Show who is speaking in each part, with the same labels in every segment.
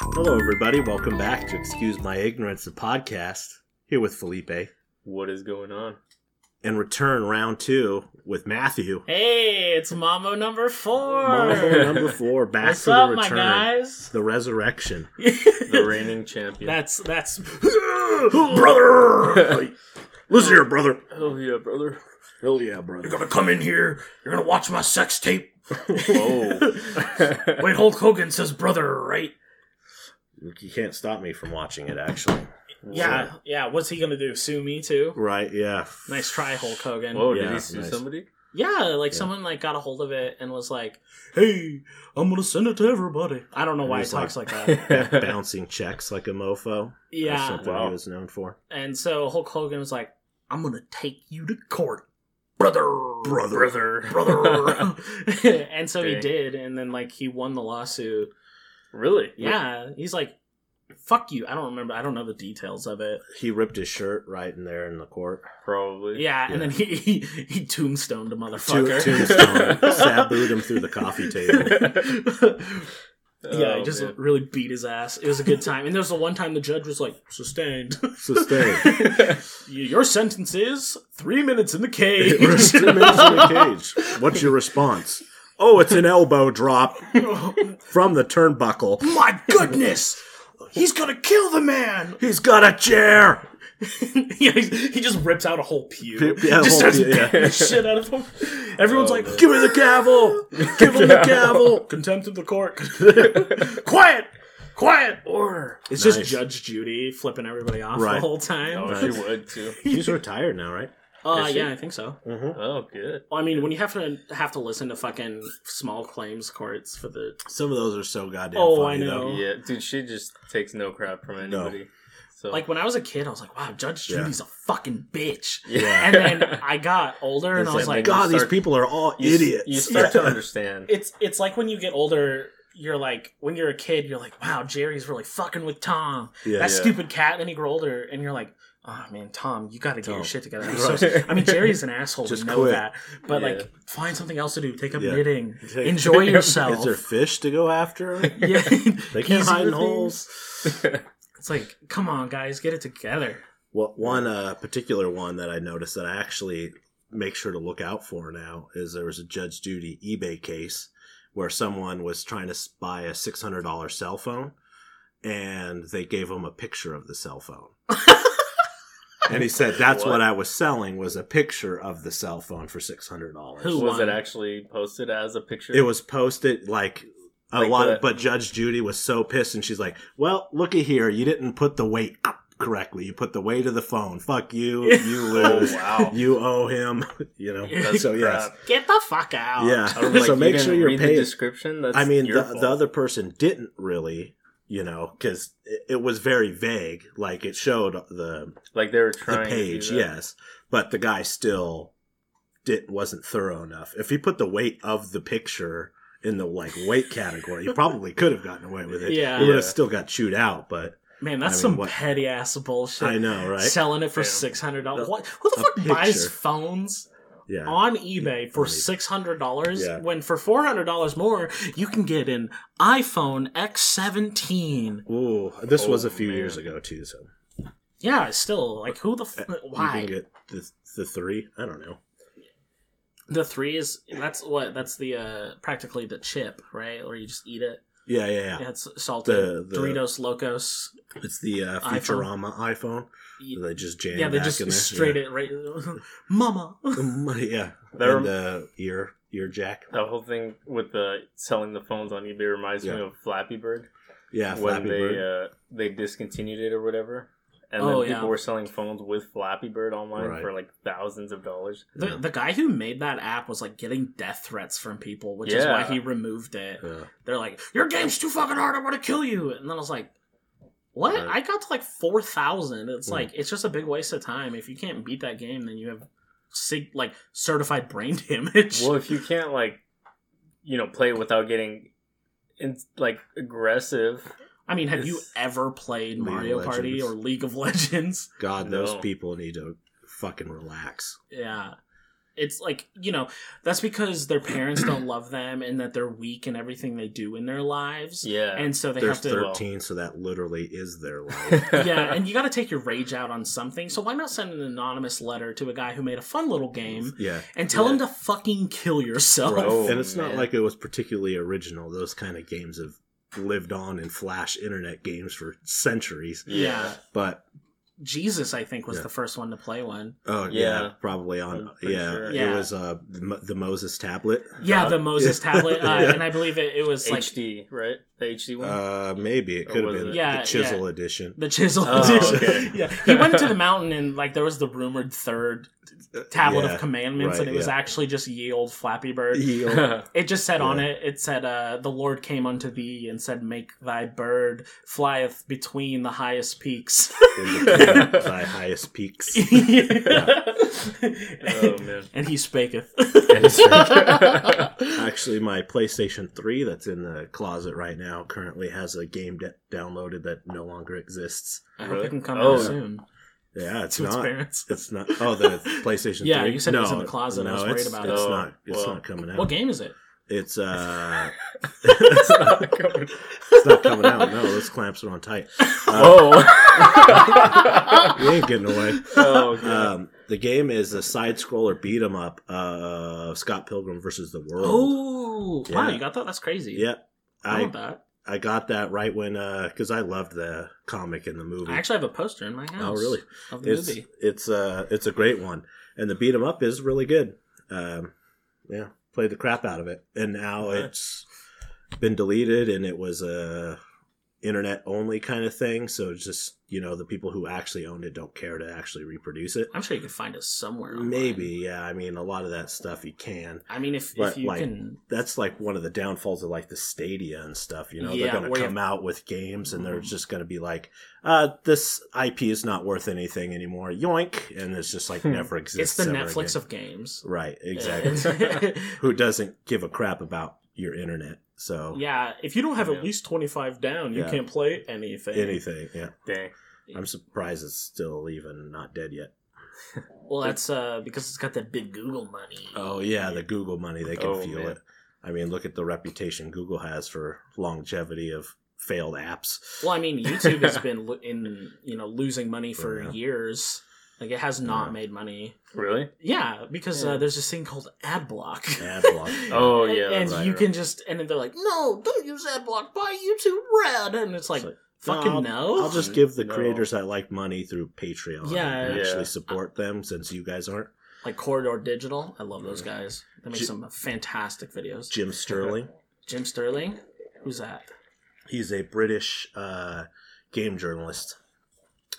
Speaker 1: Hello, everybody. Welcome back to Excuse My Ignorance, the podcast. Here with Felipe.
Speaker 2: What is going on?
Speaker 1: And return round two with Matthew.
Speaker 3: Hey, it's Mambo number four.
Speaker 1: Marvel number four, back
Speaker 3: What's
Speaker 1: to
Speaker 3: up,
Speaker 1: the
Speaker 3: my
Speaker 1: return.
Speaker 3: guys?
Speaker 1: The resurrection.
Speaker 2: The reigning champion.
Speaker 3: that's that's
Speaker 1: brother! Listen here, brother.
Speaker 2: oh yeah, brother.
Speaker 1: Hell yeah, brother.
Speaker 4: gonna come in here. You're gonna watch my sex tape.
Speaker 2: Whoa.
Speaker 4: Wait, Hulk Hogan says brother, right?
Speaker 1: You can't stop me from watching it, actually.
Speaker 3: yeah yeah. What's he gonna do? Sue me too?
Speaker 1: Right, yeah.
Speaker 3: Nice try, Hulk Hogan.
Speaker 2: Whoa, did
Speaker 1: Yeah,
Speaker 2: he sue
Speaker 1: nice.
Speaker 2: somebody?
Speaker 3: Yeah, like
Speaker 1: Yeah.
Speaker 3: someone like got a hold of it and was like,
Speaker 4: Hey, I'm gonna send it to everybody.
Speaker 3: I don't know why he
Speaker 1: He's like-
Speaker 3: talks like that.
Speaker 1: Bouncing checks like a mofo. That's
Speaker 3: yeah,
Speaker 1: something
Speaker 2: Wow.
Speaker 1: he was known for.
Speaker 3: and so Hulk Hogan was like, I'm gonna take you to court.
Speaker 4: Brother,
Speaker 1: Brother.
Speaker 4: brother.
Speaker 3: and so he
Speaker 2: Dang.
Speaker 3: did, and then like he won the lawsuit.
Speaker 2: really?
Speaker 3: Yeah, he's like, "Fuck you." I don't remember. I don't know the details of it.
Speaker 1: He ripped his shirt right in there in the court.
Speaker 2: Probably.
Speaker 3: Yeah,
Speaker 1: Yeah.
Speaker 3: and then he he, he tombstoned a
Speaker 1: Two,
Speaker 3: motherfucker.
Speaker 1: tombstone. Sabooed him through the coffee table.
Speaker 3: yeah,
Speaker 2: Oh,
Speaker 3: he just
Speaker 2: man.
Speaker 3: really beat his ass. It was a good time. And there was the one time the judge was like, "Sustained.
Speaker 1: Sustained.
Speaker 3: Your sentence is three minutes in the cage."
Speaker 1: It was two minutes in the cage. What's your response? Oh, it's an elbow drop from the turnbuckle.
Speaker 4: My goodness, he's gonna kill the man.
Speaker 1: He's got a chair.
Speaker 3: yeah, he he just rips out a whole pew. Oh,
Speaker 1: Yeah, well,
Speaker 3: just starts
Speaker 1: yeah.
Speaker 3: beating the shit out of him. Everyone's like,
Speaker 1: Give me the gavel. Give him the gavel.
Speaker 3: contempt of the court. Quiet! Quiet! Order. It's
Speaker 1: Nice.
Speaker 3: just Judge Judy flipping everybody off
Speaker 1: Right.
Speaker 3: the whole time.
Speaker 2: Oh, she would too.
Speaker 1: He's retired now, right?
Speaker 3: Uh,
Speaker 2: Is she?
Speaker 3: yeah, I think so.
Speaker 1: Mm-hmm.
Speaker 2: Oh, good.
Speaker 3: Well, I mean, when you have to have to listen to fucking small claims courts for the
Speaker 1: Some of those are so goddamn
Speaker 3: Oh,
Speaker 1: funny,
Speaker 3: I know.
Speaker 1: though.
Speaker 2: Yeah, dude, she just takes no crap from anybody. So
Speaker 3: like, when I was a kid, I was like, wow, Judge
Speaker 1: Yeah.
Speaker 3: Judy's a fucking bitch.
Speaker 2: yeah,
Speaker 3: And then I got older, and
Speaker 2: It's
Speaker 3: I was
Speaker 2: like,
Speaker 3: like,
Speaker 1: God,
Speaker 2: You
Speaker 1: these
Speaker 2: start-
Speaker 1: people are all
Speaker 2: you, s-
Speaker 1: idiots.
Speaker 2: You start to
Speaker 1: Yeah.
Speaker 2: understand.
Speaker 3: it's it's like when you get older. You're like when you're a kid, you're like, wow, Jerry's really fucking with Tom,
Speaker 1: Yeah.
Speaker 3: that
Speaker 2: yeah.
Speaker 3: stupid cat. And then you grow older, and you're like, oh man, Tom, you got to get
Speaker 1: Tom.
Speaker 3: your shit together. I'm so I mean, Jerry's an asshole.
Speaker 1: Just
Speaker 3: Just know
Speaker 1: quit.
Speaker 3: that, but
Speaker 2: Yeah.
Speaker 3: like, find something else to do. Take up
Speaker 1: Yeah.
Speaker 3: knitting.
Speaker 1: Take-
Speaker 3: Enjoy yourself.
Speaker 1: Is there fish to go after?
Speaker 3: yeah,
Speaker 1: They can't
Speaker 3: Easier
Speaker 1: hide in
Speaker 3: things.
Speaker 1: holes.
Speaker 3: It's like, come on, guys, get it together.
Speaker 1: Well, one uh, particular one that I noticed that I actually make sure to look out for now is there was a Judge Judy eBay case where someone was trying to s- buy a six hundred dollar cell phone, and they gave him a picture of the cell phone. and he said that's what?
Speaker 2: What?
Speaker 1: I was selling was a picture of the cell phone for six hundred dollars.
Speaker 3: Who-
Speaker 2: was it
Speaker 3: won?
Speaker 2: actually posted as a picture?
Speaker 1: It was posted like. A
Speaker 2: Like
Speaker 1: lot,
Speaker 2: the-
Speaker 1: of, but Judge Judy was so pissed, and she's like, "Well, looky here, you didn't put the weight correctly. You put the weight of the phone. Fuck you, you lose."
Speaker 2: Oh wow.
Speaker 1: you owe him you know
Speaker 2: That's
Speaker 1: so yes
Speaker 2: crap.
Speaker 3: Get the fuck out.
Speaker 1: yeah
Speaker 2: I don't-
Speaker 1: so
Speaker 2: like, you
Speaker 1: make
Speaker 2: didn't
Speaker 1: sure you're
Speaker 2: read the
Speaker 1: paying
Speaker 2: description. That's
Speaker 1: i mean
Speaker 2: your
Speaker 1: the,
Speaker 2: fault.
Speaker 1: the other person didn't really you know because it, it was very vague like it showed the
Speaker 2: like they were
Speaker 1: the
Speaker 2: trying
Speaker 1: page
Speaker 2: To do that.
Speaker 1: yes but the guy still didn't wasn't thorough enough if he put the weight of the picture in the like weight category he probably could have gotten away with it
Speaker 3: Yeah.
Speaker 1: he would
Speaker 2: Yeah.
Speaker 1: have still got chewed out but
Speaker 3: man, that's
Speaker 1: I mean,
Speaker 3: some
Speaker 1: what-
Speaker 3: petty ass bullshit.
Speaker 1: i know right
Speaker 3: Selling it for
Speaker 2: Yeah.
Speaker 3: six hundred dollars.
Speaker 1: A-
Speaker 3: What? Who the
Speaker 1: a
Speaker 3: fuck buys
Speaker 1: picture.
Speaker 3: phones
Speaker 1: yeah
Speaker 3: on eBay for
Speaker 1: Right.
Speaker 3: six hundred dollars
Speaker 1: Yeah.
Speaker 3: when for four hundred dollars more you can get an iPhone X seventeen?
Speaker 1: Ooh, this was a
Speaker 2: Oh,
Speaker 1: few
Speaker 2: man.
Speaker 1: years ago too so
Speaker 3: Yeah, still like who the f-
Speaker 1: Uh, you
Speaker 3: why
Speaker 1: can get the, the three i don't know
Speaker 3: the three is that's what that's the uh practically the chip right or you just eat it.
Speaker 1: Yeah, yeah, yeah.
Speaker 3: Yeah, it's salted
Speaker 1: The- the-
Speaker 3: Doritos Locos.
Speaker 1: It's the uh,
Speaker 3: iPhone.
Speaker 1: Futurama iPhone.
Speaker 3: Yeah,
Speaker 1: They just jam.
Speaker 3: they
Speaker 1: back in
Speaker 3: just
Speaker 1: there.
Speaker 3: straight it right, Mama.
Speaker 1: Yeah. Um, yeah.
Speaker 2: They're-
Speaker 1: and uh, ear ear jack.
Speaker 2: That whole thing with the selling the phones on eBay reminds me
Speaker 1: Yeah.
Speaker 2: of Flappy Bird
Speaker 1: Yeah,
Speaker 2: when
Speaker 1: Flappy
Speaker 2: they
Speaker 1: Bird.
Speaker 2: Uh, they discontinued it or whatever, and
Speaker 3: Oh,
Speaker 2: then people
Speaker 3: yeah.
Speaker 2: were selling phones with Flappy Bird online
Speaker 1: Right.
Speaker 2: for like thousands of dollars.
Speaker 3: The, the guy who made that app was like getting death threats from people, which is
Speaker 2: Yeah.
Speaker 3: why he removed it.
Speaker 1: Yeah.
Speaker 3: They're like, "Your game's too fucking hard. I want to kill you." And then I was like, "What?
Speaker 1: Right.
Speaker 3: I got to like four thousand. It's
Speaker 1: Mm.
Speaker 3: like it's just a big waste of time. If you can't beat that game, then you have sig- like certified brain damage."
Speaker 2: Well, if you can't like, you know, play it without getting, in, like aggressive.
Speaker 3: I mean, have you
Speaker 2: It's-
Speaker 3: ever played
Speaker 1: League of
Speaker 3: Mario Party
Speaker 1: Legends.
Speaker 3: or League of Legends?
Speaker 1: God, those
Speaker 2: No.
Speaker 1: people need to fucking relax.
Speaker 3: Yeah. It's like, you know, that's because their parents don't love them and that they're weak in everything they do in their lives.
Speaker 2: Yeah.
Speaker 3: And so they
Speaker 1: They're
Speaker 3: have to
Speaker 1: 13, so that literally is their life.
Speaker 3: yeah, and you got to take your rage out on something. So why not send an anonymous letter to a guy who made a fun little game
Speaker 1: yeah.
Speaker 3: and tell him
Speaker 2: Yeah.
Speaker 3: to fucking kill yourself?
Speaker 2: Right. Oh,
Speaker 1: and it's not
Speaker 2: man.
Speaker 1: like it was particularly original. Those kind of games have lived on in flash internet games for centuries.
Speaker 3: Yeah.
Speaker 1: But
Speaker 3: Jesus, I think was
Speaker 1: Yeah.
Speaker 3: the first one to play one.
Speaker 1: oh yeah,
Speaker 2: Yeah.
Speaker 1: probably on
Speaker 2: I'm pretty
Speaker 1: yeah,
Speaker 2: sure.
Speaker 3: Yeah.
Speaker 1: It was uh the, Mo- the Moses tablet.
Speaker 3: Yeah, the Moses
Speaker 1: Yeah.
Speaker 3: tablet, uh,
Speaker 1: Yeah.
Speaker 3: and I believe it, it was like
Speaker 2: HD, right? The HD one.
Speaker 1: Uh maybe it
Speaker 2: Or
Speaker 1: could have
Speaker 2: was
Speaker 1: been
Speaker 2: it-
Speaker 3: Yeah,
Speaker 1: the chisel edition.
Speaker 3: the chisel.
Speaker 2: Oh, okay.
Speaker 3: yeah, he went to the mountain and like there was the rumored third tablet
Speaker 1: Yeah.
Speaker 3: of commandments,
Speaker 1: right,
Speaker 3: and it was
Speaker 1: yeah.
Speaker 3: actually just ye old Flappy Bird.
Speaker 1: Eel.
Speaker 3: It just said on
Speaker 1: Yeah.
Speaker 3: it, it said, uh, The Lord came unto thee and said, Make thy bird flieth between the highest peaks.
Speaker 1: in the cave, thy highest peaks.
Speaker 2: oh man.
Speaker 3: and he spaketh.
Speaker 2: And he spaketh.
Speaker 1: Actually, my PlayStation 3 that's in the closet right now currently has a game de- downloaded that no longer exists.
Speaker 3: I hope
Speaker 2: Really?
Speaker 3: it can come
Speaker 2: Oh.
Speaker 3: out soon
Speaker 1: Yeah, it's
Speaker 3: to its
Speaker 1: not.
Speaker 3: parents.
Speaker 1: It's not. Oh, the PlayStation.
Speaker 3: Yeah,
Speaker 1: 3?
Speaker 3: you said it
Speaker 1: no,
Speaker 3: was in the closet, and I was
Speaker 1: no,
Speaker 3: worried
Speaker 1: it's-
Speaker 3: about
Speaker 2: it.
Speaker 1: it's
Speaker 2: Oh,
Speaker 1: not. It's
Speaker 2: well.
Speaker 1: not coming out.
Speaker 3: What game is it?
Speaker 1: It's uh,
Speaker 2: It's not coming.
Speaker 1: it's not coming out. No, those clamps are on tight. Uh,
Speaker 2: Whoa.
Speaker 1: we ain't getting away.
Speaker 2: oh god.
Speaker 1: Um, the game is a side scroller beat 'em up uh, of Scott Pilgrim versus the World.
Speaker 3: Oh, wow,
Speaker 1: Yeah.
Speaker 3: you got that? That's crazy.
Speaker 1: Yep.
Speaker 3: I want
Speaker 1: I
Speaker 3: that.
Speaker 1: I got that right when because I loved the comic and the movie.
Speaker 3: I actually have a poster in my house.
Speaker 1: oh, really?
Speaker 3: Of the
Speaker 1: It's
Speaker 3: movie.
Speaker 1: it's uh it's a great one, and the beat 'em up is really good. Um, yeah, played the crap out of it, and now
Speaker 2: Nice.
Speaker 1: it's been deleted, and it was a internet only kind of thing. So it's just you know the people who actually owned it don't care to actually reproduce it.
Speaker 3: I'm sure you can find it somewhere. online.
Speaker 1: Maybe yeah, I mean a lot of that stuff you can.
Speaker 3: I mean, if, if
Speaker 1: But,
Speaker 3: you
Speaker 1: like,
Speaker 3: can.
Speaker 1: That's like one of the downfalls of like the Stadia and stuff. You know
Speaker 3: Yeah, Mm-hmm.
Speaker 1: they're going
Speaker 3: where
Speaker 1: to
Speaker 3: you-
Speaker 1: come out with games, and they're just going to be like, uh, this IP is not worth anything anymore. Yoink, and it's just like
Speaker 2: Hmm.
Speaker 1: never
Speaker 3: It's
Speaker 1: exists.
Speaker 3: the
Speaker 1: ever
Speaker 3: Netflix
Speaker 1: again.
Speaker 3: of games.
Speaker 1: Right, exactly. Who doesn't give a crap about your internet? So
Speaker 3: yeah, if you don't have
Speaker 2: Yeah.
Speaker 3: at least 25 down, you
Speaker 1: Oh. Yeah.
Speaker 3: can't play anything.
Speaker 1: anything, yeah.
Speaker 2: Dang.
Speaker 1: I'm surprised it's still even not dead yet.
Speaker 3: Well, that's uh, because it's got that big Google money.
Speaker 1: Oh yeah, the Google money, they can
Speaker 2: Oh,
Speaker 1: feel
Speaker 2: man.
Speaker 1: it. I mean, look at the reputation Google has for longevity of failed apps.
Speaker 3: Well, I mean, YouTube has been lo- in you know losing money for
Speaker 1: Yeah.
Speaker 3: years. Like it has not
Speaker 1: Yeah.
Speaker 3: made money.
Speaker 2: Really?
Speaker 3: Yeah, because
Speaker 2: Yeah.
Speaker 3: Uh, there's this thing called ad block.
Speaker 1: Ad block.
Speaker 2: Oh
Speaker 3: And-
Speaker 2: yeah.
Speaker 3: and
Speaker 2: right,
Speaker 3: you
Speaker 2: right.
Speaker 3: can just and then they're like, no, don't use ad block. Buy YouTube Red, and it's like,
Speaker 1: It's like,
Speaker 3: fucking
Speaker 1: I'll-
Speaker 3: no.
Speaker 1: Um, I'll just give the
Speaker 2: No.
Speaker 1: creators I like money through Patreon.
Speaker 3: Yeah.
Speaker 1: and actually
Speaker 2: Yeah.
Speaker 1: support them since you guys aren't.
Speaker 3: Like Corridor Digital, I love those guys. They make
Speaker 1: Ji-
Speaker 3: some fantastic videos.
Speaker 1: Jim Sterling.
Speaker 3: Jim Sterling, who's that?
Speaker 1: He's a British uh, game journalist,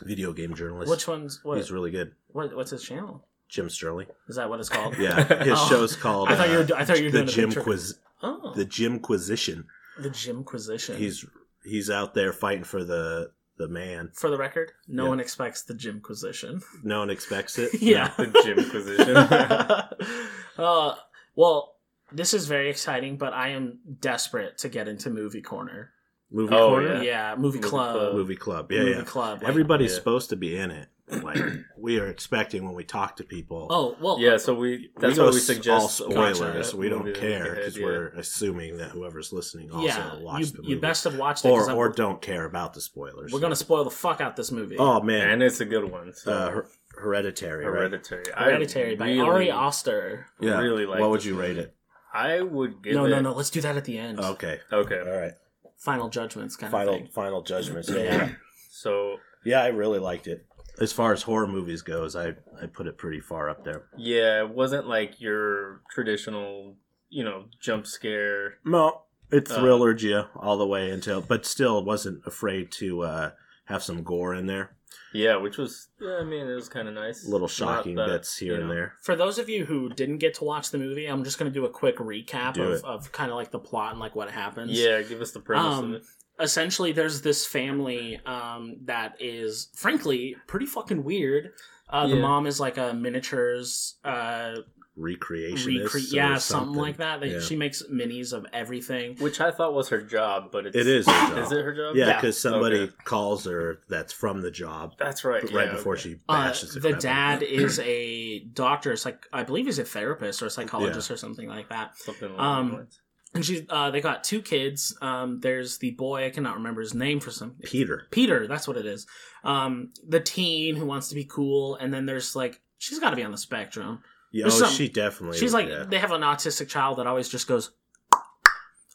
Speaker 1: video game journalist.
Speaker 3: Which one's what?
Speaker 1: He's really good.
Speaker 3: What, what's his channel?
Speaker 1: Jim Sterling.
Speaker 3: Is that what it's called?
Speaker 1: Yeah, his
Speaker 3: Oh.
Speaker 1: show's called.
Speaker 3: I thought you
Speaker 1: uh,
Speaker 3: were. I thought you were
Speaker 1: the
Speaker 3: doing a
Speaker 1: Jim
Speaker 3: picture.
Speaker 1: Quiz,
Speaker 3: oh,
Speaker 1: the Jimquisition.
Speaker 3: the Jimquisition.
Speaker 1: He's he's out there fighting for the the man.
Speaker 3: for the record. No
Speaker 1: Yeah.
Speaker 3: one expects the Jimquisition.
Speaker 1: No one expects it.
Speaker 3: yeah.
Speaker 2: the gym position.
Speaker 3: uh, well, this is very exciting, but I am desperate to get into Movie Corner.
Speaker 1: No. Movie
Speaker 2: Oh,
Speaker 1: corner,
Speaker 3: Yeah,
Speaker 2: Yeah.
Speaker 3: Movie,
Speaker 2: Movie
Speaker 3: Club.
Speaker 2: Club.
Speaker 1: movie club. Yeah,
Speaker 3: movie
Speaker 1: yeah.
Speaker 3: Club. like-
Speaker 1: Everybody's
Speaker 2: Yeah.
Speaker 1: supposed to be in it. Like we are expecting when we talk to people.
Speaker 3: Oh well.
Speaker 2: yeah. So we. That's
Speaker 1: we go
Speaker 2: what we
Speaker 1: s-
Speaker 2: suggest.
Speaker 1: all spoilers.
Speaker 2: Gotcha.
Speaker 1: We don't
Speaker 2: Movie that
Speaker 1: care
Speaker 2: ahead,
Speaker 1: because
Speaker 2: yeah.
Speaker 1: we're assuming that whoever's listening also
Speaker 3: yeah.
Speaker 1: watched
Speaker 3: You,
Speaker 1: the movie.
Speaker 3: you best have watched it. 'cause
Speaker 1: or
Speaker 3: I'm-
Speaker 1: or don't care about the spoilers.
Speaker 3: we're gonna spoil the fuck out this movie.
Speaker 1: Oh man,
Speaker 2: and it's a good one. So
Speaker 1: uh, her- hereditary. Right?
Speaker 2: hereditary. I
Speaker 3: Hereditary by
Speaker 2: really-
Speaker 3: Ari Oster.
Speaker 1: Yeah.
Speaker 2: Really like
Speaker 1: what would
Speaker 2: this
Speaker 1: you
Speaker 2: movie.
Speaker 1: rate it?
Speaker 2: I would give
Speaker 3: No,
Speaker 2: it.
Speaker 3: no, no. Let's do that at the end.
Speaker 1: Okay.
Speaker 2: Okay.
Speaker 1: All right.
Speaker 3: Final judgments kind of
Speaker 1: Final
Speaker 3: thing.
Speaker 1: final judgments. Yeah, yeah.
Speaker 2: So
Speaker 1: Yeah, I really liked it. As far as horror movies goes, I I put it pretty far up there.
Speaker 2: yeah, it wasn't like your traditional, you know, jump scare.
Speaker 1: No, it
Speaker 2: Uh,
Speaker 1: thrilled you all the way until, but still wasn't afraid to uh, have some gore in there.
Speaker 2: Yeah, which was. Yeah, I mean, it was kind of nice.
Speaker 1: Little
Speaker 2: Not
Speaker 1: shocking
Speaker 2: that,
Speaker 1: bits here
Speaker 2: you
Speaker 1: and
Speaker 2: know.
Speaker 1: there.
Speaker 3: For those of you who didn't get to watch the movie, I'm just gonna do a quick recap
Speaker 1: Do
Speaker 3: of,
Speaker 1: it.
Speaker 3: of kind of like the plot and like what happens.
Speaker 2: Yeah, give us the premise
Speaker 3: Um,
Speaker 2: of it.
Speaker 3: essentially there's this family um, that is frankly pretty fucking weird. Uh, The
Speaker 2: Yeah.
Speaker 3: mom is like a miniatures uh,
Speaker 1: recreationist.
Speaker 3: Recre-
Speaker 1: or
Speaker 3: yeah, something like that. They,
Speaker 1: Yeah.
Speaker 3: She makes minis of everything.
Speaker 2: Which I thought was her job, but it's,
Speaker 1: It is her job.
Speaker 2: Is it her job?
Speaker 1: Yeah, because somebody
Speaker 2: Okay.
Speaker 1: calls her that's from the job
Speaker 2: That's right.
Speaker 1: right
Speaker 2: yeah,
Speaker 1: before
Speaker 2: okay.
Speaker 1: she
Speaker 3: Uh,
Speaker 1: bashes
Speaker 3: the
Speaker 1: crap out of
Speaker 3: dad is a doctor. It's like I believe he's a therapist or a psychologist or something like that.
Speaker 2: something like
Speaker 3: Um,
Speaker 2: that.
Speaker 3: And she, uh, they got two kids. Um, there's the boy I cannot remember his name for some
Speaker 1: Peter.
Speaker 3: Peter. That's what it is. Um, the teen who wants to be cool, and then there's like she's got to be on the spectrum.
Speaker 1: Yeah, oh,
Speaker 3: There's some-
Speaker 1: she definitely.
Speaker 3: She's like
Speaker 1: yeah.
Speaker 3: they have an autistic child that always just goes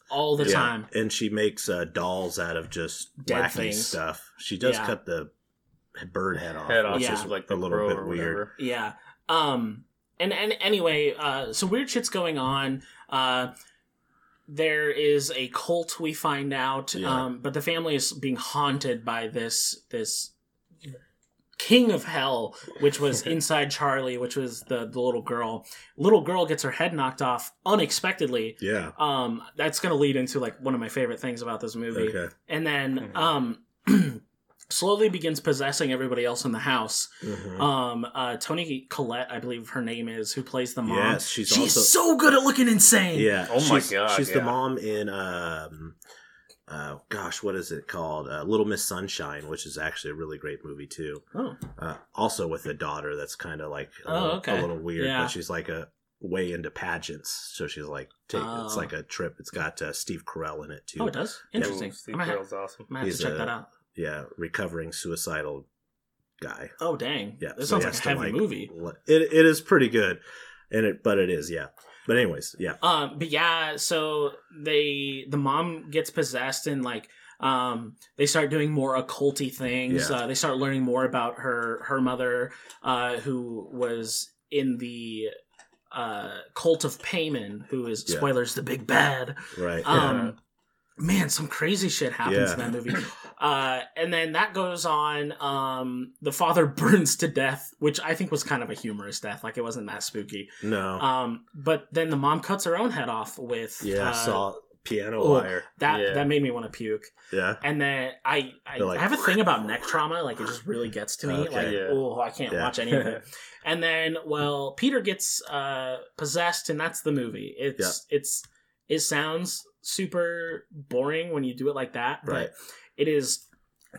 Speaker 3: all the
Speaker 1: Yeah.
Speaker 3: time.
Speaker 1: and she makes uh, dolls out of just
Speaker 3: Dead
Speaker 1: wacky
Speaker 3: things.
Speaker 1: stuff. She does
Speaker 3: Yeah.
Speaker 1: cut the bird head off,
Speaker 2: Head off
Speaker 1: which
Speaker 3: Yeah.
Speaker 1: is
Speaker 2: just like
Speaker 1: a
Speaker 2: the
Speaker 1: little bit weird.
Speaker 3: Yeah. Um and and anyway, uh so weird shit's going on. Uh there is a cult we find out
Speaker 1: Yeah.
Speaker 3: um but the family is being haunted by this this king of hell which was inside charlie which was the, the little girl little girl gets her head knocked off unexpectedly
Speaker 1: Yeah.
Speaker 3: um that's gonna lead into like one of my favorite things about this movie
Speaker 1: Okay.
Speaker 3: and then
Speaker 1: Hmm.
Speaker 2: Mhm.
Speaker 3: um slowly begins possessing everybody else in the house
Speaker 1: Mhm.
Speaker 3: um, uh, Tony Collette, I believe her name is, who plays the mom.
Speaker 1: yes, she's,
Speaker 3: she's
Speaker 1: also
Speaker 3: so good at looking insane.
Speaker 1: yeah.
Speaker 2: Oh my
Speaker 1: she's-
Speaker 2: God,
Speaker 1: She's the
Speaker 2: yeah.
Speaker 1: mom in um, uh, gosh, what is it called? Uh, Little Miss Sunshine, which is actually a really great movie too.
Speaker 3: Oh,
Speaker 1: Uh, also with a daughter that's kind of like a,
Speaker 3: Oh,
Speaker 1: little,
Speaker 3: okay.
Speaker 1: a little weird,
Speaker 3: Yeah.
Speaker 1: but she's like a way into pageants, so she's like take, it's
Speaker 3: Oh.
Speaker 1: like a trip. It's got uh, Steve Carell in it too.
Speaker 3: oh, it does.
Speaker 1: Yeah.
Speaker 3: Interesting.
Speaker 2: Ooh, Steve
Speaker 3: I'm gonna, have,
Speaker 2: Carell's awesome.
Speaker 3: I'm gonna have
Speaker 1: He's
Speaker 3: to check
Speaker 1: a-
Speaker 3: that out.
Speaker 1: yeah, recovering suicidal guy.
Speaker 3: Oh, dang.
Speaker 1: Yeah,
Speaker 3: this
Speaker 1: so he
Speaker 3: sounds like a
Speaker 1: has to,
Speaker 3: heavy
Speaker 1: like,
Speaker 3: movie.
Speaker 1: le- It it is pretty good, and it but it is yeah. But anyways, yeah,
Speaker 3: Um, but yeah, so they the mom gets possessed and like um they start doing more occulty things.
Speaker 1: Yeah.
Speaker 3: Uh, they start learning more about her her mother, uh, who was in the uh cult of Payman, who is
Speaker 1: Yeah.
Speaker 3: spoilers the big bad.
Speaker 1: right.
Speaker 3: Um, man, some crazy shit happens
Speaker 1: Yeah.
Speaker 3: in that movie. Uh, and then that goes on. Um, the father burns to death, which I think was kind of a humorous death. Like it wasn't that spooky.
Speaker 1: no,
Speaker 3: Um, but then the mom cuts her own head off with
Speaker 1: yeah,
Speaker 3: uh,
Speaker 1: saw piano
Speaker 3: oh.
Speaker 1: wire.
Speaker 3: that
Speaker 2: Yeah.
Speaker 3: that made me want to puke.
Speaker 1: Yeah,
Speaker 3: And then I I,
Speaker 1: They're like-
Speaker 3: I have a thing about neck trauma. Like it just really gets to me.
Speaker 1: Okay.
Speaker 3: Like
Speaker 2: Yeah.
Speaker 3: oh I can't
Speaker 1: Yeah.
Speaker 3: watch any of it. And then, well, Peter gets uh, possessed, and that's the movie. It's it's it sounds super boring when you do it like that, but
Speaker 1: Right.
Speaker 3: it is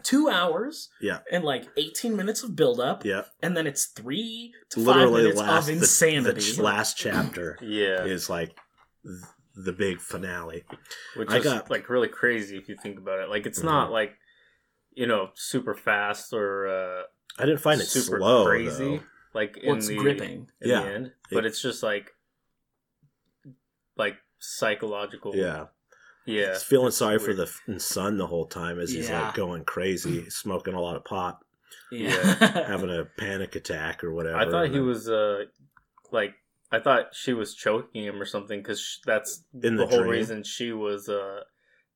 Speaker 3: two hours,
Speaker 1: Yeah.
Speaker 3: and like eighteen minutes of build up,
Speaker 1: yeah.
Speaker 3: and then it's three to
Speaker 1: Literally,
Speaker 3: five minutes
Speaker 1: last
Speaker 3: of
Speaker 1: the-
Speaker 3: insanity.
Speaker 1: The, ch- last chapter
Speaker 2: yeah,
Speaker 1: is like th- the big finale.
Speaker 2: which
Speaker 1: I
Speaker 2: is
Speaker 1: got-
Speaker 2: like really crazy if you think about it. Like it's
Speaker 1: Mhm.
Speaker 2: not like you know super fast or uh,
Speaker 1: I didn't find it
Speaker 2: super
Speaker 1: slow
Speaker 2: crazy.
Speaker 1: though.
Speaker 2: Like in
Speaker 3: well, it's
Speaker 2: the
Speaker 3: gripping.
Speaker 2: in
Speaker 1: Yeah.
Speaker 2: the end, but
Speaker 1: It-
Speaker 2: it's just like like psychological.
Speaker 1: Yeah,
Speaker 2: yeah.
Speaker 1: It's feeling sorry for
Speaker 2: weird.
Speaker 1: the f- son the whole time as he's
Speaker 3: Yeah.
Speaker 1: like going crazy, smoking a lot of pot,
Speaker 3: Yeah,
Speaker 1: having a panic attack or whatever.
Speaker 2: I thought
Speaker 1: and
Speaker 2: he
Speaker 1: then-
Speaker 2: was uh like I thought she was choking him or something because that's
Speaker 1: In
Speaker 2: the,
Speaker 1: the
Speaker 2: whole
Speaker 1: dream.
Speaker 2: reason she was uh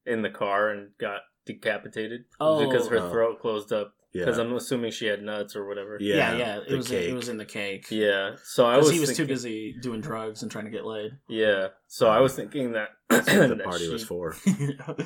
Speaker 2: in the car and got decapitated
Speaker 3: Oh.
Speaker 2: because her
Speaker 1: Oh.
Speaker 2: throat closed up
Speaker 1: yeah.
Speaker 2: because I'm assuming she had nuts or whatever.
Speaker 1: Yeah.
Speaker 3: yeah, yeah. It
Speaker 1: the
Speaker 3: was it
Speaker 1: cake.
Speaker 3: was in the cake.
Speaker 2: Yeah. So I
Speaker 3: Because
Speaker 2: was
Speaker 3: he was too
Speaker 2: thinking-
Speaker 3: busy doing drugs and trying to get laid.
Speaker 2: Yeah. So I was thinking that
Speaker 1: That's what the
Speaker 2: that
Speaker 1: party was
Speaker 2: she-
Speaker 1: for.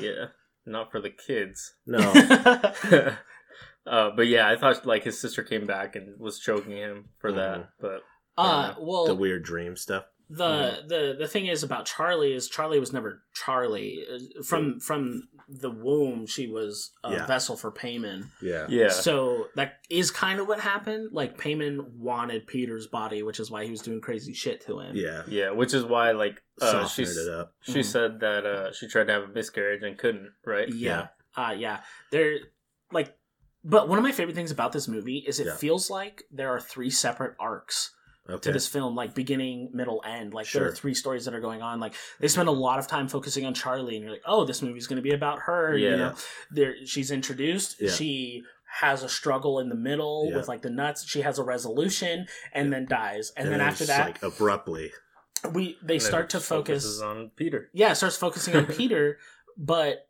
Speaker 2: Yeah. Not for the kids.
Speaker 1: No,
Speaker 2: uh, but yeah, I thought like his sister came back and was choking him for that.
Speaker 1: Mm-hmm.
Speaker 2: But
Speaker 3: uh, well,
Speaker 1: the weird dream stuff.
Speaker 3: the the the thing is about Charlie is Charlie was never Charlie Uh, from from the womb she was a
Speaker 1: Yeah.
Speaker 3: vessel for Payman
Speaker 1: Yeah.
Speaker 2: yeah.
Speaker 3: so that is kind of what happened like Payman wanted Peter's body which is why he was doing crazy shit to him
Speaker 1: Yeah.
Speaker 2: yeah, which is why like uh,
Speaker 1: Softened
Speaker 2: she's
Speaker 1: it up.
Speaker 2: She
Speaker 3: Mhm.
Speaker 2: said that uh, she tried to have a miscarriage and couldn't, right?
Speaker 3: yeah yeah, uh, yeah. they're like but one of my favorite things about this movie is it
Speaker 1: Yeah.
Speaker 3: feels like there are three separate arcs to
Speaker 1: Okay.
Speaker 3: this film, like beginning, middle, end. Like there are
Speaker 1: Sure.
Speaker 3: three stories that are going on. Like they spend a lot of time focusing on Charlie, and you're like, oh, this movie's going to be about her. You
Speaker 2: Yeah.
Speaker 3: know, there she's introduced.
Speaker 1: Yeah.
Speaker 3: She has a struggle in the middle
Speaker 1: Yeah.
Speaker 3: with like the nuts. She has a resolution and then dies. And, then, after
Speaker 1: it's
Speaker 3: that,
Speaker 1: like abruptly.
Speaker 3: we they
Speaker 2: And then
Speaker 3: start
Speaker 2: it
Speaker 3: to
Speaker 2: focuses
Speaker 3: focus.
Speaker 2: on Peter.
Speaker 3: Yeah, it starts focusing on Peter, but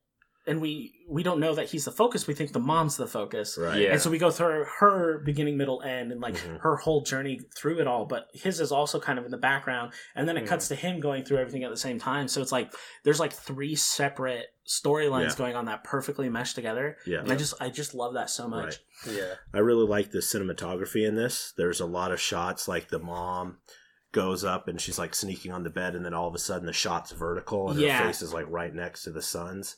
Speaker 3: and we we don't know that he's the focus. We think the mom's the focus.
Speaker 1: Right.
Speaker 2: Yeah.
Speaker 3: And so we go through her beginning, middle, end, and like
Speaker 1: Mhm.
Speaker 3: her whole journey through it all. But his is also kind of in the background, and then it
Speaker 1: Mm.
Speaker 3: cuts to him going through everything at the same time. So it's like there's like three separate storylines
Speaker 1: Yeah.
Speaker 3: going on that perfectly mesh together.
Speaker 1: Yeah.
Speaker 3: And I just I just love that so much.
Speaker 2: Yeah,
Speaker 1: I really like the cinematography in this. There's a lot of shots like the mom goes up and she's like sneaking on the bed and then all of a sudden the shot's vertical and
Speaker 3: Yeah.
Speaker 1: her face is like right next to the sun's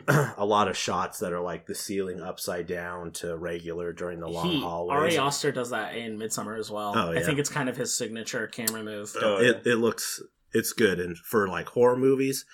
Speaker 1: a lot of shots that are like the ceiling upside down to regular during the long
Speaker 3: he,
Speaker 1: hallways
Speaker 3: Ari Oster does that in Midsummer as well.
Speaker 1: Oh,
Speaker 3: I
Speaker 1: yeah.
Speaker 3: think it's kind of his signature camera move.
Speaker 2: Oh, yeah.
Speaker 1: it, it looks it's good and for like horror movies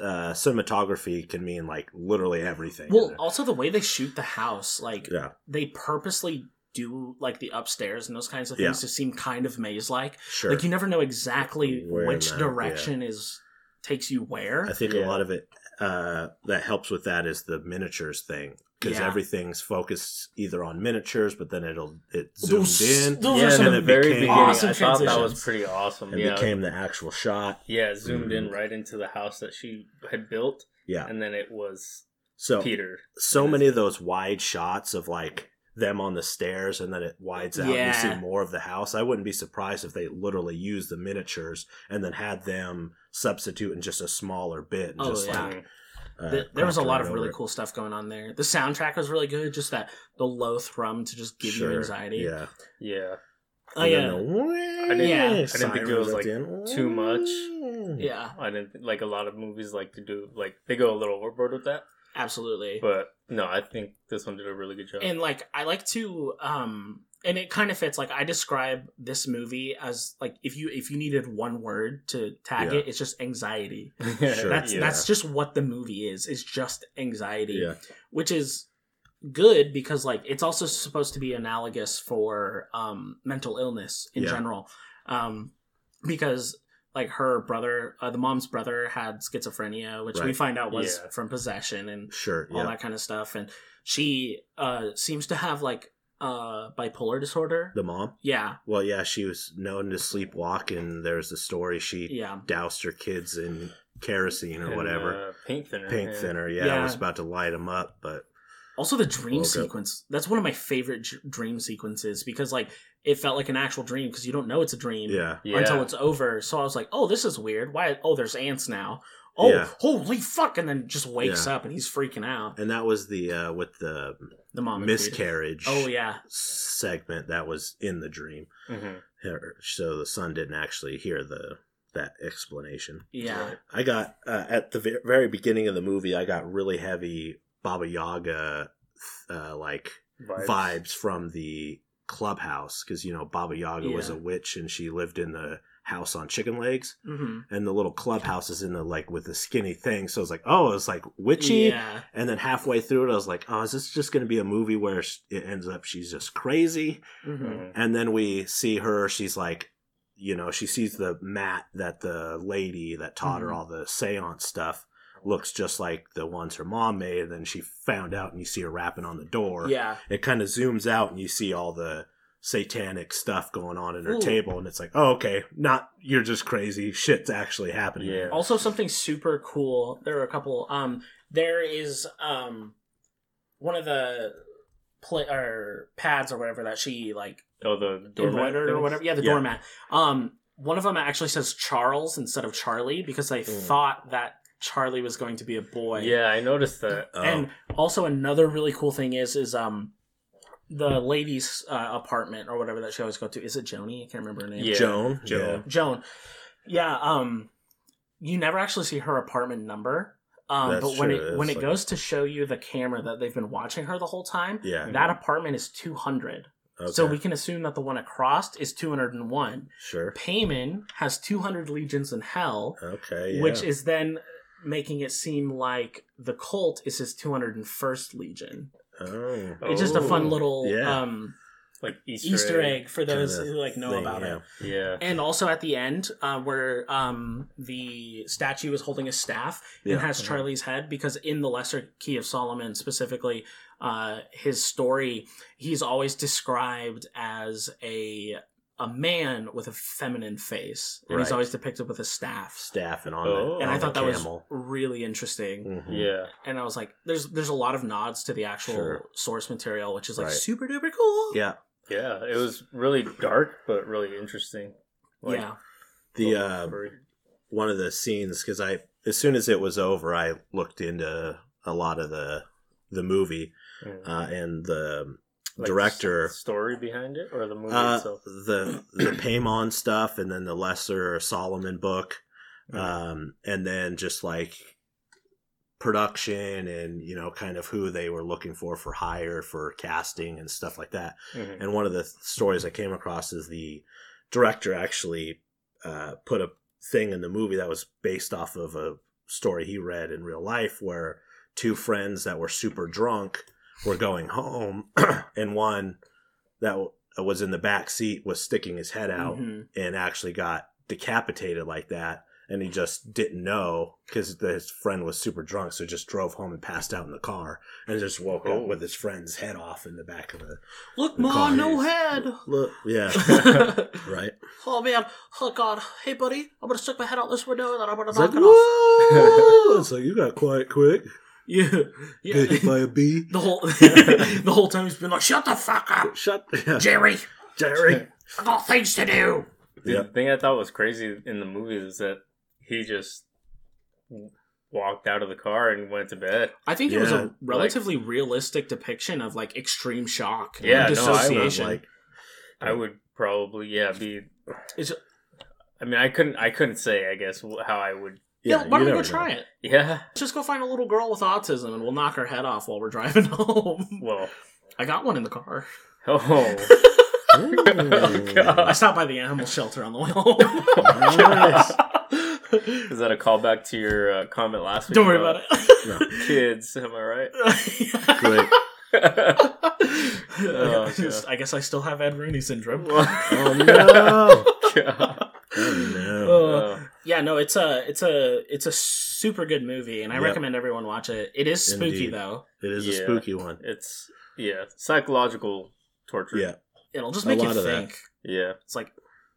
Speaker 1: uh cinematography can mean like literally everything
Speaker 3: Well, also the way they shoot the house, like
Speaker 1: Yeah.
Speaker 3: they purposely do like the upstairs and those kinds of
Speaker 1: Yeah.
Speaker 3: things to seem kind of maze like.
Speaker 1: sure
Speaker 3: Like you never know exactly
Speaker 1: Where
Speaker 3: which
Speaker 1: that-
Speaker 3: direction is takes you where.
Speaker 1: I think a
Speaker 2: Yeah.
Speaker 1: lot of it uh, that helps with that is the miniatures thing because
Speaker 3: Yeah.
Speaker 1: everything's focused either on miniatures, but then it'll it zoomed
Speaker 3: Those,
Speaker 1: in
Speaker 3: those
Speaker 2: yeah,
Speaker 3: are some
Speaker 1: and
Speaker 2: in the
Speaker 1: it
Speaker 2: very
Speaker 1: became
Speaker 2: beginning,
Speaker 3: awesome
Speaker 2: I thought that was
Speaker 3: transitions.
Speaker 2: pretty awesome.
Speaker 1: and
Speaker 2: yeah,
Speaker 1: became the actual shot.
Speaker 2: yeah, it zoomed in
Speaker 1: Mhm.
Speaker 2: right into the house that she had built,
Speaker 1: Yeah,
Speaker 2: and then it was
Speaker 1: so
Speaker 2: Peter.
Speaker 1: so many of those wide shots of like them on the stairs and then it wides out and you
Speaker 3: Yeah.
Speaker 1: see more of the house. I wouldn't be surprised if they literally used the miniatures and then had them substitute in just a smaller bit. And
Speaker 3: Oh,
Speaker 1: just
Speaker 3: yeah.
Speaker 1: like, uh,
Speaker 3: Th- there was a
Speaker 1: cropped
Speaker 3: lot
Speaker 1: right
Speaker 3: of
Speaker 1: over
Speaker 3: really
Speaker 1: it.
Speaker 3: cool stuff going on there. The soundtrack was really good. Just that the low thrum to just give you
Speaker 1: Sure,
Speaker 3: anxiety.
Speaker 1: Yeah.
Speaker 2: Yeah,
Speaker 3: Oh
Speaker 1: And
Speaker 3: yeah,
Speaker 1: then the-
Speaker 2: I didn't-
Speaker 3: Yeah. I
Speaker 2: didn't think it was,
Speaker 1: at
Speaker 2: like,
Speaker 1: the end.
Speaker 2: too much.
Speaker 3: yeah,
Speaker 2: I didn't like a lot of movies like to do like they go a little overboard with that,
Speaker 3: absolutely.
Speaker 2: but no, I think this one did a really
Speaker 1: uh,
Speaker 2: good job.
Speaker 3: and like I like to, um, and it kind of fits. Like I describe this movie as like if you if you needed one word to tag
Speaker 1: Yeah.
Speaker 3: it, it's just anxiety.
Speaker 1: Sure.
Speaker 3: That's
Speaker 2: Yeah.
Speaker 3: that's just what the movie is. It's just anxiety,
Speaker 1: Yeah.
Speaker 3: which is good because like it's also supposed to be analogous for um, mental illness in
Speaker 1: Yeah.
Speaker 3: general, um, because like her brother, uh, the mom's brother, had schizophrenia, which we
Speaker 1: Right.
Speaker 3: find out was
Speaker 2: Yeah.
Speaker 3: from possession and
Speaker 1: Sure.
Speaker 3: all
Speaker 1: Yeah.
Speaker 3: that kind of stuff, and she uh, seems to have like uh, bipolar disorder.
Speaker 1: The mom.
Speaker 3: yeah,
Speaker 1: Well, yeah, she was known to sleepwalk, and there's the story she
Speaker 3: yeah.
Speaker 1: doused her kids in kerosene or
Speaker 2: And,
Speaker 1: whatever,
Speaker 2: uh, paint thinner,
Speaker 1: paint
Speaker 2: yeah.
Speaker 1: thinner. Yeah,
Speaker 3: Yeah.
Speaker 1: I was about to light them up, but
Speaker 3: Also, the dream
Speaker 1: Woke up.
Speaker 3: sequence. That's one of my favorite j- dream sequences because, like, it felt like an actual dream because you don't know it's a dream
Speaker 1: yeah,
Speaker 2: Yeah.
Speaker 3: until it's over. So I was like, oh, this is weird. Why? Oh, there's ants now. Oh,
Speaker 1: Yeah.
Speaker 3: holy fuck. And then just wakes
Speaker 1: Yeah.
Speaker 3: up and he's freaking out.
Speaker 1: and that was the uh, with the
Speaker 3: The mom. and
Speaker 1: miscarriage.
Speaker 3: dude. Oh, yeah.
Speaker 1: segment that was in the dream.
Speaker 2: Mhm.
Speaker 1: Her- So the son didn't actually hear the that explanation.
Speaker 3: Yeah.
Speaker 1: I got uh, at the ve- very beginning of the movie. I got really heavy Baba Yaga uh, like
Speaker 2: Vibes.
Speaker 1: vibes from the clubhouse because you know Baba Yaga was
Speaker 3: Yeah.
Speaker 1: a witch and she lived in the house on chicken legs
Speaker 3: hmm
Speaker 1: and the little clubhouse is in the like with the skinny thing so it's like oh it's like witchy
Speaker 3: Yeah.
Speaker 1: and then halfway through it I was like oh is this just gonna be a movie where sh- it ends up she's just crazy
Speaker 3: hmm
Speaker 2: Mhm.
Speaker 1: and then we see her she's like you know she sees the mat that the lady that taught her
Speaker 3: Mhm.
Speaker 1: all the seance stuff looks just like the ones her mom made and then she found out and you see her rapping on the door
Speaker 3: Yeah.
Speaker 1: it kind of zooms out and you see all the satanic stuff going on in her
Speaker 3: Ooh.
Speaker 1: table and it's like oh okay not you're just crazy shit's actually happening
Speaker 2: Yeah.
Speaker 3: Also, something super cool. There are a couple. Um, there is um, one of the play or pads or whatever that she like
Speaker 2: Oh, the doormat
Speaker 3: embroidered or
Speaker 2: things?
Speaker 3: whatever. Yeah, the
Speaker 1: Yeah.
Speaker 3: doormat. Um, one of them actually says Charles instead of Charlie because they
Speaker 1: Mm.
Speaker 3: thought that Charlie was going to be a boy.
Speaker 2: Yeah, I noticed that.
Speaker 1: Oh,
Speaker 3: And also another really cool thing is is um the lady's uh, apartment or whatever that she always go to. Is it Joni? I can't remember her name.
Speaker 2: Yeah.
Speaker 1: joan
Speaker 2: Joan.
Speaker 3: Joan. Yeah. Um, you never actually see her apartment number. Um,
Speaker 1: That's
Speaker 3: but when
Speaker 1: true,
Speaker 3: it when
Speaker 1: it's
Speaker 3: it
Speaker 1: like-
Speaker 3: goes to show you the camera that they've been watching her the whole time,
Speaker 1: yeah, yeah.
Speaker 3: that apartment is two hundred.
Speaker 1: Mm-hmm. Okay.
Speaker 3: So we can assume that the one across is two hundred and one.
Speaker 1: sure
Speaker 3: Payman has 200 legions in hell,
Speaker 1: okay yeah.
Speaker 3: which is then making it seem like the cult is his 201st legion.
Speaker 1: oh,
Speaker 3: It's just a
Speaker 2: Oh,
Speaker 3: fun little
Speaker 1: yeah.
Speaker 3: um,
Speaker 2: like Easter,
Speaker 3: Easter, egg. for those
Speaker 1: Kinda
Speaker 3: who like know
Speaker 1: thing,
Speaker 3: about
Speaker 1: yeah.
Speaker 3: it.
Speaker 2: Yeah.
Speaker 3: And also at the end, uh, where um, the statue is holding a staff
Speaker 1: Yeah. Uh-huh.
Speaker 3: and has
Speaker 2: Mhm.
Speaker 3: Charlie's head, because in the Lesser Key of Solomon specifically, uh, his story he's always described as a a man with a feminine face, and he's
Speaker 1: Right.
Speaker 3: always depicted with a staff.
Speaker 1: staff and on
Speaker 2: Oh.
Speaker 1: the
Speaker 3: and I
Speaker 1: on
Speaker 3: thought
Speaker 1: the
Speaker 3: that was
Speaker 1: camel.
Speaker 3: really interesting.
Speaker 1: Mhm.
Speaker 2: Yeah.
Speaker 3: And I was like, "There's there's a lot of nods to the actual
Speaker 1: Sure.
Speaker 3: source material, which is like
Speaker 1: Right.
Speaker 3: super duper cool."
Speaker 1: yeah
Speaker 2: Yeah. It was really dark, but really interesting. Like,
Speaker 3: yeah,
Speaker 1: the
Speaker 2: little
Speaker 1: uh
Speaker 2: furry.
Speaker 1: one of the scenes because I as soon as it was over, I looked into a lot of the the movie
Speaker 2: Mhm.
Speaker 1: uh, and the
Speaker 2: Like,
Speaker 1: director.
Speaker 2: s- story behind it or the movie
Speaker 1: Uh,
Speaker 2: itself?
Speaker 1: the the Paimon stuff, and then the Lesser Solomon book, um, and then just like production and you know kind of who they were looking for for hire for casting and stuff like that.
Speaker 2: Mhm.
Speaker 1: And one of the th- stories I came across is the director actually uh, put a thing in the movie that was based off of a story he read in real life where two friends that were super drunk were going home and one that w- uh, was in the back seat was sticking his head out
Speaker 3: Mhm.
Speaker 1: and actually got decapitated like that and he just didn't know because his friend was super drunk so just drove home and passed out in the car and just woke
Speaker 2: Oh.
Speaker 1: up with his friend's head off in the back of the
Speaker 3: Look,
Speaker 1: The
Speaker 3: ma,
Speaker 1: car
Speaker 3: no
Speaker 1: is-
Speaker 3: head.
Speaker 1: Look, yeah,
Speaker 3: oh
Speaker 1: right.
Speaker 3: man, oh god, hey buddy, I'm gonna stick my head out this window and then I'm gonna
Speaker 1: It's
Speaker 3: knock
Speaker 1: like,
Speaker 3: it off.
Speaker 1: whoa! it's like you got quiet quick.
Speaker 3: Yeah, yeah.
Speaker 1: Get hit by a bee.
Speaker 3: the whole the whole time he's been like, shut the fuck up,
Speaker 1: Shut, yeah,
Speaker 3: Jerry.
Speaker 1: Jerry.
Speaker 3: I got things to do.
Speaker 2: Dude,
Speaker 1: Yep.
Speaker 2: The thing I thought was crazy in the movie is that he just w- walked out of the car and went to bed.
Speaker 3: I think it was
Speaker 1: Yeah,
Speaker 3: a
Speaker 1: like-
Speaker 3: relatively realistic depiction of like extreme shock, and
Speaker 2: Yeah, no, I
Speaker 3: dissociation.
Speaker 1: I would, like,
Speaker 2: I would probably yeah be.
Speaker 3: It's-
Speaker 2: I mean, I couldn't. I couldn't say. I guess wh- how I would.
Speaker 3: yeah, why
Speaker 1: you
Speaker 3: don't we go
Speaker 1: never
Speaker 3: try
Speaker 1: know.
Speaker 3: it?
Speaker 2: Yeah.
Speaker 3: Let's just go find a little girl with autism and we'll knock her head off while we're driving home.
Speaker 2: Well.
Speaker 3: I got one in the car.
Speaker 2: Oh.
Speaker 1: Mm.
Speaker 2: Oh, God.
Speaker 3: I stopped by the animal shelter on the way home.
Speaker 1: Nice.
Speaker 2: Is that a callback to your uh, comment last week?
Speaker 3: Don't worry about
Speaker 1: No.
Speaker 2: Kids, am I right?
Speaker 3: it.
Speaker 1: Great.
Speaker 3: Uh, I,
Speaker 2: God.
Speaker 3: guess I still have Ed Rooney syndrome.
Speaker 1: Oh no!
Speaker 2: God.
Speaker 1: Oh, no.
Speaker 3: Uh, yeah, no, it's a it's a it's a super good movie, and I
Speaker 1: Yep.
Speaker 3: recommend everyone watch it. It is spooky
Speaker 1: Indeed.
Speaker 3: though;
Speaker 1: It is
Speaker 2: yeah.
Speaker 1: a spooky one.
Speaker 2: it's yeah, psychological torture.
Speaker 1: Yeah.
Speaker 3: it'll just
Speaker 1: A
Speaker 3: make you
Speaker 1: lot of that.
Speaker 3: think.
Speaker 2: yeah.
Speaker 3: It's like,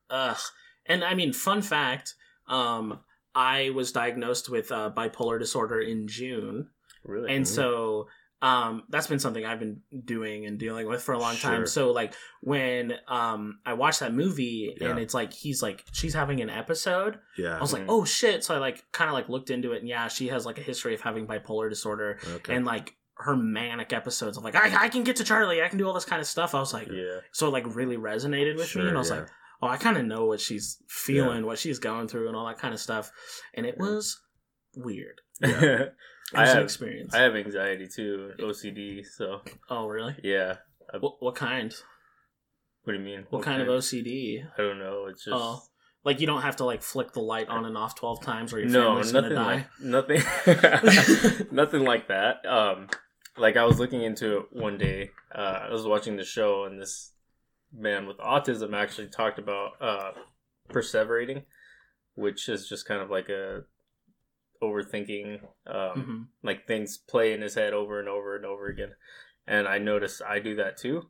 Speaker 3: ugh. And I mean, fun fact: um, I was diagnosed with uh, bipolar disorder in June,
Speaker 2: Really.
Speaker 1: Mm-hmm.
Speaker 3: and so um, that's been something I've been doing and dealing with for a long time.
Speaker 1: Sure.
Speaker 3: So like when um, I watched that movie, and
Speaker 1: Yeah.
Speaker 3: it's like he's like she's having an episode. I
Speaker 1: Yeah.
Speaker 3: was like,
Speaker 2: Mhm.
Speaker 3: oh shit! So I like kind of like looked into it, and yeah, she has like a history of having bipolar disorder.
Speaker 1: Okay.
Speaker 3: and like her manic episodes of like I, I can get to Charlie, I can do all this kind of stuff. I was like,
Speaker 2: yeah.
Speaker 3: so it like really resonated with me,
Speaker 1: Sure,
Speaker 3: and I was
Speaker 1: yeah.
Speaker 3: like, oh, I kind of know what she's feeling, what she's going through, and all that kind of stuff. And it
Speaker 2: Yeah.
Speaker 3: was weird. It
Speaker 2: I
Speaker 3: was an
Speaker 2: have-
Speaker 3: experience.
Speaker 2: I have anxiety too, OCD. So
Speaker 3: oh, really?
Speaker 2: yeah.
Speaker 3: What, what kind?
Speaker 2: What do you mean?
Speaker 3: What kind of OCD?
Speaker 2: I don't know. It's just
Speaker 3: Oh, like you don't have to like flick the light on and off twelve times, or your
Speaker 2: no,
Speaker 3: family's
Speaker 2: nothing
Speaker 3: gonna
Speaker 2: like nothing.
Speaker 3: die.
Speaker 2: nothing like that. Um, like I was looking into it one day. Uh, I was watching the show, and this man with autism actually talked about uh, perseverating, which is just kind of like a overthinking. Um,
Speaker 3: Mhm.
Speaker 2: Like things play in his head over and over and over again, and I noticed I do that too.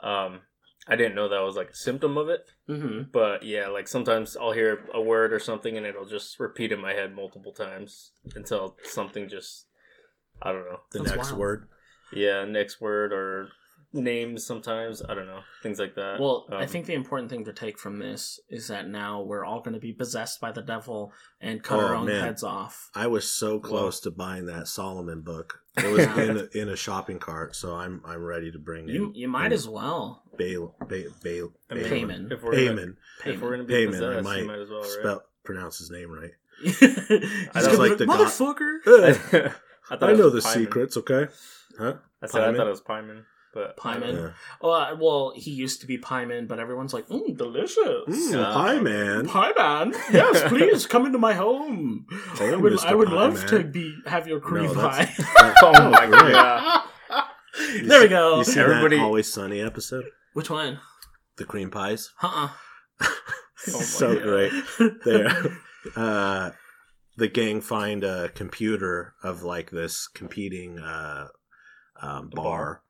Speaker 2: Um, I didn't know that was like a symptom of it,
Speaker 3: Mhm.
Speaker 2: but yeah, like sometimes I'll hear a word or something and it'll just repeat in my head multiple times until something just I don't know.
Speaker 1: the
Speaker 3: That's
Speaker 1: next
Speaker 3: wild.
Speaker 1: word.
Speaker 2: Yeah, next word or names sometimes, I don't know. Things like that.
Speaker 3: Well, I
Speaker 2: Um,
Speaker 3: think the important thing to take from this is that now we're all going to be possessed by the devil and cut our
Speaker 1: Oh,
Speaker 3: own
Speaker 1: man.
Speaker 3: heads off.
Speaker 1: I was so close to buying that Solomon book. It was in a, in a shopping cart, so I'm I'm ready to bring
Speaker 3: You
Speaker 1: in
Speaker 3: you might
Speaker 1: and
Speaker 3: as well
Speaker 1: bail bail bail
Speaker 2: I mean,
Speaker 3: Payment.
Speaker 2: If we're gonna,
Speaker 1: Payman.
Speaker 2: if we're
Speaker 3: payment.
Speaker 2: gonna be
Speaker 1: Payment, I
Speaker 2: possessed,
Speaker 1: might
Speaker 2: you might as well, right?
Speaker 1: Spell pronounce his name right.
Speaker 3: He's
Speaker 2: I
Speaker 3: gonna
Speaker 2: don't-
Speaker 3: be
Speaker 1: like the god-
Speaker 3: motherfucker.
Speaker 2: I,
Speaker 1: Ugh,
Speaker 2: thought
Speaker 1: I
Speaker 2: it
Speaker 1: know the
Speaker 2: was Pyman.
Speaker 1: secrets, okay? Huh?
Speaker 2: I said I
Speaker 1: Pyman.
Speaker 2: thought it was Pyman, but
Speaker 3: Pyman.
Speaker 1: Yeah.
Speaker 3: Oh, uh, well, he used to be Pyman, but everyone's like, mm, delicious.
Speaker 1: Mm,
Speaker 2: Uh,
Speaker 1: hi, man.
Speaker 3: Pyman, yes, please come into my home.
Speaker 1: Hello,
Speaker 3: I would,
Speaker 1: Mr.
Speaker 3: I would love
Speaker 1: Pyman.
Speaker 3: to be have your cream
Speaker 1: No,
Speaker 3: pie.
Speaker 1: that's- Uh,
Speaker 2: Oh my
Speaker 1: great.
Speaker 2: god.
Speaker 1: You
Speaker 3: there we
Speaker 1: see-
Speaker 3: go.
Speaker 1: You see
Speaker 2: Everybody-
Speaker 1: that Always Sunny episode?
Speaker 3: Which one?
Speaker 1: The cream pies?
Speaker 3: Uh
Speaker 2: Oh my
Speaker 1: so
Speaker 2: God.
Speaker 1: great.
Speaker 3: uh
Speaker 1: Oh, There. Uh, the gang find a computer of like this competing uh, um,
Speaker 2: A bar.
Speaker 1: bar,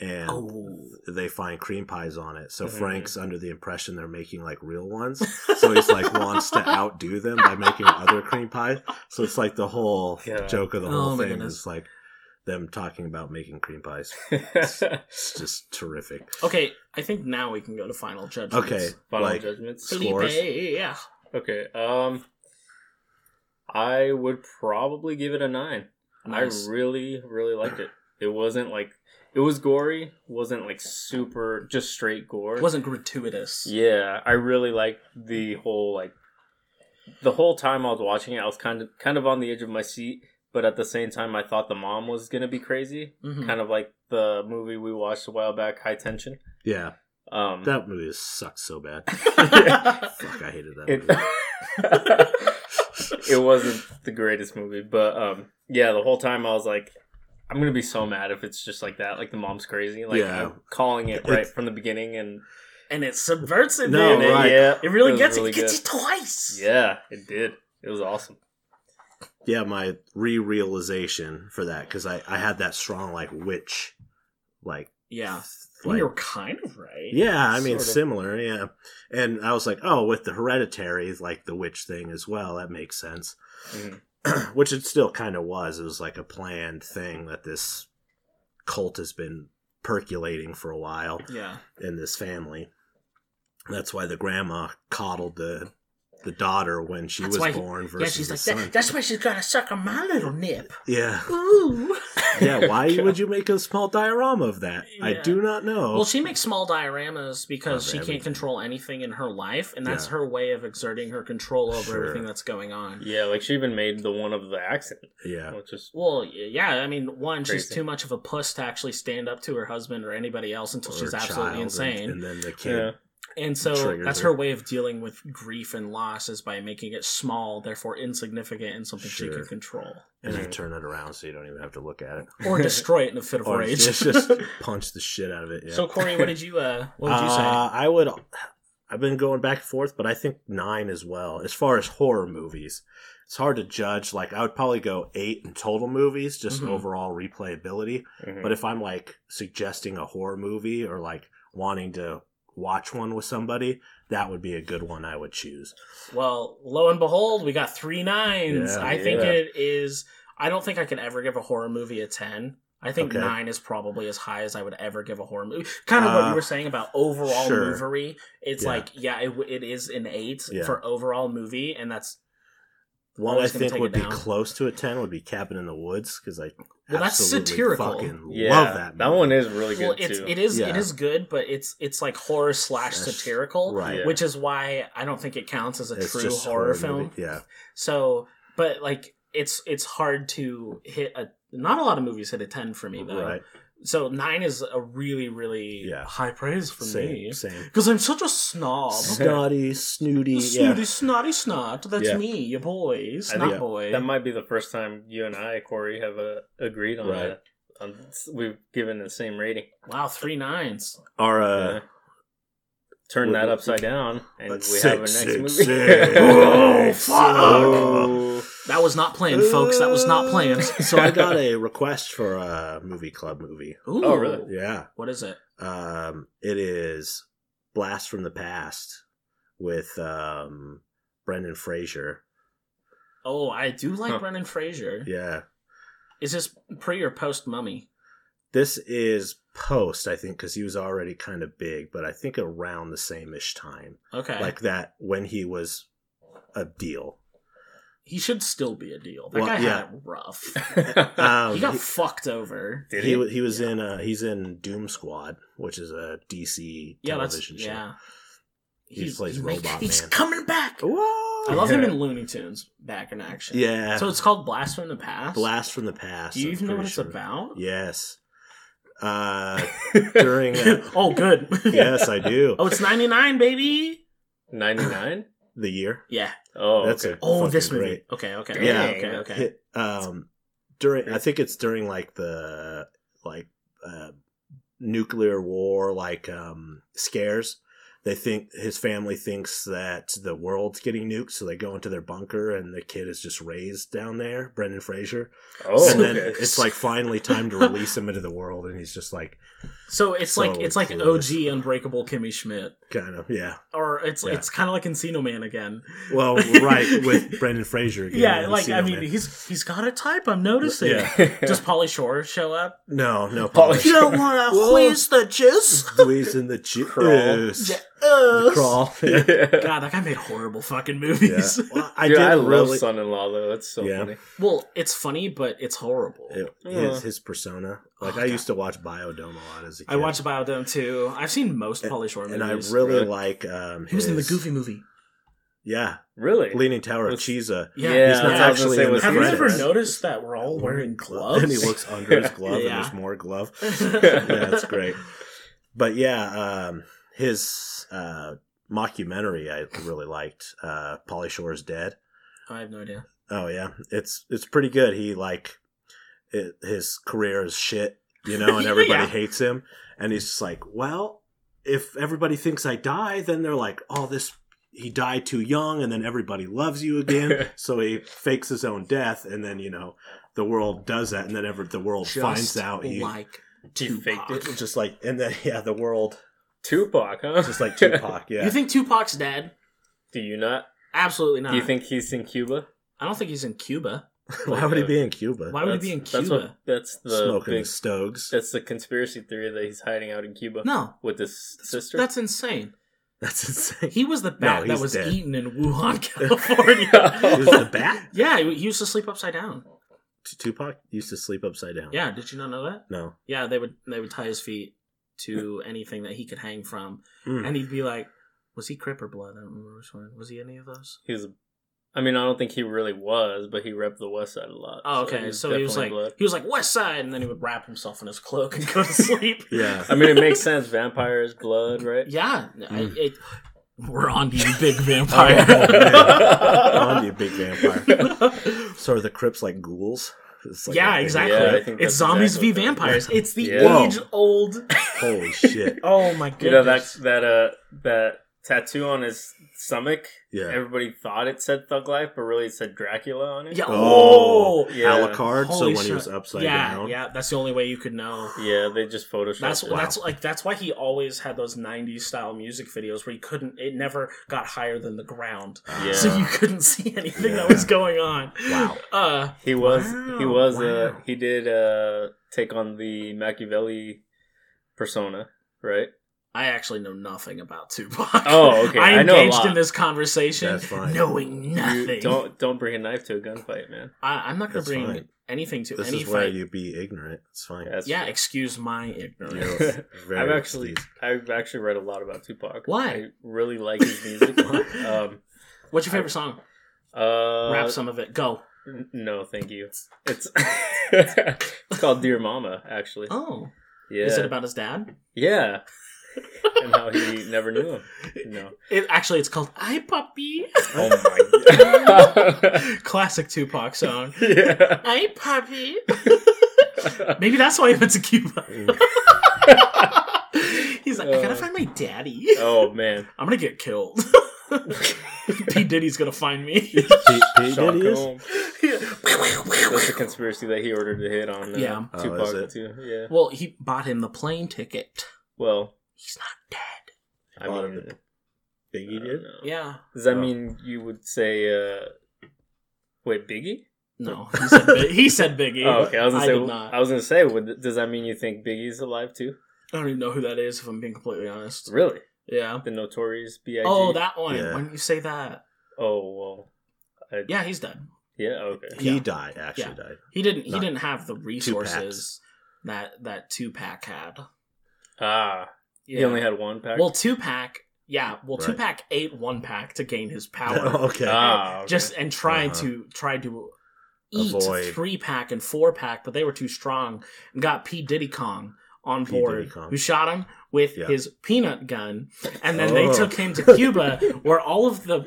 Speaker 1: and
Speaker 3: Oh. Mm-hmm.
Speaker 1: they find cream pies on it. So
Speaker 2: Mhm.
Speaker 1: Frank's under the impression they're making like real ones. So he's like wants to outdo them by making other cream pies. So it's like the whole
Speaker 2: Yeah.
Speaker 1: joke of the
Speaker 3: Oh,
Speaker 1: whole
Speaker 3: my
Speaker 1: thing
Speaker 3: goodness.
Speaker 1: is like them talking about making cream pies. It's just terrific.
Speaker 3: Okay, I think now we can go to final judgment.
Speaker 1: Okay,
Speaker 2: Final
Speaker 1: like
Speaker 2: judgments.
Speaker 1: Felipe, Scores.
Speaker 3: yeah.
Speaker 2: Okay. Um I would probably give it a nine. I really, really liked it. It wasn't like It was gory, wasn't like super, just straight gore.
Speaker 3: It wasn't gratuitous.
Speaker 2: Yeah, I really liked the whole like the whole time I was watching it, I was kind of kind of on the edge of my seat, but at the same time, I thought the mom was gonna be crazy,
Speaker 3: Mhm.
Speaker 2: kind of like the movie we watched a while back, High Tension.
Speaker 1: Yeah,
Speaker 2: Um,
Speaker 1: that movie sucked so bad. Fuck, I hated that.
Speaker 2: it,
Speaker 1: Movie.
Speaker 2: it wasn't the greatest movie, but um, yeah, the whole time I was like, I'm gonna be so mad if it's just like that, like the mom's crazy, like
Speaker 1: Yeah.
Speaker 2: I'm calling it right
Speaker 1: It's-
Speaker 2: from the beginning, and
Speaker 3: and it subverts it,
Speaker 1: No,
Speaker 3: man.
Speaker 1: Oh, right.
Speaker 2: yeah,
Speaker 3: It really
Speaker 2: was
Speaker 3: gets it.
Speaker 2: really
Speaker 3: Gets
Speaker 2: good.
Speaker 3: you twice.
Speaker 2: Yeah, it did. It was awesome.
Speaker 1: yeah, my re-realization for that because I I had that strong like witch, like
Speaker 3: Yeah.
Speaker 1: like
Speaker 3: You're kind of right.
Speaker 1: yeah, I mean
Speaker 2: Sort of.
Speaker 1: similar, yeah. And I was like, oh, with the hereditary, like the witch thing as well, that makes sense.
Speaker 2: Mhm.
Speaker 1: Which it still kind of was. It was like a planned thing that this cult has been percolating for a while
Speaker 3: Yeah.
Speaker 1: in this family. That's why the grandma coddled the the daughter when she
Speaker 3: That's
Speaker 1: was
Speaker 3: why he-
Speaker 1: born
Speaker 3: Yeah,
Speaker 1: versus
Speaker 3: she's like,
Speaker 1: the son.
Speaker 3: "That- that's why she's got to suck on my little nip.
Speaker 1: yeah.
Speaker 3: Ooh.
Speaker 1: Yeah, why would you make a small diorama of that? I
Speaker 3: Yeah.
Speaker 1: do not know.
Speaker 3: Well, she makes small dioramas because
Speaker 1: Of
Speaker 3: she
Speaker 1: everything.
Speaker 3: can't control anything in her life, and that's
Speaker 1: Yeah.
Speaker 3: her way of exerting her control over
Speaker 1: Sure.
Speaker 3: everything that's going on.
Speaker 2: Yeah, like she even made the one of the accident,
Speaker 1: yeah.
Speaker 2: which is
Speaker 3: Well, y- yeah, I mean, one, she's
Speaker 2: Crazy.
Speaker 3: too much of a puss to actually stand up to her husband or anybody else until she's
Speaker 1: Or
Speaker 3: absolutely
Speaker 1: child, and-
Speaker 3: insane.
Speaker 1: And, then the kid.
Speaker 2: yeah.
Speaker 3: And so
Speaker 1: triggers
Speaker 3: that's
Speaker 1: her.
Speaker 3: her way of dealing with grief and loss is by making it small, therefore insignificant, and something she
Speaker 1: Sure.
Speaker 3: can control
Speaker 1: And you
Speaker 2: Mhm.
Speaker 1: turn it around so you don't even have to look at it.
Speaker 3: or destroy it in a fit of
Speaker 1: Or
Speaker 3: rage.
Speaker 1: just, just punch the shit out of it. Yeah.
Speaker 3: So Corey, what did you uh, what would you say?
Speaker 1: Uh, I would. I've been going back and forth, but I think nine as well. As far as horror movies, it's hard to judge. Like I would probably go eight in total movies, just
Speaker 3: Mhm.
Speaker 1: overall replayability.
Speaker 2: Mhm.
Speaker 1: But if I'm like suggesting a horror movie or like wanting to watch one with somebody, that would be a good one I would choose.
Speaker 3: Well, lo and behold, we got three nines.
Speaker 1: Yeah.
Speaker 3: I think
Speaker 2: Yeah.
Speaker 3: it is. I don't think I could ever give a horror movie a ten. I think
Speaker 1: Okay.
Speaker 3: nine is probably as high as I would ever give a horror movie. Kind of what
Speaker 1: Uh,
Speaker 3: you were saying about overall
Speaker 1: sure.
Speaker 3: movery. It's
Speaker 1: Yeah.
Speaker 3: like yeah, it, w- it is an eight
Speaker 1: Yeah.
Speaker 3: for overall movie, and that's
Speaker 1: One I
Speaker 3: Always Oh, gonna
Speaker 1: think
Speaker 3: take
Speaker 1: would
Speaker 3: it
Speaker 1: be
Speaker 3: down.
Speaker 1: close to a ten would be Cabin in the Woods because I
Speaker 3: Well, that's
Speaker 1: absolutely
Speaker 3: satirical.
Speaker 1: Fucking
Speaker 2: Yeah,
Speaker 1: love that. movie.
Speaker 2: one is really good
Speaker 3: well, it's
Speaker 2: too.
Speaker 3: it is
Speaker 1: Yeah.
Speaker 3: it is good, but it's it's like horror slash
Speaker 1: Slash-
Speaker 3: satirical,
Speaker 1: right.
Speaker 2: Yeah.
Speaker 3: which is why I don't think it counts as a
Speaker 1: It's
Speaker 3: true
Speaker 1: just
Speaker 3: horror, film.
Speaker 1: movie. Yeah.
Speaker 3: So, but like it's it's hard to hit a not a lot of movies hit a 10 for me though.
Speaker 1: Right.
Speaker 3: So 9 is a really really
Speaker 1: Yeah.
Speaker 3: high praise for
Speaker 1: same.
Speaker 3: me
Speaker 1: Same.
Speaker 3: cuz I'm such a snob.
Speaker 1: Snotty, snooty.
Speaker 3: A
Speaker 1: yeah.
Speaker 3: Snooty, snotty snot. That's
Speaker 1: Yeah.
Speaker 3: me, your boy,
Speaker 2: think-
Speaker 3: snot boy.
Speaker 2: That might be the first time you and I, Corey, have uh, agreed on
Speaker 1: Right.
Speaker 2: that. Um, s- we've given the same rating.
Speaker 3: wow, three nines.
Speaker 1: Or
Speaker 2: Uh,
Speaker 1: uh,
Speaker 2: Turn
Speaker 1: would-
Speaker 2: that upside down, and we
Speaker 1: But
Speaker 2: have a next
Speaker 1: six,
Speaker 2: movie.
Speaker 1: six, six.
Speaker 3: Oh,
Speaker 1: fuck.
Speaker 3: That was not planned, folks. That was not planned.
Speaker 1: so I got a request for a movie club movie.
Speaker 3: Ooh.
Speaker 2: Oh, really?
Speaker 1: Yeah,
Speaker 3: What is it?
Speaker 1: um, it is Blast from the Past with um, Brendan Fraser.
Speaker 3: Oh, I do like
Speaker 2: Huh.
Speaker 3: Brendan Fraser.
Speaker 1: Yeah,
Speaker 3: Is this pre or post Mummy?
Speaker 1: this is post, I think, because he was already kind of big, but I think around the same ish time,
Speaker 3: Okay.
Speaker 1: like that when he was a deal.
Speaker 3: he should still be a deal. That
Speaker 1: Well,
Speaker 3: guy
Speaker 1: yeah.
Speaker 3: had it rough.
Speaker 1: Um,
Speaker 3: he got
Speaker 1: he-
Speaker 3: fucked over.
Speaker 2: Did
Speaker 1: he,
Speaker 2: he?
Speaker 1: wa- he was in uh he's in Doom Squad, which is a DC
Speaker 3: Yeah, that's
Speaker 1: television show.
Speaker 3: yeah.
Speaker 1: He plays
Speaker 3: he's
Speaker 1: Robot
Speaker 3: he's
Speaker 1: Man.
Speaker 3: coming back.
Speaker 1: Whoa!
Speaker 3: I love him in Looney Tunes back in action.
Speaker 1: Yeah.
Speaker 3: So it's called Blast from the Past.
Speaker 1: Blast from the past.
Speaker 3: Do you
Speaker 1: I'm
Speaker 3: even know what
Speaker 1: pretty
Speaker 3: it's
Speaker 1: sure.
Speaker 3: about?
Speaker 1: Yes. Uh during uh,
Speaker 3: oh, good.
Speaker 1: Yes, I do.
Speaker 3: Oh, it's ninety nine, baby.
Speaker 2: Ninety nine.
Speaker 1: The year.
Speaker 3: Yeah.
Speaker 2: Oh,
Speaker 1: That's
Speaker 2: okay.
Speaker 1: it.
Speaker 3: Oh,
Speaker 1: Fucking
Speaker 3: this movie.
Speaker 1: great.
Speaker 3: Okay. Okay.
Speaker 1: Yeah.
Speaker 3: Okay. Okay. okay.
Speaker 1: Hit- um during I think it's during like the like uh nuclear war like um scares. They think his family thinks that the world's getting nuked, so they go into their bunker and the kid is just raised down there, Brendan Fraser.
Speaker 2: Oh,
Speaker 1: and then
Speaker 2: okay.
Speaker 1: it's like finally time to release him into the world and he's just like
Speaker 3: So it's like
Speaker 1: So
Speaker 3: it's like
Speaker 1: clueless.
Speaker 3: OG Unbreakable Kimmy Schmidt,
Speaker 1: kind of yeah.
Speaker 3: or it's
Speaker 1: Yeah.
Speaker 3: it's kind of like Encino Man again.
Speaker 1: Well, right with Brendan Fraser again.
Speaker 3: Yeah,
Speaker 1: and
Speaker 3: like I
Speaker 1: Encino
Speaker 3: mean,
Speaker 1: Man.
Speaker 3: he's he's got a type. I'm noticing.
Speaker 1: Yeah.
Speaker 3: Does Polly Shore show up?
Speaker 1: no, no, Polly.
Speaker 2: Polly Shore.
Speaker 4: want
Speaker 1: Whoa.
Speaker 4: the jizz?
Speaker 1: Squeeze in the
Speaker 2: Crawl.
Speaker 1: juice. The crawl. Yeah.
Speaker 3: God, that guy made horrible fucking movies.
Speaker 1: Well,
Speaker 2: I,
Speaker 1: I
Speaker 2: Dude,
Speaker 1: did
Speaker 2: I love
Speaker 1: really.
Speaker 2: son-in-law though. That's so
Speaker 1: Yeah.
Speaker 2: funny.
Speaker 3: well, it's funny, but it's horrible.
Speaker 1: it-
Speaker 2: Yeah.
Speaker 1: his, his persona. Like
Speaker 3: Oh,
Speaker 1: I
Speaker 3: God.
Speaker 1: used to watch Biodome a lot as a kid.
Speaker 3: I watched Biodome too. I've seen most Polly Shore
Speaker 1: and I
Speaker 3: movies.
Speaker 1: really
Speaker 2: Really?
Speaker 1: like. Um,
Speaker 3: he was in the
Speaker 1: his-
Speaker 3: Goofy movie.
Speaker 1: Yeah,
Speaker 2: Really?
Speaker 1: Leaning Tower of
Speaker 2: Let's-
Speaker 1: Chiza.
Speaker 3: Yeah,
Speaker 2: Yeah,
Speaker 1: He's not
Speaker 3: yeah.
Speaker 2: I was gonna
Speaker 1: actually
Speaker 2: say,
Speaker 1: in the
Speaker 2: was he
Speaker 3: Have you
Speaker 1: credits.
Speaker 3: ever noticed that we're all wearing gloves?
Speaker 1: And he looks under his glove,
Speaker 3: Yeah.
Speaker 1: and there's more glove.
Speaker 3: yeah,
Speaker 1: yeah, that's great. But yeah, um, his uh, mockumentary I really liked. Uh, Polly Shore is dead.
Speaker 3: I have no idea.
Speaker 1: Oh yeah, it's it's pretty good. He like it, his career is shit, you know, and everybody
Speaker 3: Yeah.
Speaker 1: hates him. And he's just like, well, if everybody thinks I die, then they're like, oh, this he died too young, and then everybody loves you again. so he fakes his own death, and then you know the world does that, and then ever the world finds
Speaker 3: Just
Speaker 1: out he
Speaker 3: like
Speaker 2: He
Speaker 3: Tupac.
Speaker 2: faked it.
Speaker 1: it's just like and then yeah, the world
Speaker 2: Tupac, huh?
Speaker 1: just like Tupac, yeah.
Speaker 3: You think Tupac's dead?
Speaker 2: Do you not?
Speaker 3: Absolutely not.
Speaker 2: Do you think he's in Cuba?
Speaker 3: I don't think he's in Cuba.
Speaker 1: Why would he be in Cuba?
Speaker 3: Why would he be in
Speaker 2: That's-
Speaker 3: Cuba?
Speaker 2: That's, what, that's the
Speaker 1: Smoking
Speaker 2: big,
Speaker 1: stogs.
Speaker 2: That's the conspiracy theory that he's hiding out in Cuba
Speaker 3: No,
Speaker 2: with his sister.
Speaker 3: that's insane.
Speaker 1: That's insane.
Speaker 3: He was the bat that
Speaker 1: he's
Speaker 3: was
Speaker 1: dead.
Speaker 3: eaten in Wuhan,
Speaker 1: He was the
Speaker 3: California.
Speaker 1: bat.
Speaker 3: yeah, he he used to sleep upside down.
Speaker 1: T- Tupac used to sleep upside down.
Speaker 3: Yeah, did you not know that?
Speaker 1: No.
Speaker 3: Yeah, they would they would tie his feet to anything that he could hang from,
Speaker 2: Hmm.
Speaker 1: Mm.
Speaker 3: and he'd be like, "Was he Crip or Blood? I don't remember which one. Was he any of those?"
Speaker 2: he was. I mean, I don't think he really was, but he repped the West Side a lot.
Speaker 3: Oh, okay.
Speaker 2: was
Speaker 3: So, he was like,
Speaker 2: definitely blood.
Speaker 3: he was like West Side, and then he would wrap himself in his cloak and go to sleep.
Speaker 1: yeah.
Speaker 2: I mean, it makes sense. Vampires, blood, right?
Speaker 3: Yeah, I,
Speaker 2: Hmm.
Speaker 1: Mm.
Speaker 3: it, we're on to you, big vampire.
Speaker 1: Oh, On to you, big vampire. So are the Crips like ghouls? It's like
Speaker 3: yeah,
Speaker 1: a-
Speaker 3: exactly.
Speaker 2: Yeah, I think
Speaker 3: it's
Speaker 2: that's
Speaker 3: zombies
Speaker 2: exactly
Speaker 3: v
Speaker 2: what that
Speaker 3: vampires. It's the
Speaker 2: Yeah.
Speaker 1: Whoa.
Speaker 3: age old.
Speaker 1: Holy shit.
Speaker 3: Oh my goodness!
Speaker 2: You know that that uh that tattoo on his stomach.
Speaker 1: Yeah.
Speaker 2: Everybody thought it said Thug Life, but really it said Dracula on it.
Speaker 3: yeah.
Speaker 1: Oh.
Speaker 3: Oh,
Speaker 2: Yeah.
Speaker 1: Alucard. so
Speaker 3: Holy
Speaker 1: when he
Speaker 3: shit.
Speaker 1: was upside
Speaker 3: yeah,
Speaker 1: down.
Speaker 3: yeah. That's the only way you could know.
Speaker 2: Yeah, they just photoshopped.
Speaker 3: That's
Speaker 2: it.
Speaker 3: that's like that's why he always had those '90s style music videos where you couldn't. It never got higher than the ground,
Speaker 2: Yeah.
Speaker 3: so you couldn't see anything that
Speaker 1: Yeah.
Speaker 3: was going on.
Speaker 1: Wow.
Speaker 3: Uh,
Speaker 2: He was he
Speaker 3: Wow,
Speaker 2: was uh
Speaker 3: wow.
Speaker 2: he did uh take on the Machiavelli persona, right?
Speaker 3: I actually know nothing about Tupac.
Speaker 2: Oh, okay.
Speaker 3: I
Speaker 2: I know a
Speaker 3: engaged
Speaker 2: lot.
Speaker 3: in this conversation
Speaker 1: That's fine.
Speaker 3: knowing nothing.
Speaker 2: You don't don't bring a knife to a gunfight, man.
Speaker 3: I, I'm not going
Speaker 1: That's
Speaker 3: to bring
Speaker 1: fine.
Speaker 3: anything to
Speaker 1: This
Speaker 3: any
Speaker 1: is where
Speaker 3: fight.
Speaker 1: you be ignorant. It's fine.
Speaker 2: That's-
Speaker 3: yeah, excuse my
Speaker 1: You're
Speaker 3: ignorance.
Speaker 2: Yeah.
Speaker 1: very
Speaker 2: I've actually
Speaker 1: pleased.
Speaker 2: I've actually read a lot about Tupac.
Speaker 3: Why?
Speaker 2: I really like his music. um
Speaker 3: What's your favorite song?
Speaker 2: uh
Speaker 3: Rap some of it. Go.
Speaker 2: n- no, thank you. It's it's called Dear Mama, actually.
Speaker 3: Oh,
Speaker 2: Yeah.
Speaker 3: is it about his dad?
Speaker 2: Yeah. and how he never knew him. No.
Speaker 3: It, actually, it's called "I Puppy."
Speaker 2: Oh my god.
Speaker 3: Classic Tupac song.
Speaker 2: yeah.
Speaker 3: "I Puppy." Maybe that's why he went to Cuba. He's like, I gotta
Speaker 2: Uh.
Speaker 3: find my daddy.
Speaker 2: oh man.
Speaker 3: I'm gonna get killed. P Diddy's gonna find me.
Speaker 1: P- P.
Speaker 2: Sean
Speaker 1: Diddy is-
Speaker 2: Combs. That's a conspiracy that he ordered a hit on uh,
Speaker 3: Yeah.
Speaker 1: Oh,
Speaker 2: Tupac
Speaker 1: is it?
Speaker 2: too. Yeah.
Speaker 3: Well, he bought him the plane ticket.
Speaker 2: Well,
Speaker 3: He's not dead.
Speaker 2: I
Speaker 1: Bought him
Speaker 2: mean,
Speaker 1: the-
Speaker 2: I
Speaker 1: Biggie
Speaker 2: don't
Speaker 1: did?
Speaker 2: know.
Speaker 3: Yeah.
Speaker 2: Does that
Speaker 1: Oh.
Speaker 2: mean you would say, uh, wait, Biggie?
Speaker 3: No, he said, Big, he said Biggie.
Speaker 2: Oh, okay. I was gonna
Speaker 3: I
Speaker 2: say.
Speaker 3: did not.
Speaker 2: I was gonna say. Would, does that mean you think Biggie's alive too?
Speaker 3: I don't even know who that is, if I'm being completely honest.
Speaker 2: Really?
Speaker 3: Yeah.
Speaker 2: The Notorious B.I.G.
Speaker 3: Oh, that one.
Speaker 1: Yeah.
Speaker 3: Why didn't you say that?
Speaker 2: Oh well. I, yeah.
Speaker 3: Yeah, he's dead.
Speaker 2: Okay.
Speaker 1: He
Speaker 3: Yeah.
Speaker 1: died, actually
Speaker 3: Yeah.
Speaker 1: died.
Speaker 3: He didn't. He
Speaker 1: Not
Speaker 3: didn't have the resources that that Tupac had.
Speaker 2: Ah.
Speaker 3: Yeah.
Speaker 2: He only had one pack.
Speaker 3: Well, Tupac. Yeah. Well,
Speaker 1: Right.
Speaker 3: Tupac ate one pack to gain his power.
Speaker 1: Oh, okay.
Speaker 2: ah. okay.
Speaker 3: just and tried
Speaker 1: Uh-huh.
Speaker 3: to tried to eat
Speaker 1: Avoid.
Speaker 3: three pack and four pack, but they were too strong and got P Diddy Kong on
Speaker 1: P. Diddy
Speaker 3: board,
Speaker 1: Kong.
Speaker 3: who shot him with
Speaker 1: Yeah.
Speaker 3: his peanut gun, and then they
Speaker 1: Oh.
Speaker 3: took him to Cuba, where all of the,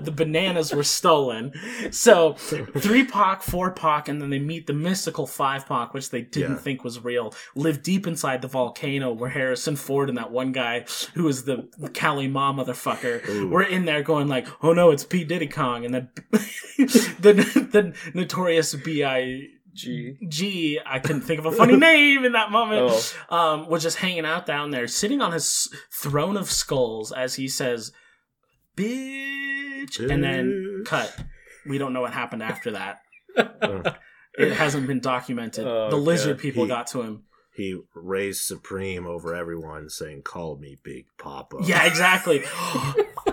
Speaker 3: the bananas were stolen. So three pack, four pack, and then they meet the mystical five pack, which they didn't
Speaker 1: Yeah.
Speaker 3: think was real. Live deep inside the volcano, where Harrison Ford and that one guy who was the Cali Ma motherfucker
Speaker 1: Ooh.
Speaker 3: we're in there going like, "Oh no, it's P Diddy Kong," and then the the notorious B I
Speaker 2: G.
Speaker 3: G. I couldn't think of a funny name in that moment.
Speaker 2: Oh.
Speaker 3: Um, was just hanging out down there, sitting on his throne of skulls as he says, "Bitch," and then cut. We don't know what happened after that.
Speaker 1: Oh.
Speaker 3: It hasn't been documented.
Speaker 2: Oh,
Speaker 3: the lizard
Speaker 2: God.
Speaker 3: people
Speaker 1: He-
Speaker 3: got to him.
Speaker 1: he raised supreme over everyone, saying, "Call me Big Papa."
Speaker 3: Yeah, exactly.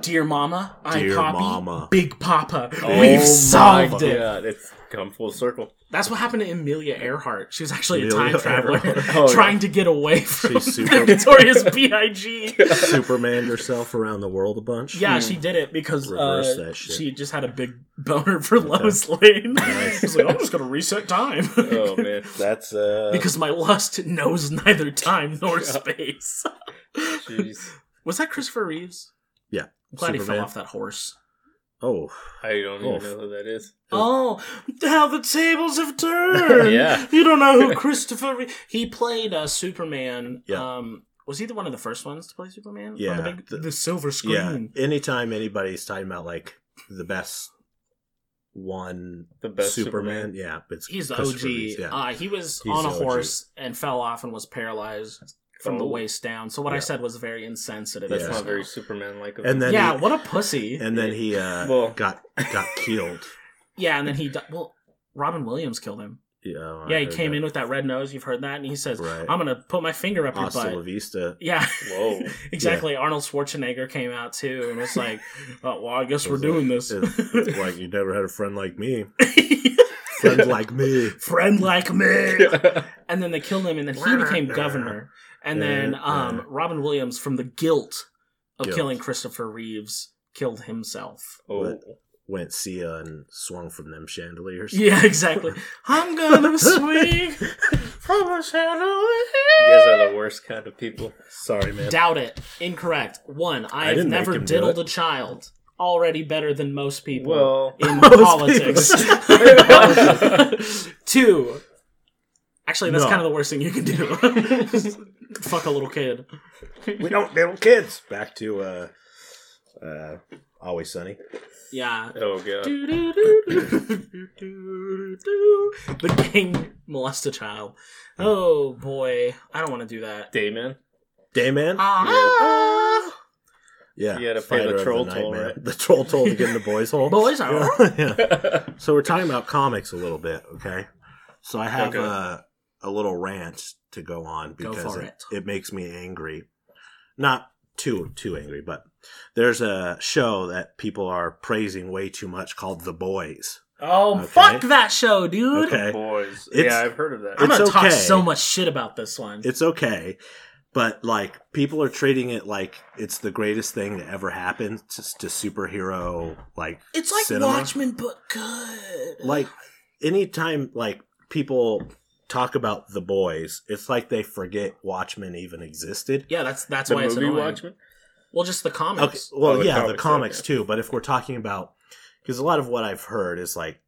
Speaker 3: Dear Mama, I'm
Speaker 1: Dear
Speaker 3: Poppy.
Speaker 1: Mama.
Speaker 3: Big Papa.
Speaker 2: Oh
Speaker 3: We've
Speaker 2: my
Speaker 3: solved it.
Speaker 2: God, it's come full circle.
Speaker 3: That's what happened to Amelia Earhart. She was actually a
Speaker 1: Amelia
Speaker 3: time traveler
Speaker 1: Earhart.
Speaker 2: Oh, yeah.
Speaker 3: trying to get away from
Speaker 1: She's super-
Speaker 3: Victoria's B.I.G.
Speaker 1: Superman herself around the world a bunch.
Speaker 3: Yeah, she did it because
Speaker 1: Hmm. Reverse
Speaker 3: uh,
Speaker 1: that shit.
Speaker 3: she just had a big boner for Lois Lane. She's like, I'm just gonna reset time
Speaker 2: Oh man,
Speaker 1: that's uh,
Speaker 3: because my lust knows neither time nor space.
Speaker 2: jeez,
Speaker 3: Was that Christopher Reeves?
Speaker 1: Yeah,
Speaker 3: I'm glad he fell
Speaker 1: Superman.
Speaker 3: off that horse.
Speaker 1: oh,
Speaker 2: I don't even
Speaker 1: Oof.
Speaker 2: know who that is.
Speaker 3: Oh, how the tables have turned!
Speaker 2: Yeah.
Speaker 3: you don't know who Christopher Reeve. He played uh, Superman.
Speaker 1: Yeah.
Speaker 3: Um, was he the one of the first ones to play Superman? On
Speaker 1: Yeah.
Speaker 3: the, big,
Speaker 1: The-
Speaker 3: the silver
Speaker 1: yeah.
Speaker 3: screen.
Speaker 1: Anytime anybody's talking about like the best one
Speaker 2: The best
Speaker 1: Superman,
Speaker 2: Superman.
Speaker 1: yeah, it's
Speaker 3: He's the
Speaker 1: Christopher
Speaker 3: OG.
Speaker 1: Reeves, yeah.
Speaker 3: Uh, he was
Speaker 1: He's
Speaker 3: on a
Speaker 1: the OG.
Speaker 3: horse and fell off and was paralyzed from the
Speaker 2: Oh.
Speaker 3: waist down. So what I
Speaker 1: Yeah.
Speaker 3: said was very insensitive.
Speaker 2: That's
Speaker 1: Yeah.
Speaker 2: not very Superman like.
Speaker 1: And then-
Speaker 3: yeah, what a pussy.
Speaker 1: and then he uh,
Speaker 2: Well-
Speaker 1: got got killed.
Speaker 3: yeah, and then he di- well, Robin Williams killed him.
Speaker 1: Yeah, oh,
Speaker 3: yeah, he came in with that red nose. You've heard that, and he says,
Speaker 1: Right.
Speaker 3: "I'm gonna put my finger up your
Speaker 1: Hasta
Speaker 3: butt."
Speaker 1: La Vista.
Speaker 3: Yeah,
Speaker 2: whoa,
Speaker 3: exactly. Arnold Schwarzenegger came out too and was like, oh, "Well, I guess we're
Speaker 1: Was
Speaker 3: doing
Speaker 1: it-
Speaker 3: this."
Speaker 1: it's- it's like you never had a friend like me. Friend like me.
Speaker 3: Friend like me.
Speaker 2: yeah,
Speaker 3: and then they killed him, and then he became governor. And then um,
Speaker 1: Yeah.
Speaker 3: Robin Williams, from the guilt of
Speaker 1: Guilt.
Speaker 3: killing Christopher Reeves, killed himself.
Speaker 2: oh,
Speaker 1: Went Sia and swung from them chandeliers.
Speaker 3: Yeah, exactly. I'm gonna swing from a
Speaker 2: you
Speaker 3: chandelier.
Speaker 2: guys are the worst kind of people.
Speaker 1: Sorry, man.
Speaker 3: Doubt it. Incorrect. One, I,
Speaker 1: I
Speaker 3: have
Speaker 1: didn't make
Speaker 3: never
Speaker 1: him do
Speaker 3: diddled
Speaker 1: it.
Speaker 3: a child. Already better than most people
Speaker 2: Well,
Speaker 3: in
Speaker 1: Most
Speaker 3: politics. Two. Actually, that's
Speaker 1: No.
Speaker 3: kind of the worst thing you can do. Fuck a little kid.
Speaker 1: We don't diddle kids. Back to uh, uh, Always Sunny.
Speaker 3: Yeah,
Speaker 2: oh god,
Speaker 3: the gang molest a child.
Speaker 1: Hmm.
Speaker 3: Oh boy, I don't want to do that.
Speaker 2: Dayman.
Speaker 1: Dayman.
Speaker 3: Ah,
Speaker 1: yeah.
Speaker 2: You had to pay the
Speaker 1: Fighter of
Speaker 2: troll
Speaker 1: night,
Speaker 2: toll,
Speaker 1: man.
Speaker 2: right?
Speaker 1: The troll toll to get in the boys' hole.
Speaker 3: boys
Speaker 1: Yeah,
Speaker 3: are
Speaker 1: yeah. So we're talking about comics a little bit, okay? So I have
Speaker 2: Okay.
Speaker 1: a a little rant to go on
Speaker 3: Go
Speaker 1: because
Speaker 3: for
Speaker 1: it, it makes me angry. Not too too angry, but there's a show that people are praising way too much called The Boys.
Speaker 3: Oh
Speaker 1: Okay.
Speaker 3: fuck that show, dude!
Speaker 1: Okay.
Speaker 2: Boys.
Speaker 1: It's-
Speaker 2: yeah, I've heard of that.
Speaker 3: I'm gonna
Speaker 1: It's
Speaker 3: talk
Speaker 1: okay.
Speaker 3: so much shit about this one.
Speaker 1: It's okay, but like people are treating it like it's the greatest thing that ever happened to, to superhero like
Speaker 3: It's
Speaker 1: cinema.
Speaker 3: but good.
Speaker 1: like anytime like people talk about the boys it's like they forget watchmen even existed
Speaker 3: yeah, that's that's
Speaker 2: the
Speaker 3: why it's
Speaker 2: movie
Speaker 3: annoying.
Speaker 2: Watchmen.
Speaker 3: Well, just the
Speaker 1: okay
Speaker 3: comics.
Speaker 1: well
Speaker 2: Oh, the
Speaker 1: yeah the
Speaker 2: comics,
Speaker 1: comics
Speaker 2: okay.
Speaker 1: too but if we're talking about because a lot of what i've heard is like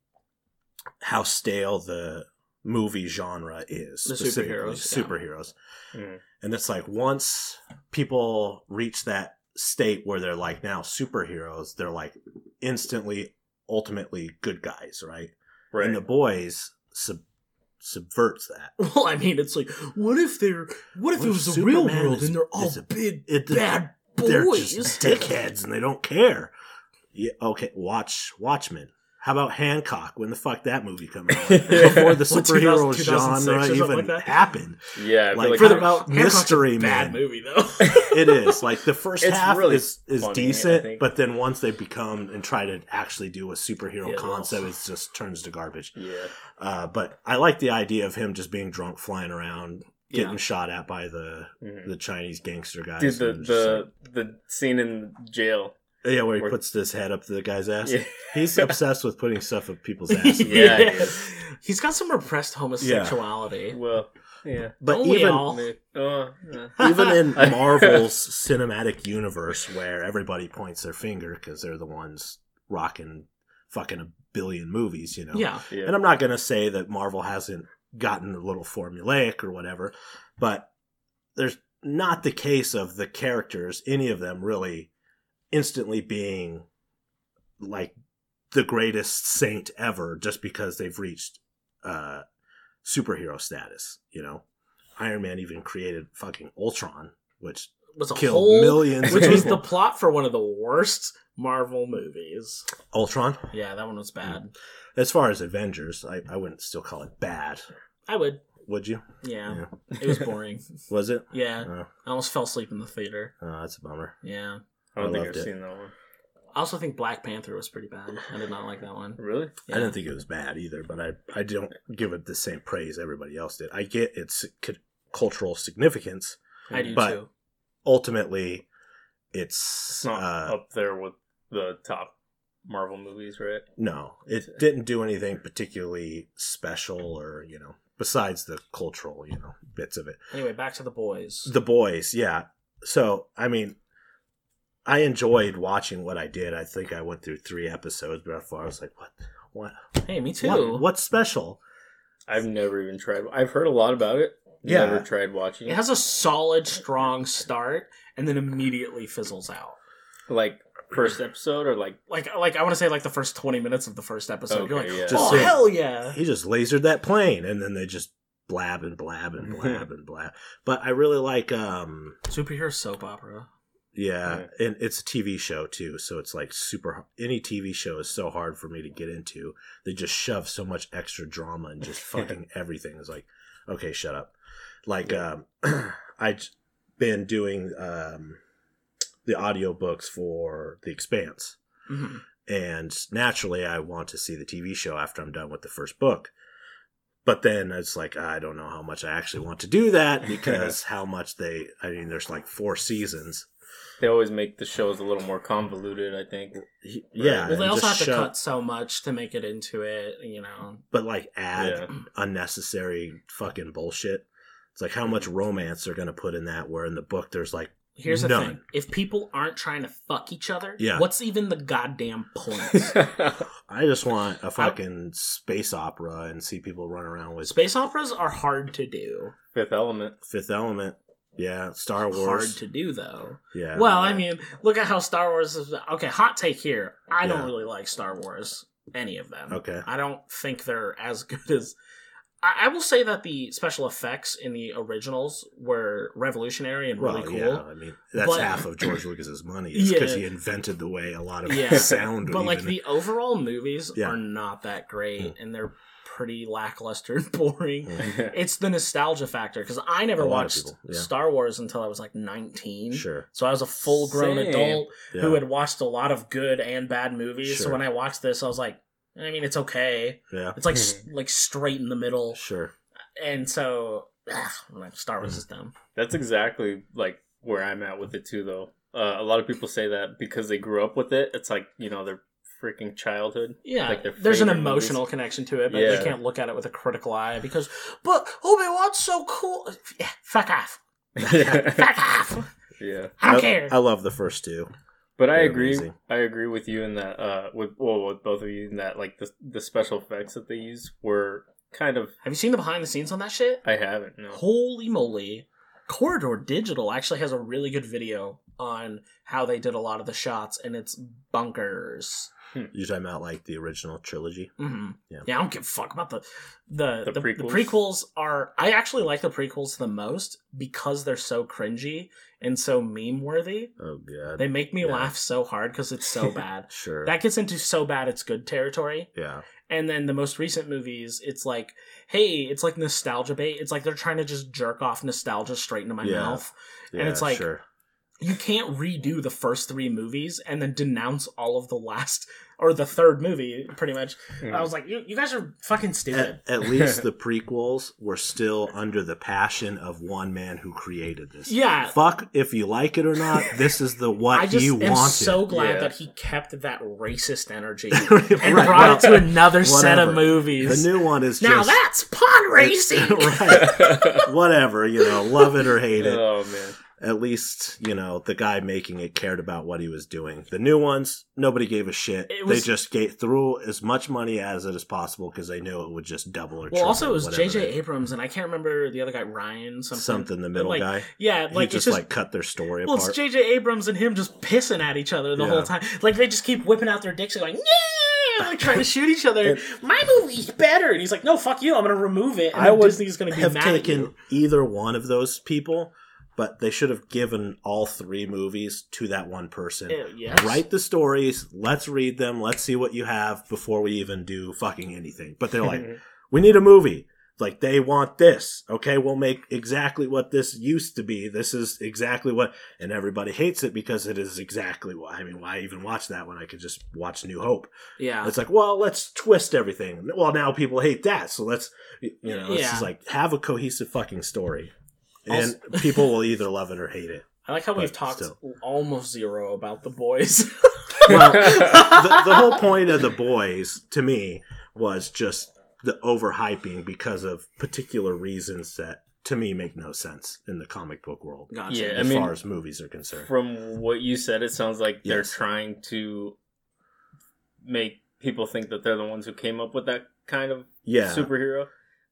Speaker 1: how stale the movie genre is
Speaker 3: The
Speaker 1: specifically
Speaker 3: superheroes, yeah.
Speaker 1: superheroes
Speaker 2: Mm.
Speaker 1: and it's like once people reach that state where they're like now superheroes they're like instantly ultimately good guys right
Speaker 2: Right.
Speaker 1: and the boys sub- subverts that.
Speaker 3: Well, I mean, it's like, what if they're what
Speaker 1: What
Speaker 3: if it
Speaker 1: if
Speaker 3: was the real
Speaker 1: Superman
Speaker 3: world
Speaker 1: is-
Speaker 3: and they're all
Speaker 1: is a-
Speaker 3: big
Speaker 1: It,
Speaker 3: bad
Speaker 1: they're
Speaker 3: boys?
Speaker 1: just dickheads and they don't care. Yeah, okay, watch Watchmen. How about Hancock when the fuck that movie come out? Before the
Speaker 3: What,
Speaker 1: superhero
Speaker 3: 2000- 2006 or
Speaker 1: genre
Speaker 3: something
Speaker 1: even
Speaker 3: like that?
Speaker 1: happened.
Speaker 2: yeah, I
Speaker 1: like,
Speaker 2: feel like,
Speaker 1: for
Speaker 2: for
Speaker 1: the-
Speaker 2: the,
Speaker 1: about Mystery
Speaker 3: bad
Speaker 1: Man.
Speaker 3: movie though.
Speaker 1: It is. Like the first
Speaker 2: It's
Speaker 1: half
Speaker 2: really
Speaker 1: is, is
Speaker 2: funny, I
Speaker 1: decent,
Speaker 2: think.
Speaker 1: but then once they become and try to actually do a superhero
Speaker 3: Yeah, well.
Speaker 1: concept, it just turns to garbage.
Speaker 2: yeah,
Speaker 1: Uh, but I like the idea of him just being drunk, flying around, getting
Speaker 3: Yeah.
Speaker 1: shot at by the
Speaker 2: Mhm.
Speaker 1: the Chinese gangster guys.
Speaker 2: Dude, the
Speaker 1: Mm-hmm. and just like-
Speaker 2: the the scene in jail.
Speaker 1: Oh, yeah, where he
Speaker 2: where-
Speaker 1: puts his head up to the guy's ass.
Speaker 2: Yeah.
Speaker 1: He's obsessed with putting stuff up people's asses.
Speaker 2: Yeah, it is.
Speaker 3: He's got some repressed homosexuality.
Speaker 2: Well, yeah.
Speaker 1: But
Speaker 3: Don't we
Speaker 1: even
Speaker 3: all?
Speaker 2: Oh, yeah.
Speaker 1: even in Marvel's cinematic universe, where everybody points their finger because they're the ones rocking fucking a billion movies, you know.
Speaker 3: Yeah.
Speaker 2: yeah.
Speaker 1: And I'm not going to say that Marvel hasn't gotten a little formulaic or whatever, but there's not the case of the characters, any of them really instantly being like the greatest saint ever just because they've reached uh, superhero status, you know? Iron Man even created fucking Ultron, which
Speaker 3: Was a
Speaker 1: killed
Speaker 3: whole
Speaker 1: millions
Speaker 3: which
Speaker 1: of
Speaker 3: was the
Speaker 1: people.
Speaker 3: plot for one of the worst Marvel movies.
Speaker 1: Ultron. Mm.
Speaker 3: Yeah, that one was bad.
Speaker 1: As far as Avengers, I, I wouldn't still call it bad.
Speaker 3: I would.
Speaker 1: Would you?
Speaker 3: Yeah,
Speaker 1: Yeah.
Speaker 3: it was boring.
Speaker 1: Was it?
Speaker 3: yeah,
Speaker 1: Oh,
Speaker 3: I almost fell asleep in the theater.
Speaker 1: oh, that's a bummer.
Speaker 3: Yeah.
Speaker 2: I don't
Speaker 1: I
Speaker 2: think
Speaker 1: loved
Speaker 2: I've
Speaker 1: it.
Speaker 2: seen that one.
Speaker 3: I also think Black Panther was pretty bad. I did not like that one.
Speaker 2: Really?
Speaker 3: Yeah.
Speaker 1: I didn't think it was bad either, but I I don't give it the same praise everybody else did. I get its c- cultural significance.
Speaker 3: I do
Speaker 1: but-
Speaker 3: too.
Speaker 1: Ultimately,
Speaker 2: It's
Speaker 1: it's
Speaker 2: not
Speaker 1: uh,
Speaker 2: up there with the top Marvel movies, right?
Speaker 1: no, it didn't do anything particularly special or you know besides the cultural you know bits of it.
Speaker 3: Anyway, back to the boys.
Speaker 1: The boys, yeah. So I mean, I enjoyed watching what I did. I think I went through three episodes before I was like, what, what,
Speaker 3: hey, me too.
Speaker 1: what what's special?
Speaker 2: I've never even tried. I've heard a lot about it.
Speaker 1: Yeah.
Speaker 2: Never tried watching
Speaker 3: It
Speaker 2: it.
Speaker 3: has a solid, strong start, and then immediately fizzles out.
Speaker 2: Like first episode or like
Speaker 3: Like, like I want to say, like the first twenty minutes of the first episode, you're
Speaker 2: Okay,
Speaker 3: like,
Speaker 2: yeah.
Speaker 1: Just
Speaker 3: "Oh
Speaker 1: so-
Speaker 3: hell yeah!"
Speaker 1: he just lasered that plane and then they just blab and blab and blab and blab but i really like um
Speaker 3: Superhero soap opera.
Speaker 1: yeah and it's a tv show too so it's like super any tv show is so hard for me to get into they just shove so much extra drama and just fucking everything is like okay shut up like um i've been doing um the audiobooks for the expanse Mm-hmm.
Speaker 3: Mhm.
Speaker 1: and naturally i want to see the tv show after i'm done with the first book but then it's like i don't know how much i actually want to do that because how much they i mean there's like four seasons
Speaker 2: they always make the shows a little more convoluted. I think.
Speaker 1: Y- yeah
Speaker 3: Well, they
Speaker 1: and
Speaker 3: also have
Speaker 1: just
Speaker 3: to
Speaker 1: shove-
Speaker 3: cut so much to make it into it. You know,
Speaker 1: but like add
Speaker 2: Yeah.
Speaker 1: unnecessary fucking bullshit it's like how much romance they're gonna put in that where in the book there's like
Speaker 3: here's the
Speaker 1: None.
Speaker 3: thing: if people aren't trying to fuck each other,
Speaker 1: Yeah.
Speaker 3: what's even the goddamn point?
Speaker 1: i just want a fucking space opera and see people run around with
Speaker 3: Space operas are hard to do.
Speaker 2: Fifth Element.
Speaker 1: fifth element yeah star
Speaker 3: Hard
Speaker 1: wars
Speaker 3: to do though.
Speaker 1: yeah
Speaker 3: Well, I mean, look at how Star Wars is. Okay, hot take here. I don't
Speaker 1: Yeah.
Speaker 3: really like Star Wars, any of them.
Speaker 1: okay
Speaker 3: I don't think they're as good as. I, I will say that the special effects in the originals were revolutionary and really
Speaker 1: Well,
Speaker 3: cool.
Speaker 1: yeah, I mean that's
Speaker 3: But-
Speaker 1: half of George Lucas's money is because
Speaker 3: Yeah.
Speaker 1: he invented the way a lot of
Speaker 3: Yeah.
Speaker 1: sound. would
Speaker 3: But like
Speaker 1: even-
Speaker 3: the overall movies
Speaker 1: Yeah. Hmm.
Speaker 3: are not that great, and they're pretty lackluster and boring.
Speaker 1: Mm,
Speaker 3: It's the nostalgia factor because I never
Speaker 1: A lot of
Speaker 3: watched
Speaker 1: people, yeah.
Speaker 3: Star Wars until I was like nineteen.
Speaker 1: sure,
Speaker 3: So I was a full grown
Speaker 2: Same.
Speaker 3: adult
Speaker 1: yeah.
Speaker 3: who had watched a lot of good and bad movies. So
Speaker 1: Sure.
Speaker 3: when I watched this, I was like, I mean, it's okay.
Speaker 1: yeah,
Speaker 3: It's like s- like straight in the middle,
Speaker 1: sure,
Speaker 3: and so ugh, like Star
Speaker 2: Mm.
Speaker 3: Wars is dumb.
Speaker 2: That's exactly like where I'm at with it too, though. Uh, a lot of people say that because they grew up with it. It's like you know their freaking childhood.
Speaker 3: Yeah,
Speaker 2: Like their
Speaker 3: there's an
Speaker 2: favorite
Speaker 3: emotional connection to it, but
Speaker 2: Yeah.
Speaker 3: they can't look at it with a critical eye because, but Obi Wan's so cool. Yeah, fuck off,
Speaker 2: yeah.
Speaker 3: fuck off. I don't care.
Speaker 1: I love the first two.
Speaker 2: But I
Speaker 1: They're
Speaker 2: agree.
Speaker 1: amazing.
Speaker 2: I agree with you in that. Uh, with well, with both of you in that, like the the special effects that they use were kind of.
Speaker 3: Have you seen the behind the scenes on that shit?
Speaker 2: I haven't. No.
Speaker 3: Holy moly! Corridor Digital actually has a really good video on how they did a lot of the shots, and it's bunkers.
Speaker 1: You're talking about like the original trilogy.
Speaker 3: Mhm.
Speaker 1: Yeah.
Speaker 3: I don't give a fuck about the the
Speaker 2: The
Speaker 3: the, the prequels.
Speaker 2: prequels?
Speaker 3: Are I actually like the prequels the most because they're so cringy and so meme worthy.
Speaker 1: Oh god,
Speaker 3: They make me
Speaker 1: Yeah.
Speaker 3: laugh so hard because it's so bad.
Speaker 1: sure,
Speaker 3: that gets into so bad it's good territory.
Speaker 1: yeah,
Speaker 3: And then the most recent movies, it's like, hey, it's like nostalgia bait. It's like they're trying to just jerk off nostalgia straight into my
Speaker 1: Yeah.
Speaker 3: mouth.
Speaker 1: yeah,
Speaker 3: it's like-
Speaker 1: sure.
Speaker 3: You can't redo the first three movies and then denounce all of the last or the third movie, pretty much.
Speaker 2: Mm.
Speaker 3: I was like, you, you guys are fucking stupid.
Speaker 1: At, at least the prequels were still under the passion of one man who created this.
Speaker 3: Yeah.
Speaker 1: Fuck if you like it or not. This is the what
Speaker 3: I just
Speaker 1: you
Speaker 3: am
Speaker 1: wanted.
Speaker 3: so glad
Speaker 2: Yeah.
Speaker 3: that he kept that racist energy
Speaker 1: Right,
Speaker 3: and
Speaker 1: well,
Speaker 3: brought it to another set
Speaker 1: whatever.
Speaker 3: of
Speaker 1: the
Speaker 3: movies.
Speaker 1: new one is
Speaker 3: now
Speaker 1: just
Speaker 3: that's pun racing.
Speaker 1: right. Whatever you know, love it or hate it.
Speaker 2: oh man.
Speaker 1: at least you know the guy making it cared about what he was doing. The new ones, nobody gave a shit.
Speaker 3: It was-
Speaker 1: they just gave, threw as much money as it as possible because they knew it would just double or
Speaker 3: well,
Speaker 1: triple.
Speaker 3: also it was
Speaker 1: whatever
Speaker 3: J.J.
Speaker 1: they-
Speaker 3: Abrams, and I can't remember the other guy, Ryan something.
Speaker 1: something the
Speaker 3: But,
Speaker 1: middle
Speaker 3: like,
Speaker 1: guy.
Speaker 3: Yeah,
Speaker 1: He
Speaker 3: like
Speaker 1: just,
Speaker 3: it's just.
Speaker 1: like cut their story
Speaker 3: well, it's
Speaker 1: apart.
Speaker 3: J.J. Abrams and him just pissing at each other the
Speaker 1: Yeah.
Speaker 3: whole time. Like they just keep whipping out their dicks and going, yeah, like trying to shoot each other. My movie's better, and he's like, no, fuck you, I'm gonna remove it. And
Speaker 1: I
Speaker 3: then
Speaker 1: would
Speaker 3: Disney's gonna be
Speaker 1: have
Speaker 3: mad at you.
Speaker 1: taken either one of those people, but they should have given all three movies to that one person.
Speaker 3: Ew, yes.
Speaker 1: Write the stories. Let's read them. Let's see what you have before we even do fucking anything. But they're like, we need a movie. Like they want this. Okay, we'll make exactly what this used to be. This is exactly what and everybody hates it because it is exactly what I mean, why even watch that when I could just watch New Hope?
Speaker 3: Yeah.
Speaker 1: It's like, well, let's twist everything. Well, now people hate that, so let's you know, it's
Speaker 3: Yeah.
Speaker 1: just like have a cohesive fucking story. And
Speaker 3: Also-
Speaker 1: people will either love it or hate it.
Speaker 3: I like how we've
Speaker 1: But
Speaker 3: talked
Speaker 1: still.
Speaker 3: almost zero about the boys.
Speaker 1: the, the whole point of the boys to me was just the overhyping because of particular reasons that to me make no sense in the comic book world
Speaker 3: Gotcha.
Speaker 2: Yeah, I
Speaker 1: as
Speaker 2: mean-
Speaker 1: far as movies are concerned
Speaker 2: From what you said, it sounds like they're
Speaker 1: Yes.
Speaker 2: trying to make people think that they're the ones who came up with that kind of
Speaker 1: yeah
Speaker 2: superhero,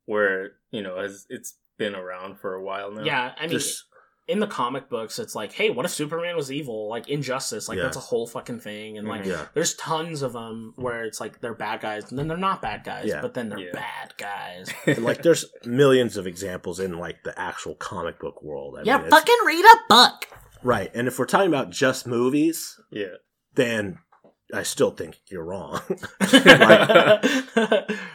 Speaker 2: where you know, as it's been around for a while now.
Speaker 3: Yeah, I mean,
Speaker 1: just
Speaker 3: in the comic books, it's like, hey, what if Superman was evil? Like Injustice, like
Speaker 1: Yeah.
Speaker 3: that's a whole fucking thing. And like,
Speaker 2: Mhm.
Speaker 1: yeah
Speaker 3: there's tons of them where it's like they're bad guys, and then they're not bad guys,
Speaker 1: Yeah.
Speaker 3: but then they're
Speaker 2: Yeah.
Speaker 3: bad guys.
Speaker 1: And, like there's millions of examples in like the actual comic book world I mean,
Speaker 3: yeah,
Speaker 1: it's-
Speaker 3: fucking read a book.
Speaker 1: right and if we're talking about just movies
Speaker 2: yeah.
Speaker 1: then i still think you're wrong
Speaker 2: Like-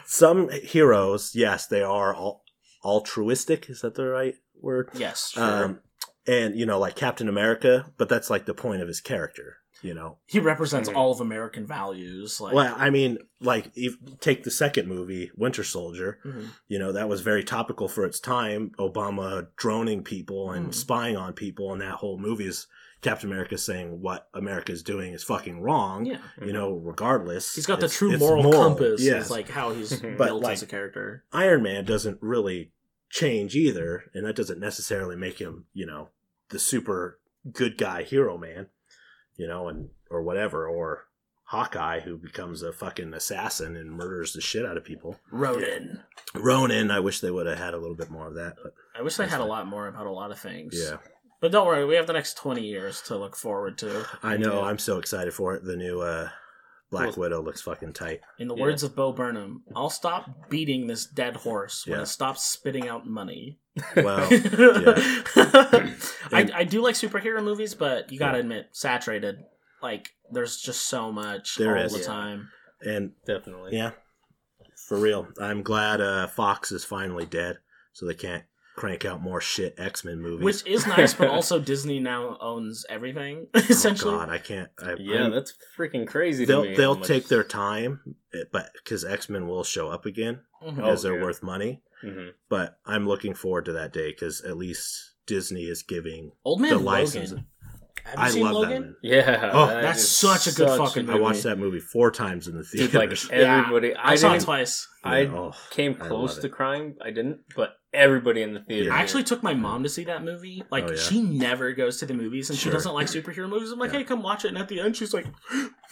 Speaker 1: some heroes yes they are all altruistic is that the right word
Speaker 3: yes, sure.
Speaker 1: um, and you know like captain america but that's like the point of his character you know
Speaker 3: he represents
Speaker 2: mhm.
Speaker 3: all of American values. Like,
Speaker 1: mm-hmm. well i mean like if, take the second movie winter soldier
Speaker 3: Mhm.
Speaker 1: you know that was very topical for its time obama droning people and
Speaker 3: Mhm.
Speaker 1: spying on people and that whole movie is captain america saying what america's doing is fucking wrong
Speaker 3: yeah,
Speaker 1: you know regardless
Speaker 3: he's got the
Speaker 1: It's-
Speaker 3: true
Speaker 1: it's
Speaker 3: moral, compass.
Speaker 1: yes
Speaker 3: Is like how he's
Speaker 2: But,
Speaker 3: built as
Speaker 1: like-
Speaker 3: a character.
Speaker 1: iron man doesn't really change either and that doesn't necessarily make him you know the super good guy hero man you know and or whatever or hawkeye who becomes a fucking assassin and murders the shit out of people
Speaker 3: Rodin.
Speaker 1: ronin i wish they would have had a little bit more of that but
Speaker 3: I wish I
Speaker 1: That's
Speaker 3: had a
Speaker 1: fine.
Speaker 3: lot more about a lot of things.
Speaker 1: yeah
Speaker 3: But don't worry, we have the next 20 years to look forward to.
Speaker 1: i know
Speaker 2: Yeah.
Speaker 1: i'm so excited for it the new uh black
Speaker 2: Cool.
Speaker 1: widow looks fucking tight
Speaker 3: In the
Speaker 2: Yeah.
Speaker 3: words of Bo Burnham, I'll stop beating this dead horse when
Speaker 1: Yeah.
Speaker 3: it stops spitting out money.
Speaker 1: well
Speaker 3: I,
Speaker 1: And-
Speaker 3: I do like superhero movies, but you gotta admit, saturated. Like, there's just so much
Speaker 1: There
Speaker 3: all
Speaker 1: is.
Speaker 3: the
Speaker 2: Yeah.
Speaker 3: time.
Speaker 1: and
Speaker 2: Definitely.
Speaker 1: yeah for real i'm glad uh fox is finally dead so they can't crank out more shit x-men movies
Speaker 3: Which is nice, but also Disney now owns everything, essentially.
Speaker 1: Oh God, I can't. I,
Speaker 2: Yeah,
Speaker 1: I'm-
Speaker 2: that's freaking crazy. to
Speaker 1: they'll
Speaker 2: me how
Speaker 1: they'll
Speaker 2: much-
Speaker 1: take their time, eh, but because X Men will show up again
Speaker 3: Mhm.
Speaker 2: Oh,
Speaker 1: because they're
Speaker 2: yeah.
Speaker 1: worth money.
Speaker 2: Mhm.
Speaker 1: But I'm looking forward to that day because at least Disney is giving.
Speaker 3: Old Man
Speaker 1: the
Speaker 3: Logan.
Speaker 1: license-
Speaker 3: Have you
Speaker 1: I
Speaker 3: seen
Speaker 1: love
Speaker 3: Logan?
Speaker 1: that.
Speaker 2: Yeah.
Speaker 1: Oh,
Speaker 2: that
Speaker 3: that's
Speaker 2: is
Speaker 3: such a good fucking
Speaker 1: Man. I watched
Speaker 3: movie.
Speaker 1: that movie four times in the
Speaker 2: Dude,
Speaker 1: theater.
Speaker 2: like everybody, I,
Speaker 3: I saw it
Speaker 2: didn't-
Speaker 3: twice.
Speaker 2: I
Speaker 1: oh,
Speaker 2: came
Speaker 1: I
Speaker 2: close
Speaker 1: love
Speaker 2: to
Speaker 1: it.
Speaker 2: crying. I didn't, but everybody in the theater.
Speaker 1: Yeah.
Speaker 3: I actually took my mom to see that movie. Like
Speaker 1: Oh, yeah.
Speaker 3: she never goes to the movies and
Speaker 1: Sure.
Speaker 3: she doesn't like superhero movies. I'm like,
Speaker 1: Yeah.
Speaker 3: hey, come watch it. And at the end, she's like,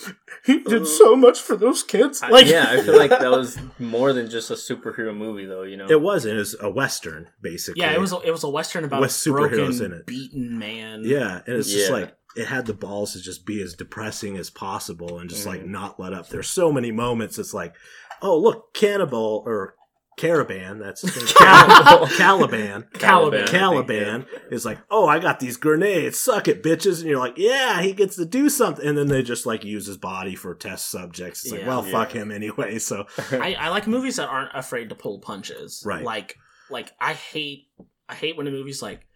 Speaker 3: Uh, he did so much for those kids.
Speaker 2: I-
Speaker 3: Like,
Speaker 2: yeah, I feel like that was more than just a superhero movie, though. You know,
Speaker 1: it was it was a western basically.
Speaker 3: yeah, it was a, it was a western about
Speaker 1: With
Speaker 3: a
Speaker 1: superheroes
Speaker 3: broken,
Speaker 1: in it.
Speaker 3: beaten man.
Speaker 1: Yeah, and it's just
Speaker 2: Yeah.
Speaker 1: like it had the balls to just be as depressing as possible and just like
Speaker 2: Mhm.
Speaker 1: not let up. There's so many moments. It's like, oh look, cannibal or caravan. That's Cal- Caliban.
Speaker 3: Caliban.
Speaker 1: Caliban is like, oh, I got these grenades. Suck it, bitches. And you're like, yeah, he gets to do something. And then they just like use his body for test subjects. It's like,
Speaker 3: Yeah.
Speaker 1: well,
Speaker 2: Yeah.
Speaker 1: fuck him anyway. So
Speaker 3: I, I like movies that aren't afraid to pull punches.
Speaker 1: Right.
Speaker 3: Like like I hate I hate when a movie's like,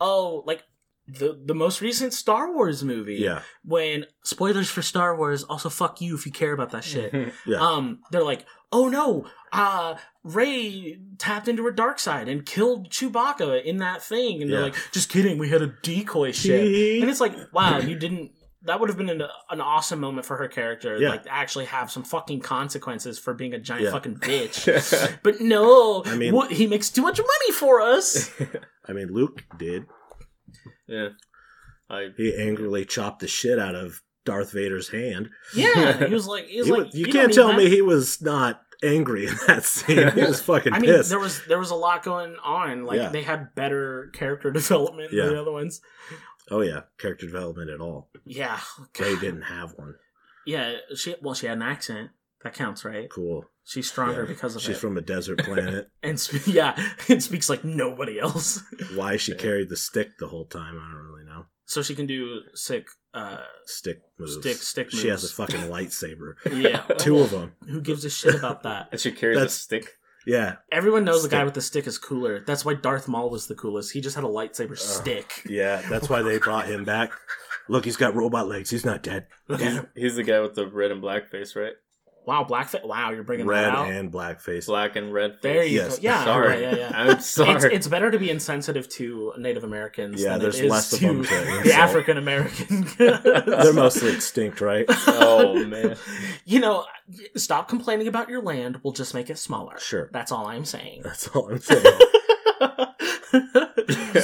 Speaker 3: oh, like the the most recent Star Wars movie.
Speaker 1: yeah,
Speaker 3: When spoilers for Star Wars, also fuck you if you care about that shit.
Speaker 1: Yeah.
Speaker 3: um they're like oh no uh ray tapped into her dark side and killed chewbacca in that thing and they're
Speaker 1: Yeah.
Speaker 3: like just kidding we had a decoy ship and it's like wow you didn't that would have been an, an awesome moment for her character
Speaker 1: Yeah.
Speaker 3: like to actually have some fucking consequences for being a giant
Speaker 1: Yeah.
Speaker 3: fucking bitch but no
Speaker 1: I mean-
Speaker 3: what, he makes too much money for us
Speaker 1: I mean, Luke did.
Speaker 2: yeah, I
Speaker 1: He angrily chopped the shit out of Darth Vader's hand.
Speaker 3: yeah he was like he was
Speaker 1: He
Speaker 3: like
Speaker 1: was- you,
Speaker 3: don't
Speaker 1: can't
Speaker 3: need
Speaker 1: tell
Speaker 3: that."
Speaker 1: me he was not angry in that scene. He was fucking
Speaker 3: I mean,
Speaker 1: pissed.
Speaker 3: there was there was a lot going on. Like
Speaker 1: Yeah.
Speaker 3: they had better character development
Speaker 1: Yeah.
Speaker 3: than the other ones.
Speaker 1: oh yeah, character development at all.
Speaker 3: Yeah,
Speaker 1: They
Speaker 3: God.
Speaker 1: didn't have one.
Speaker 3: Yeah, she well, she had an accent. That counts, right?
Speaker 1: Cool.
Speaker 3: She's stronger
Speaker 1: Yeah.
Speaker 3: because of
Speaker 1: She's
Speaker 3: it.
Speaker 1: from a desert planet.
Speaker 3: and sp- yeah, and speaks like nobody else.
Speaker 1: Why she
Speaker 2: Yeah.
Speaker 1: carried the stick the whole time, I don't really know.
Speaker 3: So she can do sick. uh
Speaker 1: Stick moves.
Speaker 3: Stick- stick
Speaker 1: She has a
Speaker 3: moves.
Speaker 1: fucking lightsaber.
Speaker 3: Yeah,
Speaker 1: Two of them.
Speaker 3: Who gives a shit about that?
Speaker 2: and she carries
Speaker 1: That's-
Speaker 2: a stick.
Speaker 1: Yeah,
Speaker 3: Everyone knows the guy
Speaker 1: Stick.
Speaker 3: with the stick is cooler. That's why Darth Maul was the coolest. He just had a lightsaber stick.
Speaker 1: yeah. That's why they brought him back. Look, he's got robot legs. He's not dead.
Speaker 3: Look at him.
Speaker 2: He's the guy with the red and black face, right?
Speaker 3: Wow, blackface. Wow, you're bringing
Speaker 1: Red
Speaker 3: that out.
Speaker 1: and black face.
Speaker 2: Black and red face.
Speaker 3: there you
Speaker 1: Yes.
Speaker 3: go. Yeah,
Speaker 2: sorry.
Speaker 3: yeah, yeah.
Speaker 2: I'm sorry.
Speaker 3: It's, it's better to be insensitive to Native Americans.
Speaker 1: Yeah,
Speaker 3: than
Speaker 1: there's
Speaker 3: it is
Speaker 1: less of
Speaker 3: to
Speaker 1: them to insult.
Speaker 3: the African American.
Speaker 1: They're mostly extinct, right?
Speaker 2: Oh, man.
Speaker 3: You know, stop complaining about your land. We'll just make it smaller.
Speaker 1: Sure.
Speaker 3: That's all I'm saying.
Speaker 1: That's all I'm saying.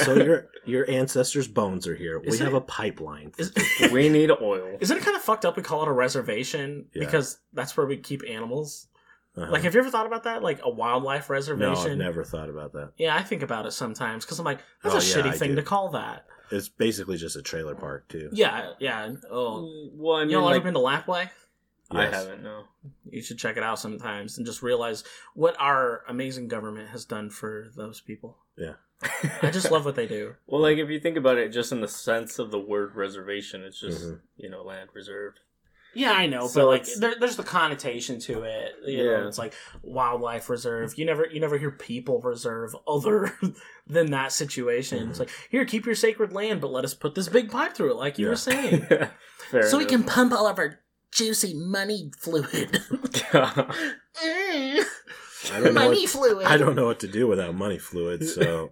Speaker 1: so your your ancestors' bones are here. we
Speaker 3: Isn't
Speaker 1: have
Speaker 3: it-
Speaker 1: a pipeline.
Speaker 3: Is-
Speaker 2: we need oil.
Speaker 3: Isn't it kind of fucked up we call it a reservation
Speaker 1: Yeah.
Speaker 3: because that's where we keep animals?
Speaker 1: Uh-huh.
Speaker 3: Like, have you ever thought about that? Like a wildlife
Speaker 1: no, I've
Speaker 3: reservation?
Speaker 1: never thought about that.
Speaker 3: Yeah, I think about it sometimes because I'm like, that's
Speaker 1: Oh,
Speaker 3: a
Speaker 1: yeah,
Speaker 3: shitty
Speaker 1: I
Speaker 3: thing
Speaker 1: do.
Speaker 3: to call that.
Speaker 1: It's basically just a trailer park too.
Speaker 3: Yeah, yeah. Oh,
Speaker 2: Well, Mm, I mean,
Speaker 3: y'all
Speaker 2: like,
Speaker 3: ever been to Lapway?
Speaker 2: I
Speaker 1: Yes.
Speaker 2: haven't, no.
Speaker 3: You should check it out sometimes and just realize what our amazing government has done for those people. I just love what they do.
Speaker 2: Well, like, if you think about it just in the sense of the word reservation, it's just,
Speaker 1: Mhm.
Speaker 2: you know, land reserved.
Speaker 3: Yeah, I know,
Speaker 2: So
Speaker 3: but like,
Speaker 2: it's-
Speaker 3: there, there's the connotation to it. You
Speaker 2: Yeah.
Speaker 3: know, it's like wildlife reserve. You never, you never hear people reserve other than that situation. It's like, here, keep your sacred land, but let us put this big pipe through it, like you
Speaker 1: Yeah.
Speaker 3: were saying,
Speaker 2: Fair
Speaker 3: so we
Speaker 2: enough.
Speaker 3: can pump all of our juicy money fluid. Mm,
Speaker 1: I don't know. What,
Speaker 3: fluid.
Speaker 1: I don't know what to do without money fluid. So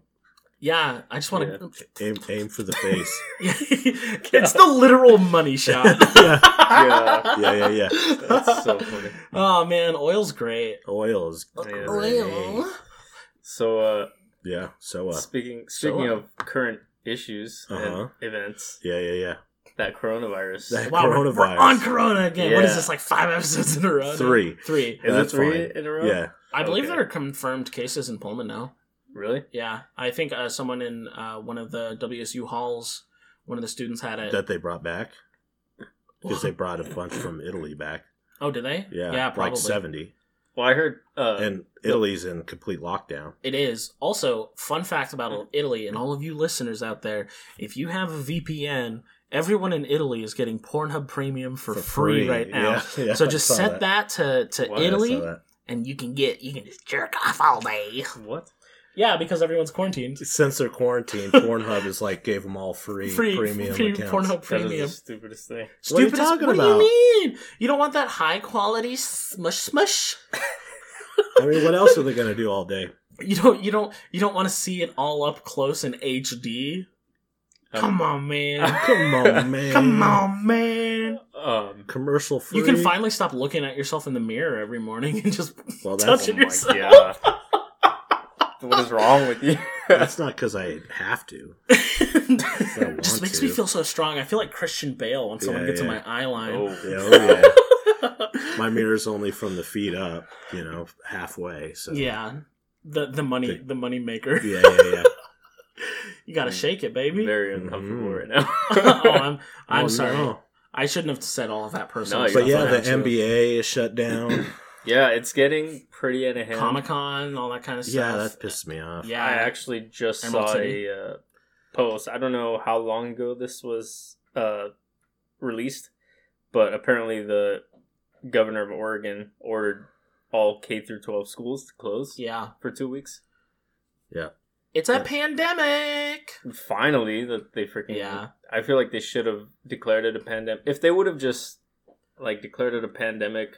Speaker 3: Yeah, I just want to.
Speaker 1: aim aim for the face.
Speaker 3: it's the literal money shot.
Speaker 1: yeah, yeah, yeah, yeah.
Speaker 2: That's so funny.
Speaker 3: Oh man, oil's great.
Speaker 1: Oil is
Speaker 2: Yeah.
Speaker 1: great.
Speaker 2: So, uh,
Speaker 1: Yeah. So what?
Speaker 2: speaking
Speaker 1: So,
Speaker 2: speaking
Speaker 1: uh,
Speaker 2: of current issues
Speaker 1: Uh-huh.
Speaker 2: and events,
Speaker 1: Yeah, yeah, yeah.
Speaker 2: that coronavirus.
Speaker 1: That-
Speaker 3: Wow, we're, we're
Speaker 1: Coronavirus.
Speaker 3: on Corona again. What
Speaker 2: Yeah.
Speaker 3: is this? Like five episodes in a row? now?
Speaker 1: Three.
Speaker 3: Three.
Speaker 2: Is it
Speaker 1: That's
Speaker 2: three
Speaker 1: fine.
Speaker 2: in a row?
Speaker 1: Yeah.
Speaker 3: I believe
Speaker 2: Okay.
Speaker 3: there are confirmed cases in Pullman now.
Speaker 2: Really?
Speaker 3: Yeah, I think uh, someone in uh, one of the WSU halls, one of the students had it.
Speaker 1: That they brought back because they brought a bunch from Italy back.
Speaker 3: oh, did they?
Speaker 1: Yeah.
Speaker 3: yeah, probably.
Speaker 1: Like seventy,
Speaker 2: Well, I heard. Uh,
Speaker 1: and Italy's in complete lockdown.
Speaker 3: It is. Also, fun fact about Italy and all of you listeners out there if you have a VPN, everyone in Italy is getting Pornhub Premium for, free, right now.
Speaker 1: Yeah, yeah,
Speaker 3: so
Speaker 1: I
Speaker 3: just
Speaker 1: saw Oh,
Speaker 3: set that, to, to
Speaker 2: Wow, I saw
Speaker 3: Italy
Speaker 1: I saw that.
Speaker 3: and you can get, you can just jerk off all day.
Speaker 2: what?
Speaker 3: Yeah, because everyone's quarantined.
Speaker 1: Since they're quarantined, Pornhub is like gave them all free,
Speaker 3: Free,
Speaker 1: premium
Speaker 3: free
Speaker 1: accounts.
Speaker 3: Pornhub
Speaker 2: That
Speaker 3: Premium.
Speaker 2: is the stupidest thing.
Speaker 1: What are you
Speaker 3: Stupid.
Speaker 1: talking
Speaker 3: what
Speaker 1: about?
Speaker 3: do you mean? You don't want that high quality smush smush.
Speaker 1: I mean, what else are they gonna do all day?
Speaker 3: You don't. You don't. You don't want to see it all up close in HD.
Speaker 1: Um,
Speaker 2: Um,
Speaker 3: Come on, man.
Speaker 1: Come on, man.
Speaker 3: Come on, man.
Speaker 2: Um.
Speaker 1: Commercial free.
Speaker 3: You can finally stop looking at yourself in the mirror every morning and just
Speaker 1: Well, that's,
Speaker 3: touch it
Speaker 2: oh my
Speaker 3: yourself.
Speaker 2: God. what is wrong with you?
Speaker 1: that's not because I have to. want
Speaker 3: just makes
Speaker 1: to.
Speaker 3: me feel so strong. I feel like Christian Bale when someone
Speaker 1: Yeah,
Speaker 3: gets in
Speaker 1: yeah.
Speaker 3: my eye line.
Speaker 2: oh,
Speaker 1: Yeah, oh, yeah. My mirror's only from the feet up, you know, halfway. So
Speaker 3: Yeah. The the money
Speaker 1: The-
Speaker 3: the money maker.
Speaker 1: yeah, yeah. yeah.
Speaker 3: You gotta shake it, baby.
Speaker 2: very uncomfortable
Speaker 1: Mhm.
Speaker 2: right now.
Speaker 3: oh, I'm I'm
Speaker 1: Oh,
Speaker 3: sorry.
Speaker 1: no.
Speaker 3: I shouldn't have said all of that personal
Speaker 2: No, you're
Speaker 3: stuff.
Speaker 1: But yeah,
Speaker 3: about
Speaker 1: the
Speaker 3: you.
Speaker 1: NBA is shut down.
Speaker 2: yeah, it's getting pretty out of hand.
Speaker 3: Comic Con, all that kind of
Speaker 1: yeah,
Speaker 3: stuff.
Speaker 1: that pissed me off.
Speaker 3: yeah,
Speaker 2: I actually just
Speaker 3: Emerald
Speaker 2: saw
Speaker 3: City.
Speaker 2: a uh, post. I don't know how long ago this was uh, released, but apparently the governor of Oregon ordered all K through 12 schools to close
Speaker 3: yeah.
Speaker 2: for two weeks.
Speaker 3: It's a
Speaker 1: Yeah.
Speaker 3: pandemic.
Speaker 2: Finally, that they freaking
Speaker 3: Yeah,
Speaker 2: I feel like they should have declared it a pandemic. If they would have just like declared it a pandemic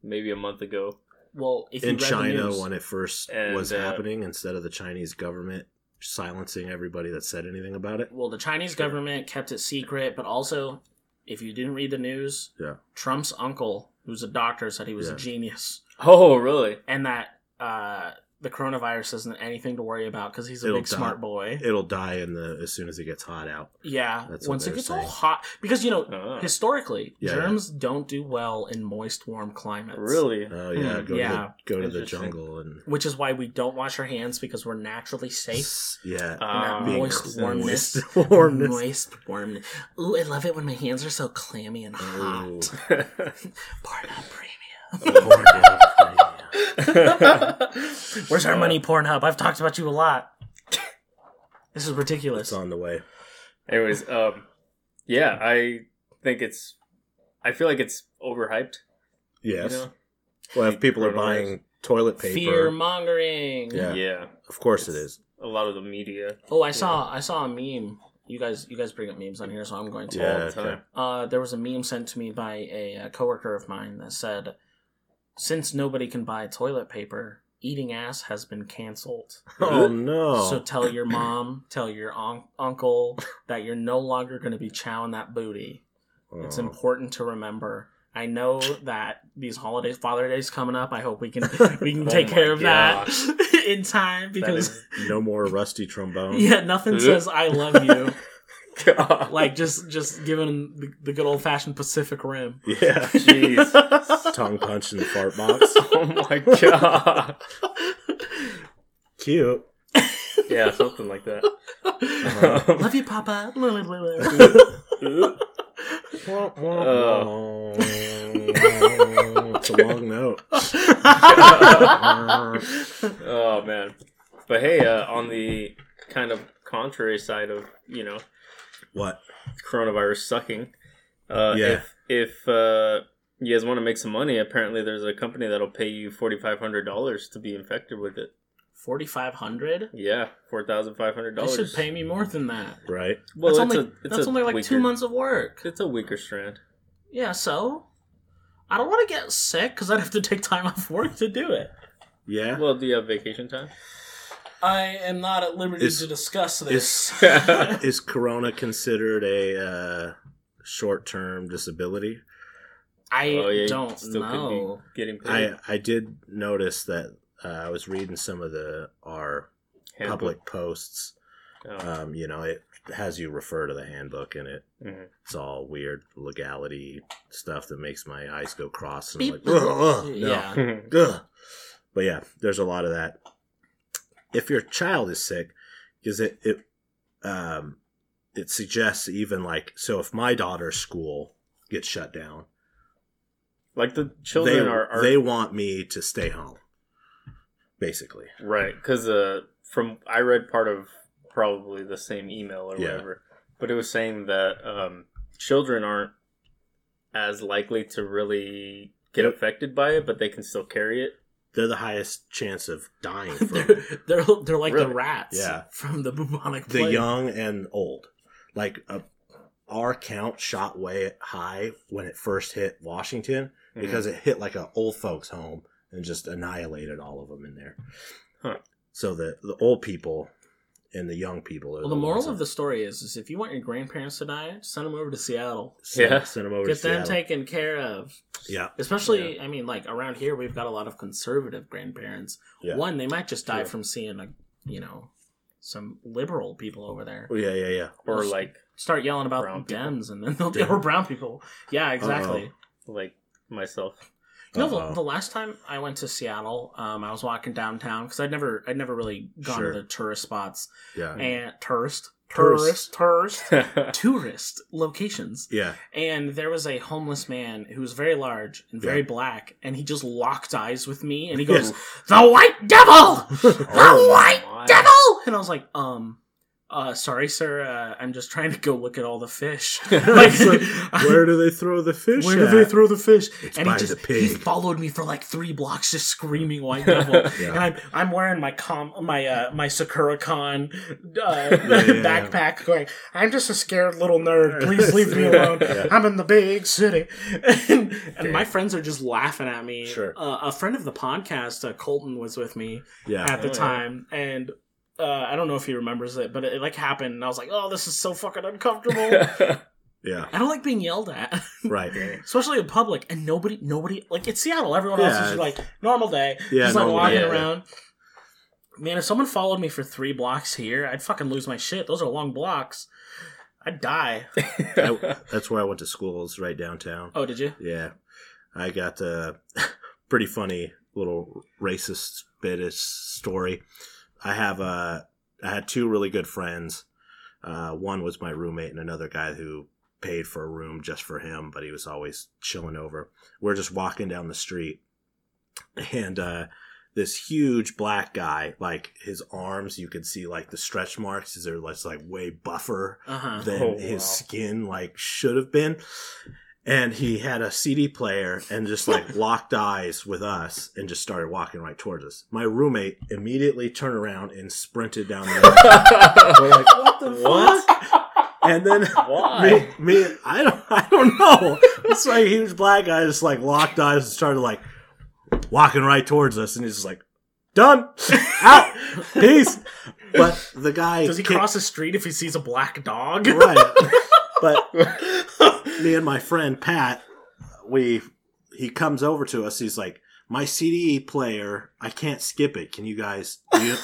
Speaker 2: maybe a month ago,
Speaker 3: well, if
Speaker 1: In
Speaker 3: you read the
Speaker 1: China,
Speaker 3: news,
Speaker 1: when it first
Speaker 2: And,
Speaker 1: was
Speaker 2: uh,
Speaker 1: happening, instead of the Chinese government silencing everybody that said anything about it,
Speaker 3: well, the Chinese government kept it secret, but also, if you didn't read the news,
Speaker 1: Yeah.
Speaker 3: Trump's uncle, who's a doctor, said he was
Speaker 1: Yeah.
Speaker 3: a genius,
Speaker 2: oh really?
Speaker 3: and that uh, the coronavirus isn't anything to worry about because he's a
Speaker 1: It'll
Speaker 3: big
Speaker 1: die.
Speaker 3: smart boy.
Speaker 1: it'll die in the as soon as it gets hot out.
Speaker 3: yeah,
Speaker 1: That's what
Speaker 3: once
Speaker 1: they
Speaker 3: it
Speaker 1: were
Speaker 3: gets all
Speaker 1: saying.
Speaker 3: hot, because you know.
Speaker 2: Oh,
Speaker 3: Historically,
Speaker 1: Yeah, yeah.
Speaker 3: germs don't do well in moist, warm climates.
Speaker 2: really?
Speaker 1: Oh yeah,
Speaker 2: Hmm,
Speaker 1: go
Speaker 3: yeah.
Speaker 1: to the, go to the
Speaker 2: Interesting.
Speaker 1: jungle and
Speaker 3: Which is why we don't wash our hands because we're naturally safe.
Speaker 1: S- Yeah,
Speaker 2: Ah,
Speaker 3: That moist
Speaker 1: cl-
Speaker 3: warmness.
Speaker 1: moist warmness.
Speaker 3: Moist warmness. Ooh, I love it when my hands are so clammy and hot.
Speaker 1: Ooh.
Speaker 3: Pornhub Premium.
Speaker 1: Warmness.
Speaker 3: Where's our money, Pornhub? I've talked about you a lot. This is ridiculous.
Speaker 1: it's on the way.
Speaker 2: Anyways, um, yeah, I think it's. I feel like it's overhyped.
Speaker 1: Yes.
Speaker 2: You know?
Speaker 1: Well, if people are
Speaker 2: Coronavirus.
Speaker 1: buying toilet paper.
Speaker 3: Fear mongering.
Speaker 1: Yeah.
Speaker 2: yeah.
Speaker 1: Of course it is.
Speaker 2: A lot of the media.
Speaker 3: Oh, I saw I saw a meme. You guys you guys bring up memes on here, so I'm going to.
Speaker 2: all
Speaker 1: Yeah,
Speaker 2: the time.
Speaker 1: okay.
Speaker 3: Uh, there was a meme sent to me by a, uh coworker of mine that said, "Since nobody can buy toilet paper, eating ass has been canceled.
Speaker 1: Oh no.
Speaker 3: So tell your mom, tell your un- uncle that you're no longer going to be chowing that booty. It's
Speaker 1: Oh.
Speaker 3: important to remember." I know that these holidays, Father Day's coming up. I hope we can we can
Speaker 2: Oh
Speaker 3: take
Speaker 2: my
Speaker 3: care of that in time
Speaker 2: That
Speaker 3: because
Speaker 2: is
Speaker 1: No more rusty trombone.
Speaker 3: yeah, nothing says I love you
Speaker 2: God.
Speaker 3: like just just giving the, the good old fashioned Pacific Rim.
Speaker 1: Yeah.
Speaker 2: Jeez.
Speaker 1: Tongue punch in the fart box.
Speaker 2: oh my god.
Speaker 1: Cute.
Speaker 2: Yeah, something like that.
Speaker 1: Uh-huh.
Speaker 2: Um,
Speaker 3: Love you, Papa. Uh.
Speaker 1: it's a long note.
Speaker 2: oh man. But hey, uh, on the kind of contrary side of, you know,
Speaker 1: What?
Speaker 2: coronavirus sucking. Uh,
Speaker 1: Yeah.
Speaker 2: If, if uh, you guys want to make some money, apparently there's a company that'll pay you forty five hundred dollars to be infected with it.
Speaker 3: Forty five hundred.
Speaker 2: Yeah, four thousand five hundred
Speaker 3: They
Speaker 2: dollars.
Speaker 3: should pay me more than that.
Speaker 1: Right?
Speaker 2: Well,
Speaker 3: that's
Speaker 2: it's
Speaker 3: only
Speaker 2: a, it's
Speaker 3: that's
Speaker 2: a
Speaker 3: only like two
Speaker 2: weaker-
Speaker 3: months of work.
Speaker 2: It's a weaker strand.
Speaker 3: Yeah, so I don't want to get sick because I'd have to take time off work to do it.
Speaker 1: Yeah.
Speaker 2: Well, do you have vacation time?
Speaker 3: I am not at liberty
Speaker 1: Is-
Speaker 3: to discuss this.
Speaker 1: is-
Speaker 2: yeah,
Speaker 1: Is Corona considered a uh, short-term disability?
Speaker 3: I
Speaker 2: Oh, yeah, you
Speaker 3: don't
Speaker 2: still could be-
Speaker 3: know.
Speaker 2: getting paid.
Speaker 1: I I did notice that uh, I was reading some of the our uh,
Speaker 2: Handbook.
Speaker 1: public posts.
Speaker 2: Oh,
Speaker 1: Um, you know, it has you refer to the handbook, and it
Speaker 2: mhm.
Speaker 1: it's all weird legality stuff that makes my eyes go cross. And I'm
Speaker 3: Beep.
Speaker 1: like, ugh, ugh, no.
Speaker 3: Yeah.
Speaker 1: Ugh. But yeah, there's a lot of that. If your child is sick, because it it um it suggests even like so if my daughter's school gets shut down,
Speaker 2: like the children
Speaker 1: they
Speaker 2: are, are
Speaker 1: they want me to stay home. Basically,
Speaker 2: Right, because uh, from I read part of probably the same email or
Speaker 1: Yeah.
Speaker 2: whatever, but it was saying that um, children aren't as likely to really get affected by it, but they can still carry it.
Speaker 1: they're the highest chance of dying from
Speaker 3: they're, they're they're like
Speaker 2: Really?
Speaker 3: the rats
Speaker 1: Yeah.
Speaker 3: from the bubonic
Speaker 1: the
Speaker 3: plague.
Speaker 1: young and old. Like uh our count shot way high when it first hit Washington because it hit like an old folks home and just annihilated all of them in there.
Speaker 2: Huh.
Speaker 1: So the the old people and the young people. Are
Speaker 3: Well, the moral of
Speaker 1: the
Speaker 3: the story is, is if you want your grandparents to die, send them over to Seattle.
Speaker 1: send,
Speaker 2: Yeah.
Speaker 1: send them over
Speaker 3: Get
Speaker 1: to
Speaker 3: them
Speaker 1: Seattle.
Speaker 3: taken care of.
Speaker 1: yeah,
Speaker 3: Especially, I mean, like around here, we've got a lot of conservative grandparents.
Speaker 1: yeah,
Speaker 3: One, they might just die
Speaker 2: Sure.
Speaker 3: from seeing, a, you know, some liberal people over there.
Speaker 1: Oh, yeah, yeah, yeah.
Speaker 2: Mm-hmm. or like
Speaker 3: Start yelling about
Speaker 2: Brown people.
Speaker 3: Dems and then they'll
Speaker 1: Yeah.
Speaker 3: or brown people. Yeah, exactly.
Speaker 2: like myself.
Speaker 3: You know,
Speaker 1: Uh-oh.
Speaker 3: the, the last time I went to Seattle, um, I was walking downtown because I'd never, I'd never really gone
Speaker 1: Sure.
Speaker 3: to the tourist spots
Speaker 1: yeah,
Speaker 3: and tourist,
Speaker 1: Tourist.
Speaker 3: tourist, tourist,
Speaker 2: yeah,
Speaker 3: tourist locations.
Speaker 1: yeah.
Speaker 3: And there was a homeless man who was very large and very
Speaker 1: Yeah.
Speaker 3: black, and he just locked eyes with me, and he goes, "The white devil, the white
Speaker 2: my.
Speaker 3: devil," and I was like, "Um, uh, sorry, sir, uh, I'm just trying to go look at all the fish. Like,
Speaker 1: It's like, where do they throw the fish?
Speaker 3: where do they
Speaker 1: at?
Speaker 3: throw the fish?"
Speaker 1: It's
Speaker 3: and
Speaker 1: by
Speaker 3: he just
Speaker 1: the pig.
Speaker 3: he followed me for like three blocks, just screaming "White Devil."
Speaker 1: Yeah.
Speaker 3: And I'm I'm wearing my com my uh my Sakura Con uh,
Speaker 1: yeah,
Speaker 3: backpack, going. I'm just a scared little nerd. Please leave me alone.
Speaker 1: Yeah.
Speaker 3: I'm in the big city, and, and my friends are just laughing at me.
Speaker 1: Sure.
Speaker 3: Uh, a friend of the podcast, uh, Colton, was with me
Speaker 1: yeah,
Speaker 3: at the
Speaker 2: Oh, yeah.
Speaker 3: time, and. Uh, I don't know if he remembers it, but it, like happened, and I was like, "Oh, this is so fucking uncomfortable."
Speaker 1: yeah,
Speaker 3: I don't like being yelled at.
Speaker 1: right.
Speaker 3: especially in public, and nobody, nobody, like it's Seattle. Everyone else
Speaker 1: Yeah,
Speaker 3: is just like normal day,
Speaker 1: Yeah,
Speaker 3: just like
Speaker 1: normal
Speaker 3: walking
Speaker 2: day, yeah.
Speaker 3: around. Man, if someone followed me for three blocks here, I'd fucking lose my shit. Those are long blocks. I'd die.
Speaker 1: I- that's where I went to school. Is right downtown.
Speaker 3: Oh, did you?
Speaker 1: Yeah, I got a pretty funny little racist bit of story. I have a, I had two really good friends. Uh, one was my roommate, and another guy who paid for a room just for him, but he was always chilling over. We're just walking down the street, and uh, this huge black guy, like his arms, you could see like the stretch marks. They're less like way buffer
Speaker 3: Uh huh.
Speaker 1: than
Speaker 2: Oh,
Speaker 1: his
Speaker 2: wow.
Speaker 1: skin like should have been and he had a CD player and just like locked eyes with us and just started walking right towards us. My roommate immediately turned around and sprinted down the road. We're like, what the
Speaker 2: What?
Speaker 1: fuck? And then me,
Speaker 2: Why?
Speaker 1: me, I don't, I don't know. It's like a huge black guy just like locked eyes and started like walking right towards us, and he's just like, done, out, peace. But the guy
Speaker 3: Does he
Speaker 1: kicked-
Speaker 3: cross the street if he sees a black dog?
Speaker 1: right? But me and my friend Pat, we he comes over to us. He's like, "My CD player, I can't skip it. Can you guys?" Do you-"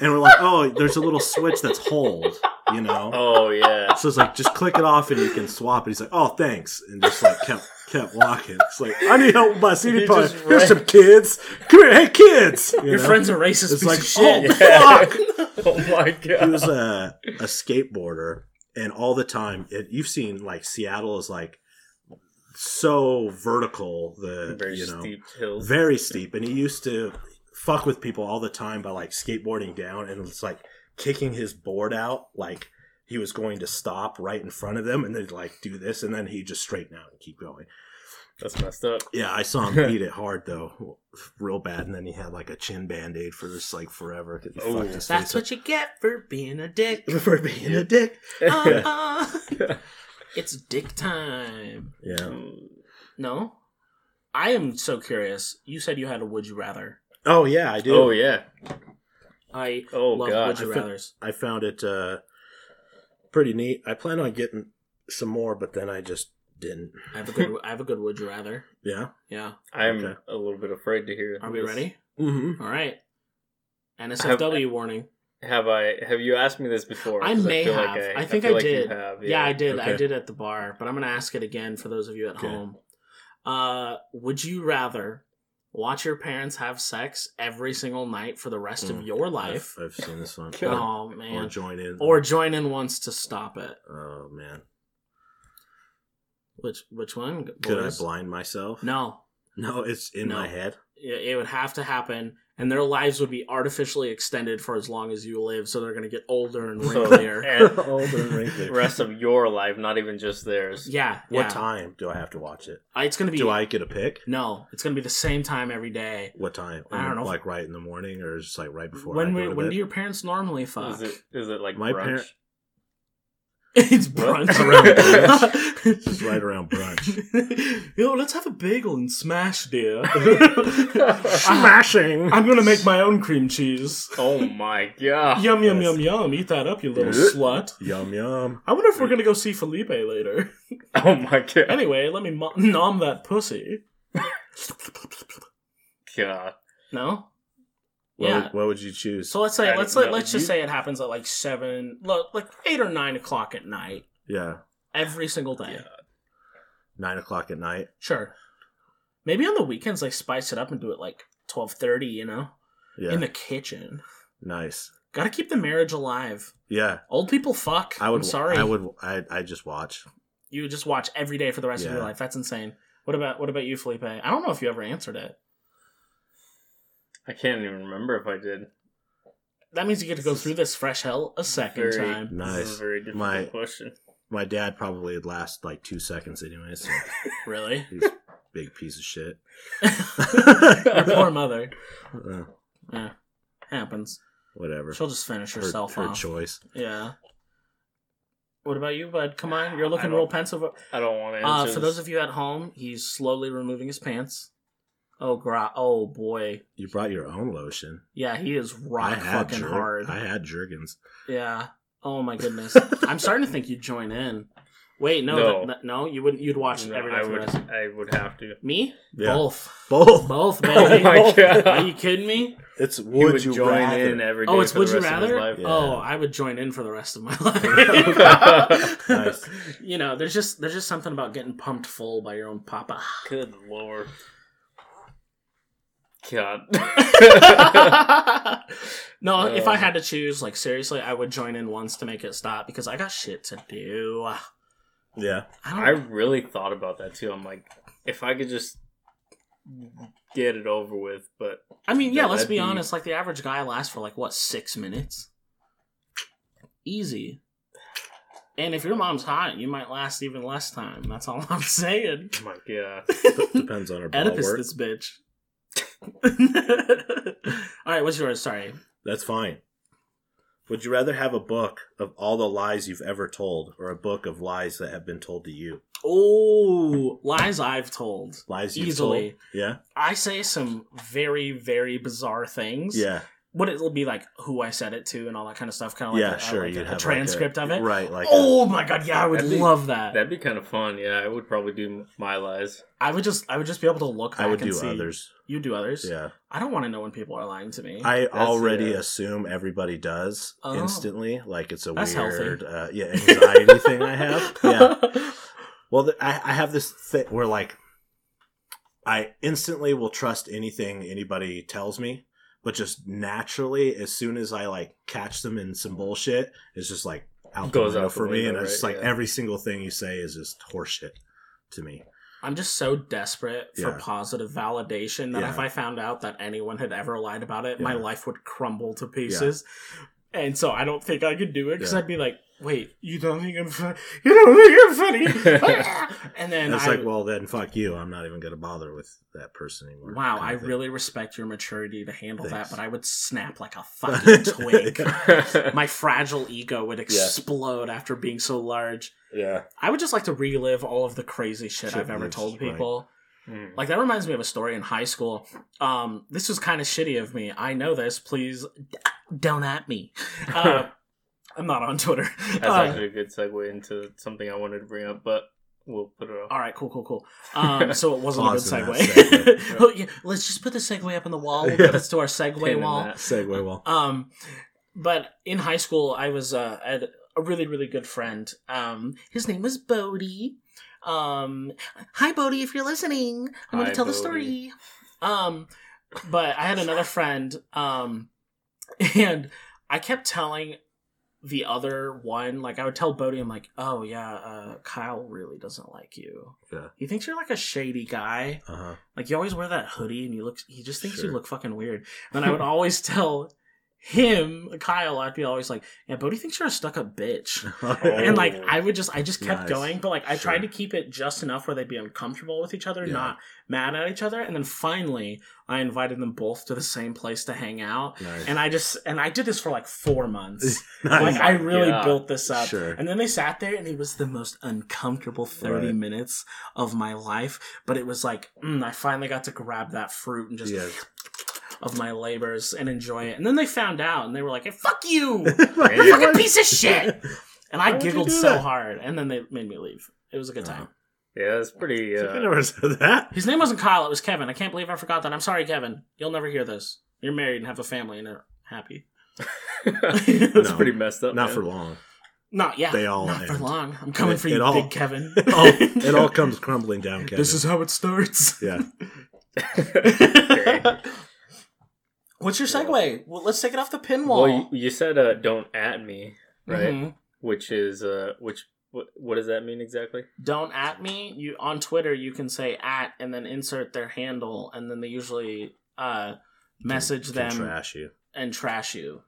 Speaker 1: And we're like, "Oh, there's a little switch that's hold, you know."
Speaker 2: Oh yeah.
Speaker 1: So it's like, just click it off and you can swap it. He's like, "Oh, thanks," and just like kept kept walking. It's like, "I need help with my CD
Speaker 2: He
Speaker 1: player.
Speaker 2: just
Speaker 1: Here's
Speaker 2: ran-
Speaker 1: some kids. Come here, hey kids." You
Speaker 3: Your
Speaker 1: know?
Speaker 3: friend's a racist
Speaker 1: It's
Speaker 3: piece
Speaker 1: like,
Speaker 3: of shit.
Speaker 1: oh
Speaker 2: Yeah.
Speaker 1: fuck
Speaker 2: Oh my
Speaker 1: he
Speaker 2: god.
Speaker 1: was a, a skateboarder and all the time it, you've seen like seattle is like so vertical the
Speaker 2: Very
Speaker 1: you know
Speaker 2: steep hills.
Speaker 1: very steep and he used to fuck with people all the time by like skateboarding down and it's like kicking his board out like he was going to stop right in front of them and they'd like do this and then he'd just straighten out and keep going
Speaker 2: That's messed up.
Speaker 1: yeah i saw him eat it hard though real bad and then he had like a chin band-aid for this like forever 'cause he
Speaker 2: Oh.
Speaker 1: fucked his
Speaker 3: That's
Speaker 1: face up.
Speaker 3: what you get for being a dick.
Speaker 1: for being a dick
Speaker 3: Um, Uh-uh. it's dick time.
Speaker 1: yeah
Speaker 2: Um,
Speaker 3: No? I am so curious. You said you had a would you rather.
Speaker 1: Oh yeah, I do.
Speaker 2: Oh yeah.
Speaker 3: I
Speaker 2: Oh
Speaker 3: love would
Speaker 2: god.
Speaker 3: you
Speaker 1: I feel-
Speaker 3: rathers.
Speaker 1: I found it uh, pretty neat. I plan on getting some more, but then I just didn't.
Speaker 3: I have a good I have a good would you rather.
Speaker 1: Yeah.
Speaker 3: Yeah.
Speaker 2: I'm
Speaker 1: Okay.
Speaker 2: a little bit afraid to hear.
Speaker 3: Are we
Speaker 2: this.
Speaker 3: ready?
Speaker 1: Mm-hmm.
Speaker 3: All right. NSFW warning.
Speaker 2: Have I? Have you asked me this before?
Speaker 3: I
Speaker 2: 'Cause
Speaker 3: may
Speaker 2: feel
Speaker 3: have.
Speaker 2: like
Speaker 3: I think
Speaker 2: feel
Speaker 3: I
Speaker 2: like you
Speaker 3: did.
Speaker 2: have,
Speaker 3: Yeah, I did. I
Speaker 1: Okay.
Speaker 3: did at the bar, but I'm going to ask it again for those of you at
Speaker 1: Okay.
Speaker 3: home. Uh, would you rather watch your parents have sex every single night for the rest of
Speaker 1: Mm.
Speaker 3: your life?
Speaker 1: I've, I've seen this one.
Speaker 2: Yeah.
Speaker 1: Or-
Speaker 3: Oh
Speaker 1: Or
Speaker 3: man.
Speaker 1: join in.
Speaker 3: Or join in once to stop it.
Speaker 1: oh man,
Speaker 3: Which which one?
Speaker 1: could I
Speaker 3: boys?
Speaker 1: blind myself?
Speaker 3: No.
Speaker 1: No, it's in
Speaker 3: No.
Speaker 1: my head.
Speaker 3: It it would have to happen and their lives would be artificially extended for as long as you live, so they're going to get older and
Speaker 2: So,
Speaker 3: wrinklier.
Speaker 2: and
Speaker 1: Older and wrinkly.
Speaker 2: rest of your life, not even just theirs.
Speaker 3: yeah.
Speaker 1: What
Speaker 3: yeah.
Speaker 1: time do I have to watch it?
Speaker 3: Uh, It's going to be
Speaker 1: Do I get a pick?
Speaker 3: No, it's gonna be the same time every day.
Speaker 1: What time?
Speaker 3: I don't know.
Speaker 1: Like right in the morning, or just like right before? I
Speaker 3: when
Speaker 1: go
Speaker 3: we,
Speaker 1: to
Speaker 3: when
Speaker 1: bed?
Speaker 3: do your parents normally fuck?
Speaker 2: Is it? Is it like
Speaker 1: My
Speaker 2: brunch?
Speaker 1: parent-
Speaker 3: it's
Speaker 2: What?
Speaker 3: brunch.
Speaker 1: Around brunch? It's right around brunch.
Speaker 3: Yo, let's have a bagel and smash, dear.
Speaker 1: Smashing.
Speaker 3: I'm gonna make my own cream cheese.
Speaker 2: Oh my god.
Speaker 3: Yum yum
Speaker 1: yes.
Speaker 3: yum yum. Eat that up, you little
Speaker 1: Yeah.
Speaker 3: slut.
Speaker 1: Yum yum.
Speaker 3: I wonder if we're gonna go see Felipe later.
Speaker 2: Oh my god.
Speaker 3: Anyway, let me mo- nom that pussy.
Speaker 2: God.
Speaker 3: No.
Speaker 1: What,
Speaker 3: Yeah.
Speaker 1: would, what would you choose?
Speaker 3: So let's say
Speaker 2: I
Speaker 3: let's
Speaker 2: don't
Speaker 3: let,
Speaker 2: know.
Speaker 3: let's just
Speaker 2: You-
Speaker 3: say it happens at like seven, lo- like eight or nine o'clock at night
Speaker 1: yeah,
Speaker 3: every single day.
Speaker 2: Yeah.
Speaker 1: nine o'clock at night.
Speaker 3: Sure. Maybe on the weekends they spice it up and do it like twelve thirty, you know?
Speaker 1: Yeah,
Speaker 3: In the kitchen.
Speaker 1: nice.
Speaker 3: Gotta keep the marriage alive.
Speaker 1: Yeah,
Speaker 3: Old people fuck.
Speaker 1: I would.
Speaker 3: am sorry.
Speaker 1: I would. I. I just watch.
Speaker 3: You would just watch every day for the rest of your
Speaker 1: Yeah.
Speaker 3: life. That's insane. What about what about you, Felipe? I don't know if you ever answered it.
Speaker 2: I can't even remember if I did.
Speaker 3: That means you get to go through this fresh hell a second
Speaker 2: Very-
Speaker 3: time.
Speaker 2: This is
Speaker 1: Nice.
Speaker 2: a very difficult
Speaker 1: My-
Speaker 2: question.
Speaker 1: My dad probably would last like two seconds anyway. So
Speaker 3: Really?
Speaker 1: he's a big piece of shit.
Speaker 3: Your poor mother.
Speaker 1: Uh,
Speaker 3: Yeah. Happens.
Speaker 1: whatever.
Speaker 3: She'll just finish
Speaker 1: Her-
Speaker 3: herself
Speaker 1: her,
Speaker 3: off.
Speaker 1: choice.
Speaker 3: Yeah. What about you, bud? Come on, you're
Speaker 2: I
Speaker 3: looking
Speaker 2: don't-
Speaker 3: real pensive.
Speaker 2: I don't want to
Speaker 3: Uh,
Speaker 2: answer.
Speaker 3: for those of you at home, he's slowly removing his pants. Oh, gra- oh boy,
Speaker 1: You brought your own lotion.
Speaker 3: yeah, he is rock
Speaker 1: I had
Speaker 3: fucking
Speaker 1: Jer-
Speaker 3: hard.
Speaker 1: I had Jergens.
Speaker 3: Yeah. Oh my goodness, I'm starting to think you'd join in. Wait, no,
Speaker 2: No.
Speaker 3: that- that- no, you wouldn't. You'd watch
Speaker 2: No,
Speaker 3: it every night
Speaker 2: I
Speaker 3: for the
Speaker 2: would.
Speaker 3: rest.
Speaker 2: I would have to.
Speaker 3: Me?
Speaker 1: Yeah.
Speaker 3: Both.
Speaker 1: Both.
Speaker 3: Both,
Speaker 2: Oh
Speaker 3: baby.
Speaker 2: my
Speaker 3: Are you
Speaker 2: god.
Speaker 3: kidding me?
Speaker 1: It's
Speaker 2: He
Speaker 1: would, you
Speaker 2: join
Speaker 1: rather.
Speaker 2: in every day.
Speaker 3: Oh, it's
Speaker 2: for
Speaker 3: would
Speaker 2: the
Speaker 3: you
Speaker 2: rest of his
Speaker 3: rather?
Speaker 2: life.
Speaker 1: Yeah.
Speaker 3: Oh, I would join in for the rest of my life.
Speaker 1: Nice.
Speaker 3: You know, there's just there's just something about getting pumped full by your own papa.
Speaker 2: Good lord. God.
Speaker 3: no, if I
Speaker 2: Uh.
Speaker 3: had to choose, like seriously, I would join in once to make it stop because I got shit to do.
Speaker 1: Yeah.
Speaker 3: I don't.
Speaker 2: I really thought about that too. I'm like, if I could just get it over with, but
Speaker 3: I mean, yeah.
Speaker 2: Yeah,
Speaker 3: Let's
Speaker 2: that'd
Speaker 3: be,
Speaker 2: be-
Speaker 3: honest. Like the average guy lasts for like what six minutes. Easy. And if your mom's hot, you might last even less time. That's all I'm saying.
Speaker 2: Oh my god.
Speaker 1: Depends on her ball
Speaker 3: Oedipus,
Speaker 1: work.
Speaker 3: this bitch. all right, what's yours? Sorry.
Speaker 1: That's fine. Would you rather have a book of all the lies you've ever told or a book of lies that have been told to you?
Speaker 3: Oh, lies I've told.
Speaker 1: Lies you've
Speaker 3: Easily.
Speaker 1: told? Yeah.
Speaker 3: I say some very, very bizarre things.
Speaker 1: Yeah.
Speaker 3: What it'll be like, who I said it to, and all that kind of stuff. Kind of like
Speaker 1: yeah,
Speaker 3: a, uh,
Speaker 1: sure.
Speaker 3: like
Speaker 1: you'd
Speaker 3: a,
Speaker 1: have like
Speaker 3: transcript of it.
Speaker 1: Right. Like, a-
Speaker 3: oh my god, yeah, I would
Speaker 2: That'd be-
Speaker 3: love that.
Speaker 2: That'd be kind of fun. Yeah, I would probably do my lies.
Speaker 3: I would just, I would just be able to look.
Speaker 1: I
Speaker 3: Back
Speaker 1: would
Speaker 3: and
Speaker 1: do
Speaker 3: see.
Speaker 1: others.
Speaker 3: You do others.
Speaker 1: Yeah.
Speaker 3: I don't want to know when people are lying to me.
Speaker 1: I already
Speaker 2: yeah.
Speaker 1: assume everybody does
Speaker 3: Oh.
Speaker 1: instantly. Like it's a
Speaker 3: That's healthy.
Speaker 1: weird, uh, yeah, anxiety thing I have. Yeah. Well, th- I, I have this thing where like I instantly will trust anything anybody tells me, but just naturally, as soon as I like catch them in some bullshit, it's just like out
Speaker 2: Goes
Speaker 1: the window
Speaker 2: out the
Speaker 1: for me,
Speaker 2: window,
Speaker 1: and it's just
Speaker 2: right?
Speaker 1: like
Speaker 2: Yeah.
Speaker 1: every single thing you say is just horseshit to me.
Speaker 3: I'm just so desperate for
Speaker 1: Yeah.
Speaker 3: positive validation that
Speaker 1: Yeah.
Speaker 3: if I found out that anyone had ever lied about it, my
Speaker 1: Yeah.
Speaker 3: life would crumble to pieces. And so I don't think I could do it because
Speaker 1: Yeah.
Speaker 3: I'd be like, "Wait, you don't think I'm funny? You don't think I'm funny?" and then
Speaker 1: And it's
Speaker 3: I,
Speaker 1: like, well, then fuck you. I'm not even gonna bother with that person anymore.
Speaker 3: wow,
Speaker 1: kinda
Speaker 3: I
Speaker 1: thing.
Speaker 3: really respect your maturity to handle
Speaker 1: Thanks.
Speaker 3: that, but I would snap like a fucking twig.
Speaker 2: yeah.
Speaker 3: My fragile ego would explode after being so large.
Speaker 1: yeah.
Speaker 3: I would just like to relive all of the crazy shit,
Speaker 1: Shit
Speaker 3: I've ever
Speaker 1: lives,
Speaker 3: told
Speaker 1: right.
Speaker 3: people.
Speaker 2: Mm.
Speaker 3: Like that reminds me of a story in high school. Um, this was kind of shitty of me. I know this. Please d- don't at me. Uh, I'm not on Twitter.
Speaker 2: That's
Speaker 3: Uh,
Speaker 2: actually a good segue into something I wanted to bring up, but we'll put it off.
Speaker 3: all right, cool, cool, cool. Um, so it wasn't a good
Speaker 1: Awesome, that
Speaker 3: segue.
Speaker 1: segue.
Speaker 3: Oh, yeah, let's just put the segue up on the wall. We'll put this to our segue
Speaker 2: Pin in
Speaker 3: wall.
Speaker 2: that.
Speaker 1: Segue well.
Speaker 3: Um, but in high school, I was uh, I had a really, really good friend. Um, his name was Bodie. Um, hi, Bodie, if you're listening, I'm going
Speaker 2: Hi,
Speaker 3: to tell the
Speaker 2: Bodhi.
Speaker 3: story. Um, but I had another friend, um, and I kept telling the other one, like, I would tell Bodie, I'm like, oh, yeah, uh, Kyle really doesn't like you.
Speaker 1: Yeah.
Speaker 3: He thinks you're like a shady guy.
Speaker 1: Uh huh.
Speaker 3: Like you always wear that hoodie and you look he just thinks you
Speaker 1: Sure.
Speaker 3: look fucking weird. And I would always tell him, Kyle, I'd be always like, Yeah, Bodhi thinks you're a stuck up bitch.
Speaker 1: Uh-huh.
Speaker 3: And like
Speaker 2: Oh.
Speaker 3: I would just I just kept
Speaker 1: Nice.
Speaker 3: going, but like I tried
Speaker 1: Sure.
Speaker 3: to keep it just enough where they'd be uncomfortable with each other,
Speaker 1: Yeah.
Speaker 3: not mad at each other. And then finally I invited them both to the same place to hang out.
Speaker 1: Oh, nice.
Speaker 3: And I just and I did this for like four months.
Speaker 1: nice.
Speaker 3: Like I really
Speaker 2: Yeah.
Speaker 3: built this up.
Speaker 1: Sure.
Speaker 3: And then they sat there, and it was the most uncomfortable 30
Speaker 1: Right.
Speaker 3: minutes of my life. But it was like, mm, I finally got to grab that fruit and just
Speaker 1: Yes.
Speaker 3: of my labors and enjoy it. And then they found out, and they were like, hey, fuck you!
Speaker 2: Hey,
Speaker 3: fucking piece of shit! And
Speaker 1: Why
Speaker 3: I
Speaker 1: would you
Speaker 3: giggled
Speaker 1: do
Speaker 3: so
Speaker 1: that?
Speaker 3: hard. And then they made me leave. It was a good
Speaker 1: Uh-huh.
Speaker 3: time.
Speaker 2: Yeah, that's pretty.
Speaker 1: I think I
Speaker 2: Uh,
Speaker 1: never said that.
Speaker 3: His name wasn't Kyle, it was Kevin. I can't believe I forgot that. I'm sorry, Kevin. You'll never hear this. You're married and have a family and are happy.
Speaker 2: that's
Speaker 1: No.
Speaker 2: pretty messed up.
Speaker 1: Not
Speaker 2: man.
Speaker 1: for long.
Speaker 3: Not yeah.
Speaker 1: They all
Speaker 3: not for
Speaker 1: end.
Speaker 3: long. I'm coming
Speaker 1: It-
Speaker 3: for
Speaker 1: it
Speaker 3: you,
Speaker 1: all-
Speaker 3: big Kevin.
Speaker 1: It all, Oh, it all comes crumbling down, Kevin.
Speaker 3: This is how it starts.
Speaker 1: yeah.
Speaker 2: Okay.
Speaker 3: What's your segue? Well, let's take it off the pinwall.
Speaker 2: Well, you, you said uh, don't at me, right?
Speaker 3: Mhm.
Speaker 2: Which is uh, which. What, what does that mean exactly?
Speaker 3: Don't at me. You on Twitter, you can say at and then insert their handle, and then they usually uh, message
Speaker 1: Can
Speaker 3: them
Speaker 1: Trash you.
Speaker 3: and trash you.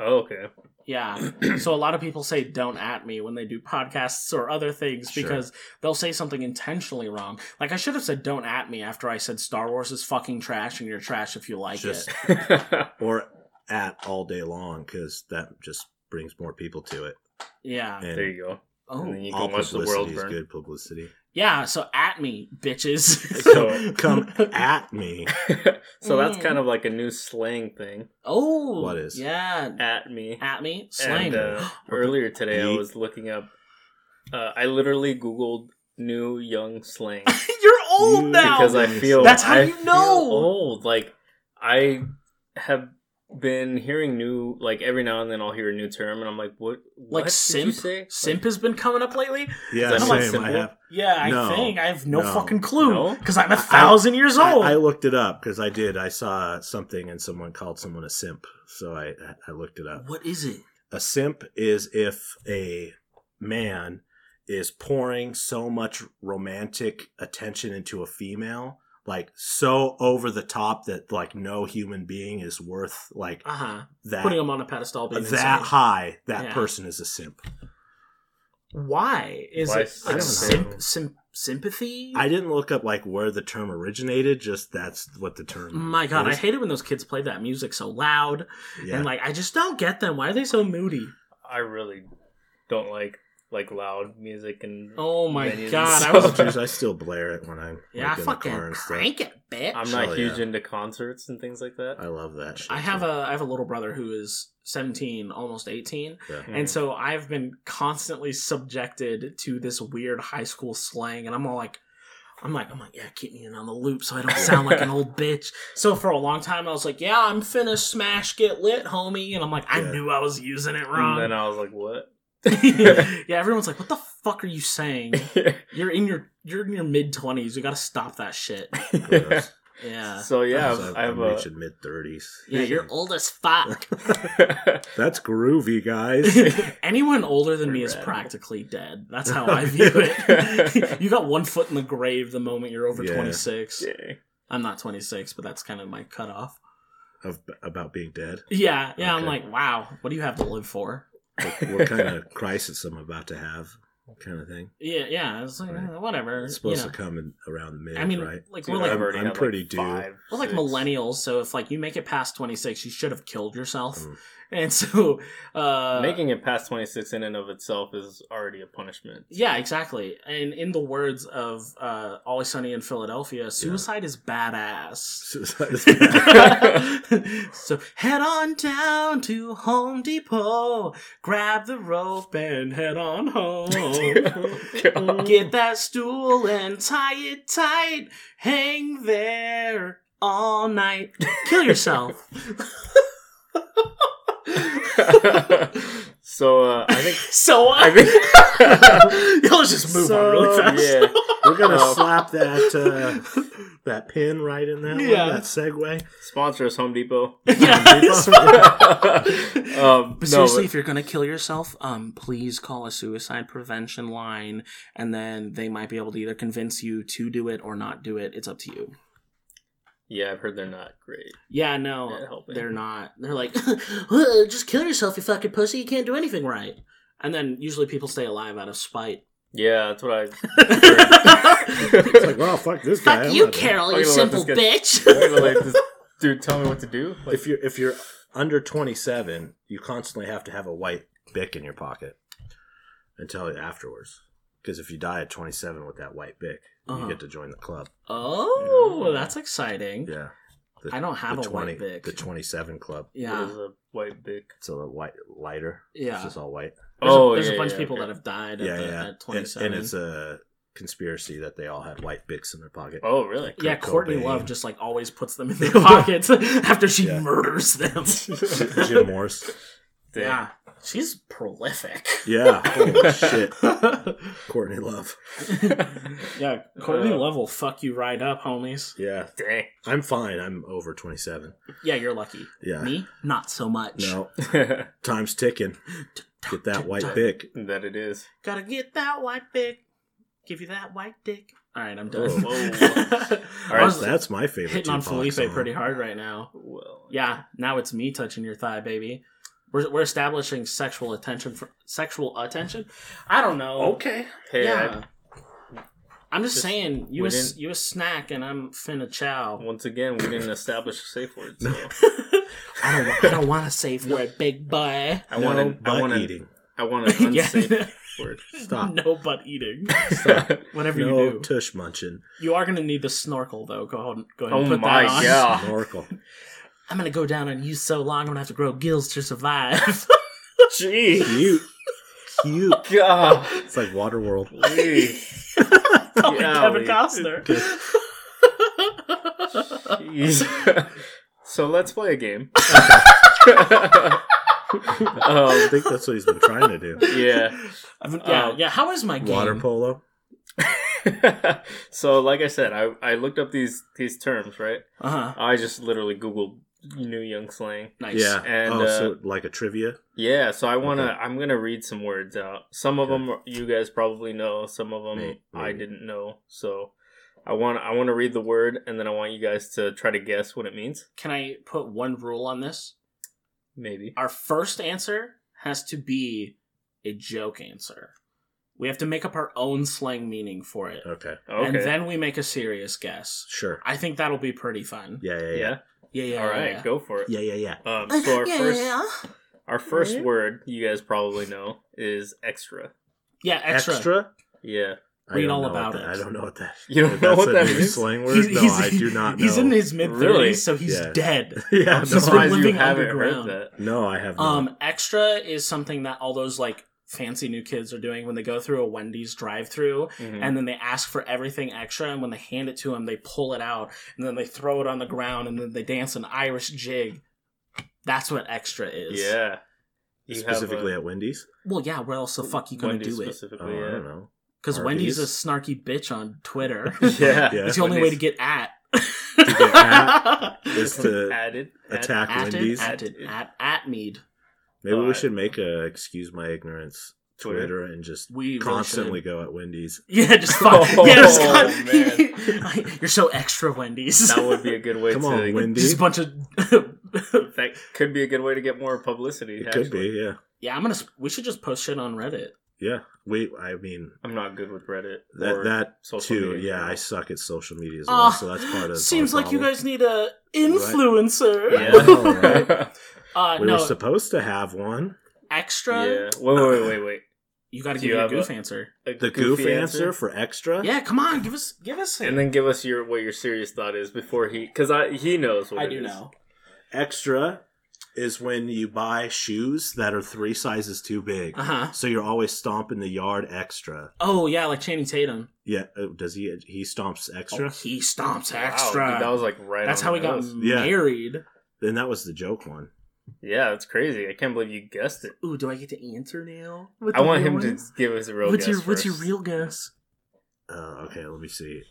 Speaker 2: Oh, okay.
Speaker 3: Yeah. so a lot of people say don't at me when they do podcasts or other things
Speaker 1: Sure.
Speaker 3: because they'll say something intentionally wrong. Like I should have said don't at me after I said Star Wars is fucking trash and you're trash if you like
Speaker 1: Just-
Speaker 3: it.
Speaker 1: Or at all day long, because that just brings more people to it.
Speaker 3: Yeah.
Speaker 1: And
Speaker 2: there you go.
Speaker 3: Oh.
Speaker 2: And you
Speaker 1: all
Speaker 2: can watch the
Speaker 1: publicity
Speaker 2: world
Speaker 1: is
Speaker 2: burn.
Speaker 1: good publicity.
Speaker 3: Yeah, so at me, bitches.
Speaker 2: So-
Speaker 1: Come at me.
Speaker 2: so that's
Speaker 3: Mm.
Speaker 2: kind of like a new slang thing.
Speaker 3: Oh,
Speaker 1: What is?
Speaker 3: Yeah,
Speaker 2: At me.
Speaker 3: at me slang.
Speaker 2: And uh, earlier today, I
Speaker 1: Yeet.
Speaker 2: was looking up. Uh, I literally Googled new young slang
Speaker 3: You're old
Speaker 1: You-
Speaker 3: now.
Speaker 2: because I feel
Speaker 3: That's how
Speaker 2: I
Speaker 3: you
Speaker 2: feel
Speaker 3: know.
Speaker 2: old. Like I have been hearing new like every now and then I'll hear a new term and I'm like, what? what
Speaker 3: like
Speaker 2: did you
Speaker 3: simp.
Speaker 2: say?
Speaker 3: Simp has been coming up lately.
Speaker 1: Yeah,
Speaker 2: Is
Speaker 3: that
Speaker 1: same.
Speaker 3: not
Speaker 1: I
Speaker 2: simple?
Speaker 1: have.
Speaker 3: Yeah, I
Speaker 1: No.
Speaker 3: think I have no,
Speaker 1: No.
Speaker 3: fucking clue
Speaker 2: No?
Speaker 3: because I'm a
Speaker 1: I-
Speaker 3: thousand years old.
Speaker 1: I, I looked it up because I did. I saw something and someone called someone a simp, so I I looked it up.
Speaker 3: what is it?
Speaker 1: A simp is if a man is pouring so much romantic attention into a female, like so over the top that like no human being is worth like
Speaker 2: Uh-huh.
Speaker 3: Uh huh.
Speaker 1: that
Speaker 3: Putting him on a pedestal. Being
Speaker 1: that
Speaker 3: insane.
Speaker 1: high. That
Speaker 3: Yeah.
Speaker 1: person is a simp.
Speaker 3: why is
Speaker 2: Why
Speaker 3: it like
Speaker 1: I don't
Speaker 2: know.
Speaker 3: symp- symp- sympathy?
Speaker 1: I didn't look up like where the term originated. Just that's what the term.
Speaker 3: My God, I
Speaker 1: is.
Speaker 3: hate it when those kids play that music so loud
Speaker 1: Yeah.
Speaker 3: and like I just don't get them. Why are they so moody?
Speaker 2: I really don't like like loud music and
Speaker 3: Oh my
Speaker 2: venues.
Speaker 3: God, I was-
Speaker 1: Jeez, I still blare it when I'm like,
Speaker 3: Yeah,
Speaker 1: in the car
Speaker 3: fucking
Speaker 1: and stuff.
Speaker 3: crank it, bitch.
Speaker 2: I'm not
Speaker 1: Hell
Speaker 2: huge
Speaker 1: Oh, yeah.
Speaker 2: into concerts and things like that.
Speaker 1: I love that. Shit
Speaker 3: I have
Speaker 1: too.
Speaker 3: a I have a little brother who is 17, almost 18,
Speaker 1: Yeah.
Speaker 2: Mm.
Speaker 3: and so I've been constantly subjected to this weird high school slang, and I'm all like, I'm like, I'm like, yeah, keep me in on the loop so I don't sound like an old bitch. So for a long time, I was like, yeah, I'm finna smash get lit, homie, and I'm like, I
Speaker 1: Yeah. Mm,
Speaker 3: knew I was using it
Speaker 2: and then
Speaker 3: wrong.
Speaker 2: I was like, what?
Speaker 3: yeah, everyone's like, what the fuck are you saying? You're in your you're in your mid twenties. You gotta stop that shit.
Speaker 1: Gross.
Speaker 3: Yeah.
Speaker 2: So yeah,
Speaker 1: So
Speaker 2: I have
Speaker 1: I'm
Speaker 2: a.
Speaker 1: reaching mid thirties.
Speaker 3: Yeah, you're old as fuck.
Speaker 1: That's groovy, guys.
Speaker 3: Anyone older than me is
Speaker 2: Rad.
Speaker 3: practically dead. That's how I view it. you got one foot in the grave the moment you're over
Speaker 1: Yeah.
Speaker 3: 26.
Speaker 2: Dang.
Speaker 3: I'm not 26, but that's kind of my cutoff.
Speaker 1: of, about being dead.
Speaker 3: Yeah, yeah. I'm
Speaker 1: Okay.
Speaker 3: like, wow, what do you have to live for?
Speaker 1: Like, what kind of crisis I'm about to have, kind of thing.
Speaker 3: Yeah, yeah. It's like,
Speaker 1: Right.
Speaker 3: eh, whatever.
Speaker 1: It's supposed
Speaker 3: you know.
Speaker 1: to come in around mid,
Speaker 3: I mean,
Speaker 1: right?
Speaker 3: like
Speaker 2: Dude,
Speaker 3: we're like
Speaker 2: I've
Speaker 1: I'm-
Speaker 2: already
Speaker 1: I'm
Speaker 2: had, like,
Speaker 1: pretty due.
Speaker 2: five,
Speaker 3: we're like
Speaker 2: six.
Speaker 3: millennials, so if like you make it past 26, you should have killed yourself.
Speaker 1: Mm.
Speaker 3: And so, uh,
Speaker 2: Making it past 26 in and of itself is already a punishment.
Speaker 3: Yeah, exactly. And in the words of uh, Always Sunny in Philadelphia, suicide is badass.
Speaker 1: Suicide's bad.
Speaker 3: so head on down to Home Depot, grab the rope and head on home. Get that stool and tie it tight. Hang there all night. Kill yourself.
Speaker 2: so uh, I think
Speaker 3: so uh,
Speaker 2: I think
Speaker 3: y'all just move on really
Speaker 2: So,
Speaker 3: fast.
Speaker 2: Yeah.
Speaker 1: We're gonna
Speaker 2: Oh.
Speaker 1: slap that uh, that pin right in that
Speaker 3: Yeah.
Speaker 1: one, that segue.
Speaker 2: Sponsor us Home Depot.
Speaker 3: Yeah.
Speaker 2: um,
Speaker 3: But
Speaker 2: no,
Speaker 3: seriously, if you're gonna kill yourself, um, please call a suicide prevention line, and then they might be able to either convince you to do it or not do it. It's up to you.
Speaker 2: yeah, I've heard they're not great.
Speaker 3: Yeah, no,
Speaker 2: Yeah, helping.
Speaker 3: they're not. They're like, "Uh, just kill yourself, you fucking pussy. You can't do anything right. And then usually people stay alive out of spite.
Speaker 2: Yeah, that's what I.
Speaker 1: It's like, well, fuck this guy.
Speaker 3: Fuck
Speaker 1: I'm
Speaker 3: you,
Speaker 1: not-
Speaker 3: Carol,
Speaker 2: I'm
Speaker 3: you
Speaker 2: gonna let
Speaker 3: simple
Speaker 2: this
Speaker 3: bitch.
Speaker 2: I'm gonna let this dude tell me what to do. Like,
Speaker 1: If you're if you're under 27, you constantly have to have a white bic in your pocket until afterwards. Because if you die at 27 with that white bic,
Speaker 3: Uh-huh.
Speaker 1: you get to join the club.
Speaker 3: Oh, that's exciting.
Speaker 1: Yeah,
Speaker 3: I don't have
Speaker 1: the
Speaker 3: a white bic.
Speaker 1: the 27 club.
Speaker 3: yeah,
Speaker 2: It is a white bic.
Speaker 1: It's a white lighter.
Speaker 3: Yeah.
Speaker 1: it's just all white.
Speaker 3: there's,
Speaker 2: Oh,
Speaker 3: a, there's
Speaker 2: yeah,
Speaker 3: a bunch
Speaker 2: yeah,
Speaker 3: of people
Speaker 2: okay.
Speaker 3: that have died at,
Speaker 1: yeah,
Speaker 3: the,
Speaker 1: yeah.
Speaker 3: at
Speaker 1: And,
Speaker 3: 27.
Speaker 1: and it's a conspiracy that they all had white bics in their pocket.
Speaker 2: Oh, really?
Speaker 1: Kurt
Speaker 3: Yeah, Courtney
Speaker 1: Cobain.
Speaker 3: Love just like always puts them in their pockets after she
Speaker 1: Yeah.
Speaker 3: murders them.
Speaker 1: Jim Morse.
Speaker 2: Damn.
Speaker 3: yeah, she's prolific.
Speaker 1: Yeah. Holy shit. Courtney Love.
Speaker 3: yeah, Courtney
Speaker 2: Uh.
Speaker 3: Love will fuck you right up, homies.
Speaker 1: Yeah. I'm fine. I'm over 27.
Speaker 3: Yeah, you're lucky.
Speaker 1: Yeah.
Speaker 3: Me, not so much.
Speaker 1: No.
Speaker 2: Dang.
Speaker 1: Time's ticking. Get that white bic.
Speaker 2: that it is.
Speaker 3: Gotta get that white dick. Give you that white dick. All right, I'm done.
Speaker 1: Oh.
Speaker 2: All
Speaker 3: I
Speaker 2: right,
Speaker 1: That's,
Speaker 3: was
Speaker 1: that's my favorite.
Speaker 3: hitting on
Speaker 1: Tupac
Speaker 3: Felipe
Speaker 1: song.
Speaker 3: pretty hard right now.
Speaker 2: Well,
Speaker 3: Yeah, now it's me touching your thigh, baby. We're, we're establishing sexual attention for sexual attention. I don't know.
Speaker 1: Okay.
Speaker 2: Hey,
Speaker 3: yeah. I'm just,
Speaker 2: Just-
Speaker 3: saying, you
Speaker 2: we
Speaker 3: a, s-
Speaker 2: didn't-
Speaker 3: you a snack and I'm finna
Speaker 2: I-
Speaker 3: chow.
Speaker 2: once again, we didn't establish a safe word. So
Speaker 3: I don't, I don't want to save word, big boy.
Speaker 2: I want an, I
Speaker 1: butt
Speaker 2: want an,
Speaker 1: eating.
Speaker 2: I want an
Speaker 3: Yeah.
Speaker 2: unsafe word.
Speaker 1: Stop.
Speaker 3: No butt eating. Whatever you
Speaker 1: No
Speaker 3: do.
Speaker 1: tush munching.
Speaker 3: you are going to need the snorkel, though. Go ahead, go ahead
Speaker 2: oh
Speaker 3: and put
Speaker 2: my
Speaker 3: that on.
Speaker 2: god!
Speaker 1: Oracle.
Speaker 3: I'm going to go down on you so long, I'm going to have to grow gills to survive.
Speaker 2: Gee,
Speaker 1: Cute. Cute.
Speaker 2: god,
Speaker 1: It's like Waterworld.
Speaker 2: Jeez.
Speaker 3: oh,
Speaker 2: Yeah,
Speaker 3: Kevin
Speaker 2: we-
Speaker 3: Costner.
Speaker 2: Jeez. so let's play a game. um,
Speaker 1: I think that's what he's been trying to do.
Speaker 2: yeah.
Speaker 3: I've been- yeah,
Speaker 2: Um,
Speaker 3: yeah. How is my game?
Speaker 1: Water polo.
Speaker 2: so, like I said, I, I looked up these these terms, right?
Speaker 3: Uh-huh.
Speaker 2: I just literally Googled New Young Slang.
Speaker 3: Nice.
Speaker 1: Yeah.
Speaker 2: And,
Speaker 1: oh,
Speaker 2: uh,
Speaker 1: so like a trivia.
Speaker 2: Yeah, so I wanna
Speaker 1: Okay.
Speaker 2: I'm gonna read some words out. Some of
Speaker 1: Okay.
Speaker 2: them you guys probably know. Some of them
Speaker 1: May-
Speaker 2: I
Speaker 1: maybe.
Speaker 2: didn't know. So I want I want to read the word and then I want you guys to try to guess what it means.
Speaker 3: Can I put one rule on this?
Speaker 2: Maybe.
Speaker 3: our first answer has to be a joke answer. We have to make up our own slang meaning for it.
Speaker 1: Okay.
Speaker 2: Okay.
Speaker 3: And then we make a serious guess.
Speaker 1: Sure.
Speaker 3: I think that'll be pretty fun.
Speaker 1: Yeah, yeah, yeah.
Speaker 2: yeah.
Speaker 3: Yeah, yeah.
Speaker 2: All right,
Speaker 3: yeah.
Speaker 2: go for it.
Speaker 1: Yeah, yeah, yeah.
Speaker 2: Um, so our first our first
Speaker 1: Yeah.
Speaker 2: word you guys probably know is extra.
Speaker 3: Yeah, extra.
Speaker 2: Yeah.
Speaker 1: I
Speaker 3: Read
Speaker 1: don't
Speaker 3: all
Speaker 1: know what
Speaker 3: about
Speaker 1: that-
Speaker 3: it.
Speaker 1: I don't know what that.
Speaker 2: You don't
Speaker 1: if
Speaker 2: know
Speaker 1: that's
Speaker 2: what
Speaker 1: a
Speaker 2: that
Speaker 1: new
Speaker 2: means?
Speaker 1: slang word?
Speaker 3: He's-
Speaker 1: no,
Speaker 3: he's-
Speaker 1: I do not know.
Speaker 3: He's in his mid 30s,
Speaker 2: Really?
Speaker 3: so he's
Speaker 1: Yeah.
Speaker 3: dead.
Speaker 1: yeah,
Speaker 2: I'm
Speaker 1: no,
Speaker 2: surprised
Speaker 1: I,
Speaker 2: you
Speaker 3: living
Speaker 2: haven't
Speaker 3: underground.
Speaker 2: heard that.
Speaker 1: no, I have not.
Speaker 3: Um, extra is something that all those like fancy new kids are doing when they go through a Wendy's drive-through
Speaker 1: Mm.
Speaker 2: Mhm.
Speaker 3: and then they ask for everything extra and when they hand it to them they pull it out and then they throw it on the ground and then they dance an Irish jig. That's what extra is.
Speaker 2: Mm-hmm. yeah. You have
Speaker 1: specifically
Speaker 2: a-
Speaker 1: at Wendy's.
Speaker 3: Well, yeah. Where else the fuck you gonna
Speaker 2: Wendy's
Speaker 3: do it?
Speaker 1: Oh,
Speaker 2: specifically,
Speaker 1: I don't
Speaker 2: yeah.
Speaker 1: know.
Speaker 3: Because
Speaker 1: Arby's.
Speaker 3: Wendy's a snarky bitch on Twitter.
Speaker 2: yeah.
Speaker 1: Yeah.
Speaker 3: it's the only way to get at.
Speaker 1: get at Is to
Speaker 2: added. added-
Speaker 1: attack
Speaker 3: at it,
Speaker 1: Wendy's.
Speaker 3: at it, at at mead.
Speaker 1: Maybe
Speaker 2: Oh, I-
Speaker 1: we should make a excuse my ignorance
Speaker 2: Twitter.
Speaker 1: Twitter, and just
Speaker 3: We really
Speaker 1: constantly go at Wendy's.
Speaker 3: Yeah, just fuck.
Speaker 2: Oh,
Speaker 3: yeah, just
Speaker 1: Oh,
Speaker 2: man.
Speaker 3: You're so extra, Wendy's.
Speaker 2: that would be a good way
Speaker 1: Come
Speaker 2: to
Speaker 1: on, Wendy.
Speaker 3: just a bunch of.
Speaker 2: that could be a good way to get more publicity.
Speaker 1: It
Speaker 2: actually.
Speaker 1: could be, yeah,
Speaker 3: yeah, I'm gonna. sp- We should just post shit on Reddit.
Speaker 1: yeah. We, I mean,
Speaker 2: I'm not good with Reddit.
Speaker 1: that
Speaker 2: or
Speaker 1: that
Speaker 2: social
Speaker 1: too.
Speaker 2: media in
Speaker 1: Yeah, I
Speaker 2: general.
Speaker 1: suck at social media as well,
Speaker 3: Ah,
Speaker 1: so that's part of. our
Speaker 3: Seems like you
Speaker 1: problem.
Speaker 3: guys need a influencer.
Speaker 1: Right.
Speaker 2: Yeah.
Speaker 1: know, right?
Speaker 3: uh,
Speaker 1: We
Speaker 3: no
Speaker 1: were supposed to have one.
Speaker 3: extra.
Speaker 2: yeah. Wait, wait, wait, wait.
Speaker 3: You got to
Speaker 2: Do
Speaker 3: give
Speaker 2: you
Speaker 3: me a
Speaker 2: have a-
Speaker 3: goof answer.
Speaker 2: wait. A
Speaker 1: The goof
Speaker 2: goofy
Speaker 1: answer, for extra.
Speaker 3: Yeah, come on, give us, give us.
Speaker 2: and then give us your what your serious thought is before he, because I he knows what
Speaker 3: I
Speaker 2: it
Speaker 3: do
Speaker 2: is.
Speaker 3: know.
Speaker 1: Extra is when you buy shoes that are three sizes too big,
Speaker 3: Uh huh.
Speaker 1: so you're always stomping the yard extra.
Speaker 3: Oh yeah, like Channing Tatum.
Speaker 1: Yeah, oh, does he? He stomps extra.
Speaker 3: Oh, he stomps
Speaker 2: Wow,
Speaker 3: extra.
Speaker 2: dude, that was like right.
Speaker 3: That's
Speaker 2: on
Speaker 3: how
Speaker 2: the
Speaker 3: we got
Speaker 2: nose.
Speaker 1: Yeah.
Speaker 3: married.
Speaker 1: Then that was the joke one.
Speaker 2: Yeah, that's crazy. I can't believe you guessed it.
Speaker 3: Ooh, do I get to answer now? What
Speaker 2: I
Speaker 3: the
Speaker 2: want
Speaker 3: real
Speaker 2: him to
Speaker 3: ones?
Speaker 2: give us a real.
Speaker 3: what's
Speaker 2: guess
Speaker 3: your What's your
Speaker 2: first.
Speaker 3: real guess?
Speaker 1: Uh, okay, let me see.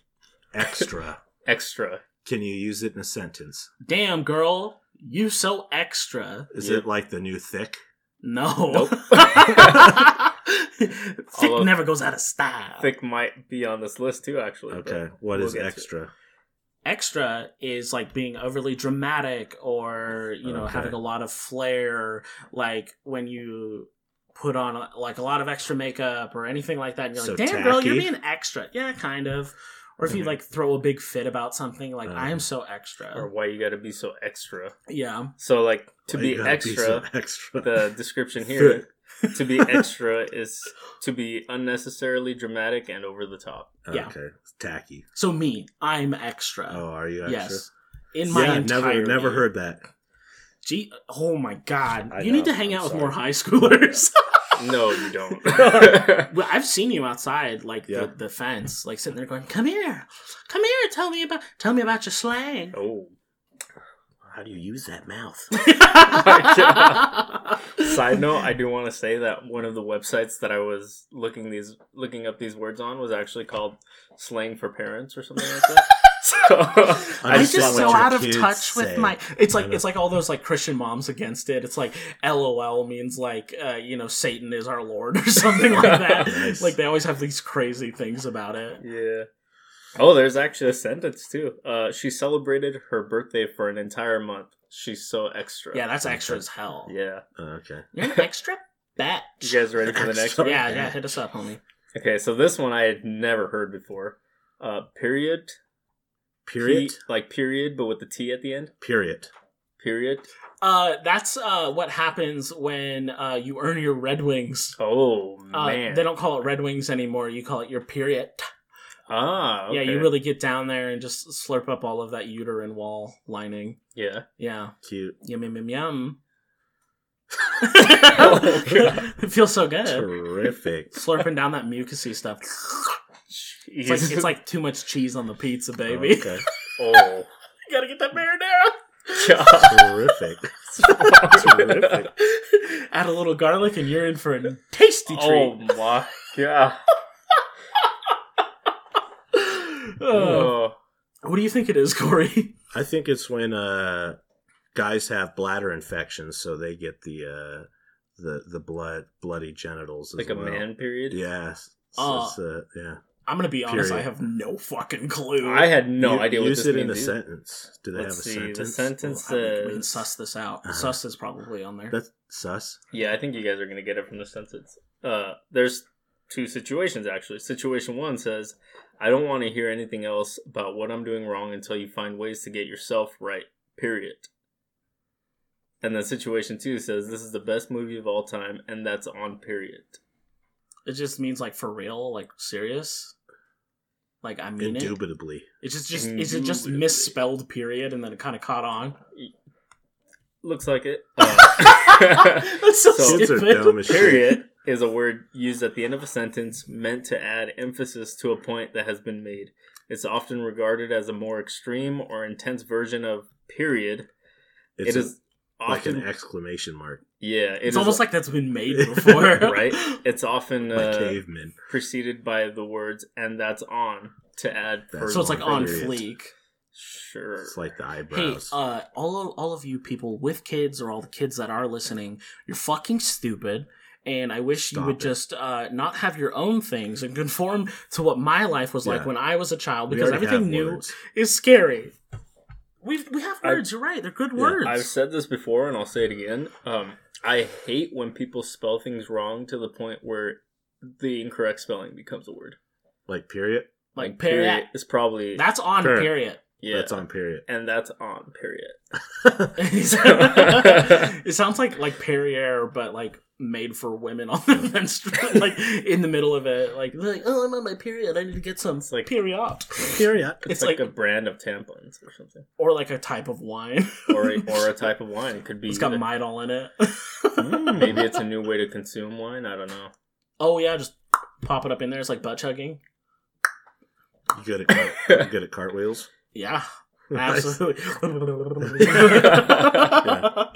Speaker 1: Extra.
Speaker 2: extra?
Speaker 1: Can you use it in a sentence?
Speaker 3: Damn, girl, you so extra.
Speaker 1: Is
Speaker 2: Yeah.
Speaker 1: it like the new thick?
Speaker 3: No.
Speaker 2: Nope.
Speaker 3: Thick
Speaker 2: Although-
Speaker 3: never goes out of style.
Speaker 2: Thick might be on this list too. Actually. but-
Speaker 1: Okay. What
Speaker 2: we'll
Speaker 1: is
Speaker 2: get to it.
Speaker 1: extra?
Speaker 3: Extra is like being overly dramatic or, you know,
Speaker 1: Okay.
Speaker 3: having a lot of flair. Like when you put on like a lot of extra makeup or anything like that. And you're
Speaker 1: So
Speaker 3: like, damn, girl, you're
Speaker 1: tacky.
Speaker 3: being extra. Yeah, kind of. Or if you
Speaker 2: Mhm.
Speaker 3: like throw a big fit about something, like, I am
Speaker 1: Um,
Speaker 3: so extra.
Speaker 2: Or why you got to be so extra?
Speaker 3: yeah.
Speaker 2: So like to
Speaker 1: Why you
Speaker 2: be
Speaker 1: gotta so
Speaker 2: extra,
Speaker 1: extra.
Speaker 2: the description here to be extra is to be unnecessarily dramatic and over the top.
Speaker 3: yeah.
Speaker 1: Okay. Tacky.
Speaker 3: So me, I'm extra.
Speaker 1: Oh, are you extra?
Speaker 3: Yes. In my
Speaker 1: yeah,
Speaker 3: entire
Speaker 1: never never heard that.
Speaker 3: Gee, oh my god!
Speaker 1: I
Speaker 3: you need
Speaker 1: know,
Speaker 3: to hang
Speaker 1: I'm
Speaker 3: out with
Speaker 1: sorry.
Speaker 3: more high schoolers.
Speaker 2: No, you don't.
Speaker 3: well, I've seen you outside, like
Speaker 1: Yeah.
Speaker 3: the, the fence, like sitting there going, "Come here, come here, tell me about, tell me about your slang."
Speaker 2: oh,
Speaker 1: How do you use that mouth?
Speaker 2: my side note, I do want to say that one of the websites that I was looking these looking up these words on was actually called slang for parents or something like that. So
Speaker 1: I
Speaker 3: I'm
Speaker 1: just
Speaker 3: just
Speaker 1: want
Speaker 3: so
Speaker 1: your
Speaker 3: out of
Speaker 1: kids
Speaker 3: touch with
Speaker 1: say.
Speaker 3: my. It's like
Speaker 1: I know.
Speaker 3: it's like all those like Christian moms against it. It's like LOL means like uh, you know Satan is our lord or something like that.
Speaker 1: Nice.
Speaker 3: Like they always have these crazy things about it.
Speaker 2: yeah. Oh, there's actually a sentence too. Uh, she celebrated her birthday for an entire month. She's so extra.
Speaker 3: Yeah, that's extra as hell.
Speaker 2: Yeah.
Speaker 1: Oh, okay.
Speaker 3: You're an extra batch.
Speaker 2: You guys ready for the next one?
Speaker 3: yeah, yeah, hit us up, homie.
Speaker 2: Okay, so this one I had never heard before. Uh, period.
Speaker 1: Period.
Speaker 2: P- like period, but with the T at the end.
Speaker 1: Period.
Speaker 2: Period.
Speaker 3: Uh, that's uh, what happens when uh, you earn your Red Wings.
Speaker 2: Oh
Speaker 3: Uh,
Speaker 2: man.
Speaker 3: They don't call it Red Wings anymore. You call it your period.
Speaker 2: ah.
Speaker 3: Yeah,
Speaker 2: okay.
Speaker 3: you really get down there and just slurp up all of that uterine wall lining.
Speaker 2: Yeah.
Speaker 3: Yeah,
Speaker 1: Cute.
Speaker 3: yum yum yum yum.
Speaker 2: Oh, God.
Speaker 3: it feels so good.
Speaker 1: Terrific.
Speaker 3: Slurping down that mucousy stuff. It's like,
Speaker 2: Jesus.
Speaker 3: it's like too much cheese on the pizza, baby.
Speaker 1: Okay.
Speaker 2: oh.
Speaker 3: you gotta get that marinara.
Speaker 2: God.
Speaker 1: Terrific. Terrific.
Speaker 3: Add a little garlic, and you're in for a tasty treat.
Speaker 2: oh my god.
Speaker 3: Uh,
Speaker 2: Oh.
Speaker 3: what do you think it is, Corey?
Speaker 1: I think it's when uh, guys have bladder infections, so they get the uh, the the blood bloody genitals. As
Speaker 2: Like a
Speaker 1: well.
Speaker 2: man Ah. period.
Speaker 1: Yeah. s- so
Speaker 3: Uh,
Speaker 1: it's, uh, yeah.
Speaker 3: I'm gonna be honest.
Speaker 1: Period.
Speaker 3: I have no fucking clue.
Speaker 2: I had no
Speaker 1: You-
Speaker 2: idea what
Speaker 1: Use
Speaker 2: this
Speaker 1: it
Speaker 2: means.
Speaker 1: in a
Speaker 2: either.
Speaker 1: sentence. Do they
Speaker 2: Let's
Speaker 1: have a
Speaker 2: see. The
Speaker 1: sentence?
Speaker 3: Well,
Speaker 2: sentence
Speaker 3: I- we, we can
Speaker 2: says-
Speaker 3: suss this out.
Speaker 1: Uh-huh.
Speaker 3: Suss is probably on there.
Speaker 1: That's sus.
Speaker 2: Yeah, I think you guys are gonna get it from the sentence. Uh, there's two situations actually. Situation one says, I don't want to hear anything else about what I'm doing wrong until you find ways to get yourself right, period. And then situation two says, This is the best movie of all time, and that's on period.
Speaker 3: It just means like for real, like serious. Like I mean it.
Speaker 1: Indubitably.
Speaker 3: It's just just is it just misspelled period and then it kind of caught on.
Speaker 2: Looks like it. Uh,
Speaker 3: That's so,
Speaker 2: So-
Speaker 1: Kids are
Speaker 3: stupid.
Speaker 1: dumb as shit.
Speaker 2: Period is a word used at the end of a sentence meant to add emphasis to a point that has been made. It's often regarded as a more extreme or intense version of period.
Speaker 1: It's
Speaker 2: It's
Speaker 1: a- like
Speaker 2: often
Speaker 1: an exclamation mark,
Speaker 2: yeah, it
Speaker 3: it's
Speaker 2: is-
Speaker 3: almost like that's been made before,
Speaker 2: right. It's often
Speaker 1: like
Speaker 2: uh,
Speaker 1: cavemen.
Speaker 2: preceded by the words "and that's on" to add.
Speaker 1: That's
Speaker 2: further
Speaker 3: So it's like on
Speaker 1: Period.
Speaker 3: fleek.
Speaker 2: Sure.
Speaker 1: It's like the
Speaker 3: Hey,
Speaker 1: eyebrows.
Speaker 3: uh, all of, all of you people with kids or all the kids that are listening, you're fucking stupid. And I wish
Speaker 1: Stop
Speaker 3: you would
Speaker 1: it.
Speaker 3: just uh, not have your own things and conform to what my life was like
Speaker 1: Yeah.
Speaker 3: when I was a child
Speaker 1: We
Speaker 3: because
Speaker 1: already
Speaker 3: everything
Speaker 1: have
Speaker 3: new
Speaker 1: words.
Speaker 3: is scary. We we have
Speaker 2: I-
Speaker 3: words. you're right. They're good
Speaker 1: Yeah,
Speaker 3: words.
Speaker 2: I've said this before, and I'll say it again. Um, I hate when people spell things wrong to the point where the incorrect spelling becomes a word.
Speaker 1: like period.
Speaker 3: like period.
Speaker 2: is probably
Speaker 3: That's on
Speaker 1: Period.
Speaker 3: period.
Speaker 2: yeah,
Speaker 1: That's on period.
Speaker 2: and that's on period.
Speaker 3: it sounds like like Perrier, but like made for women on the menstrual, like in the middle of it. Like, like oh, I'm on my period. I need to get some
Speaker 2: It's like-
Speaker 3: period,
Speaker 1: period.
Speaker 2: It's,
Speaker 3: It's
Speaker 2: like,
Speaker 3: like-
Speaker 2: a brand of tampons or something,
Speaker 3: or like a type of wine,
Speaker 2: or a, or a type of wine. It could be
Speaker 3: it's got
Speaker 2: either.
Speaker 3: mitol in it.
Speaker 1: Mm.
Speaker 2: maybe it's a new way to consume wine. I don't know.
Speaker 3: oh yeah, just pop it up in there. It's like butt chugging.
Speaker 1: You good at cart- you good at cartwheels?
Speaker 3: Yeah,
Speaker 1: Nice.
Speaker 3: absolutely.
Speaker 2: All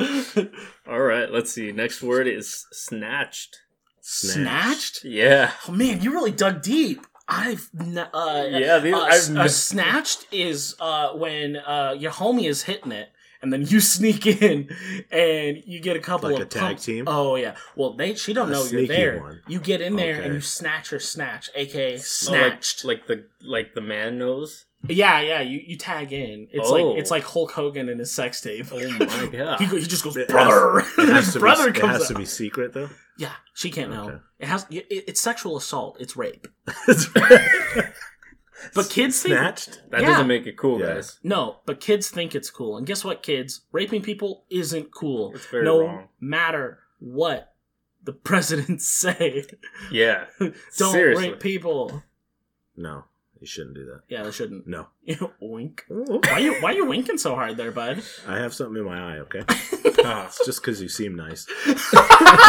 Speaker 2: right, let's see. Next word is snatched.
Speaker 3: Snatched.
Speaker 2: Yeah,
Speaker 3: Oh man, you really dug deep. I've n- uh,
Speaker 2: yeah. These,
Speaker 3: Uh, s-
Speaker 2: I've
Speaker 3: uh,
Speaker 2: missed-
Speaker 3: snatched is uh, when uh, your homie is hitting it, and then you sneak in, and you get a couple
Speaker 1: Like
Speaker 3: of
Speaker 1: a tag
Speaker 3: pump-
Speaker 1: team?
Speaker 3: Oh yeah. Well, they she don't
Speaker 1: A
Speaker 3: know you're
Speaker 1: sneaky
Speaker 3: there.
Speaker 1: one.
Speaker 3: You get in there
Speaker 1: Okay.
Speaker 3: and you snatch her snatch,
Speaker 2: Oh,
Speaker 3: aka
Speaker 2: like-
Speaker 3: snatched.
Speaker 2: like, the like the man knows.
Speaker 3: yeah, yeah. You, you tag in. It's
Speaker 2: Oh.
Speaker 3: like it's like Hulk Hogan in his sex tape.
Speaker 2: Oh my god.
Speaker 3: He, go- he just goes
Speaker 1: It has-
Speaker 3: brother.
Speaker 1: It has to
Speaker 3: His brother
Speaker 1: be, it
Speaker 3: comes
Speaker 1: has to
Speaker 3: out.
Speaker 1: be secret though.
Speaker 3: Yeah, she can't know.
Speaker 1: Okay.
Speaker 3: It has. It, it's sexual assault. It's rape.
Speaker 1: It's-
Speaker 3: But kids think
Speaker 1: snatched.
Speaker 2: that
Speaker 3: yeah.
Speaker 2: doesn't make it cool,
Speaker 1: Yeah.
Speaker 2: guys.
Speaker 3: No, but kids think it's cool. And guess what, kids? Raping people isn't cool.
Speaker 2: It's very
Speaker 3: no
Speaker 2: wrong.
Speaker 3: matter what the president say.
Speaker 2: Yeah.
Speaker 3: Don't
Speaker 2: Seriously.
Speaker 3: rape people.
Speaker 1: No, you shouldn't do that.
Speaker 3: Yeah, they shouldn't.
Speaker 1: No.
Speaker 3: Wink. Why you why you winking so hard there, bud?
Speaker 1: I have something in my eye. Okay,
Speaker 2: Ah.
Speaker 1: it's just because you seem nice.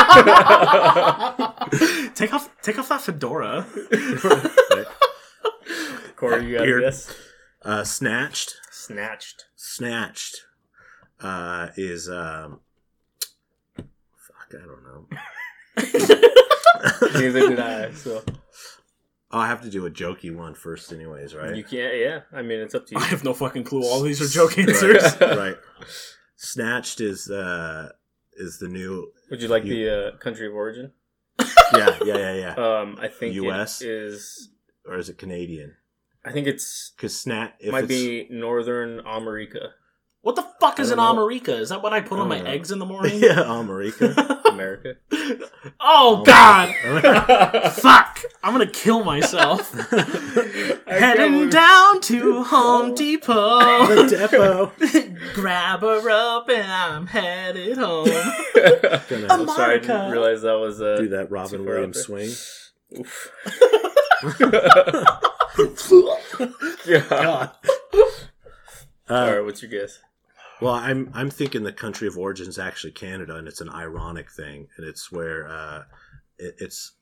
Speaker 3: take off take off that fedora.
Speaker 2: Corey, you got
Speaker 1: Weird.
Speaker 2: this?
Speaker 1: Uh, snatched.
Speaker 2: Snatched.
Speaker 1: Snatched uh, is um, fuck. I don't know.
Speaker 2: Neither did I. So
Speaker 1: I'll have to do a jokey one first, anyways. Right.
Speaker 2: you can't. Yeah. I mean, it's up to you.
Speaker 3: I have no fucking clue. All these are joke answers.
Speaker 1: right. Snatched is uh is the new
Speaker 2: Would you like
Speaker 1: You-
Speaker 2: the uh, country of origin?
Speaker 1: yeah yeah yeah yeah
Speaker 2: Um, I think
Speaker 1: US?
Speaker 2: it is.
Speaker 1: or is it Canadian?
Speaker 2: I think it's
Speaker 1: Because snat if
Speaker 2: might
Speaker 1: it's,
Speaker 2: be northern America,
Speaker 3: What the fuck is
Speaker 1: I
Speaker 3: an
Speaker 1: don't know.
Speaker 3: America? Is that what I put
Speaker 1: I
Speaker 3: on my
Speaker 1: don't know.
Speaker 3: eggs in the morning?
Speaker 1: yeah America.
Speaker 2: America.
Speaker 3: Oh
Speaker 1: my
Speaker 3: god.
Speaker 1: God.
Speaker 3: Fuck! I'm gonna kill myself. Heading down to
Speaker 1: Oh.
Speaker 3: Home Depot.
Speaker 1: the depot.
Speaker 3: Grab her up and I'm headed home.
Speaker 1: Gonna
Speaker 2: I'm sorry, I didn't
Speaker 3: America.
Speaker 2: realize that was uh,
Speaker 1: do that Robin
Speaker 2: Super
Speaker 1: Williams
Speaker 2: out
Speaker 1: swing.
Speaker 2: Oof. yeah. All
Speaker 1: Uh,
Speaker 2: right, what's your guess?
Speaker 1: well, I'm I'm thinking the country of origin is actually Canada, and it's an ironic thing, and it's where uh, it, it's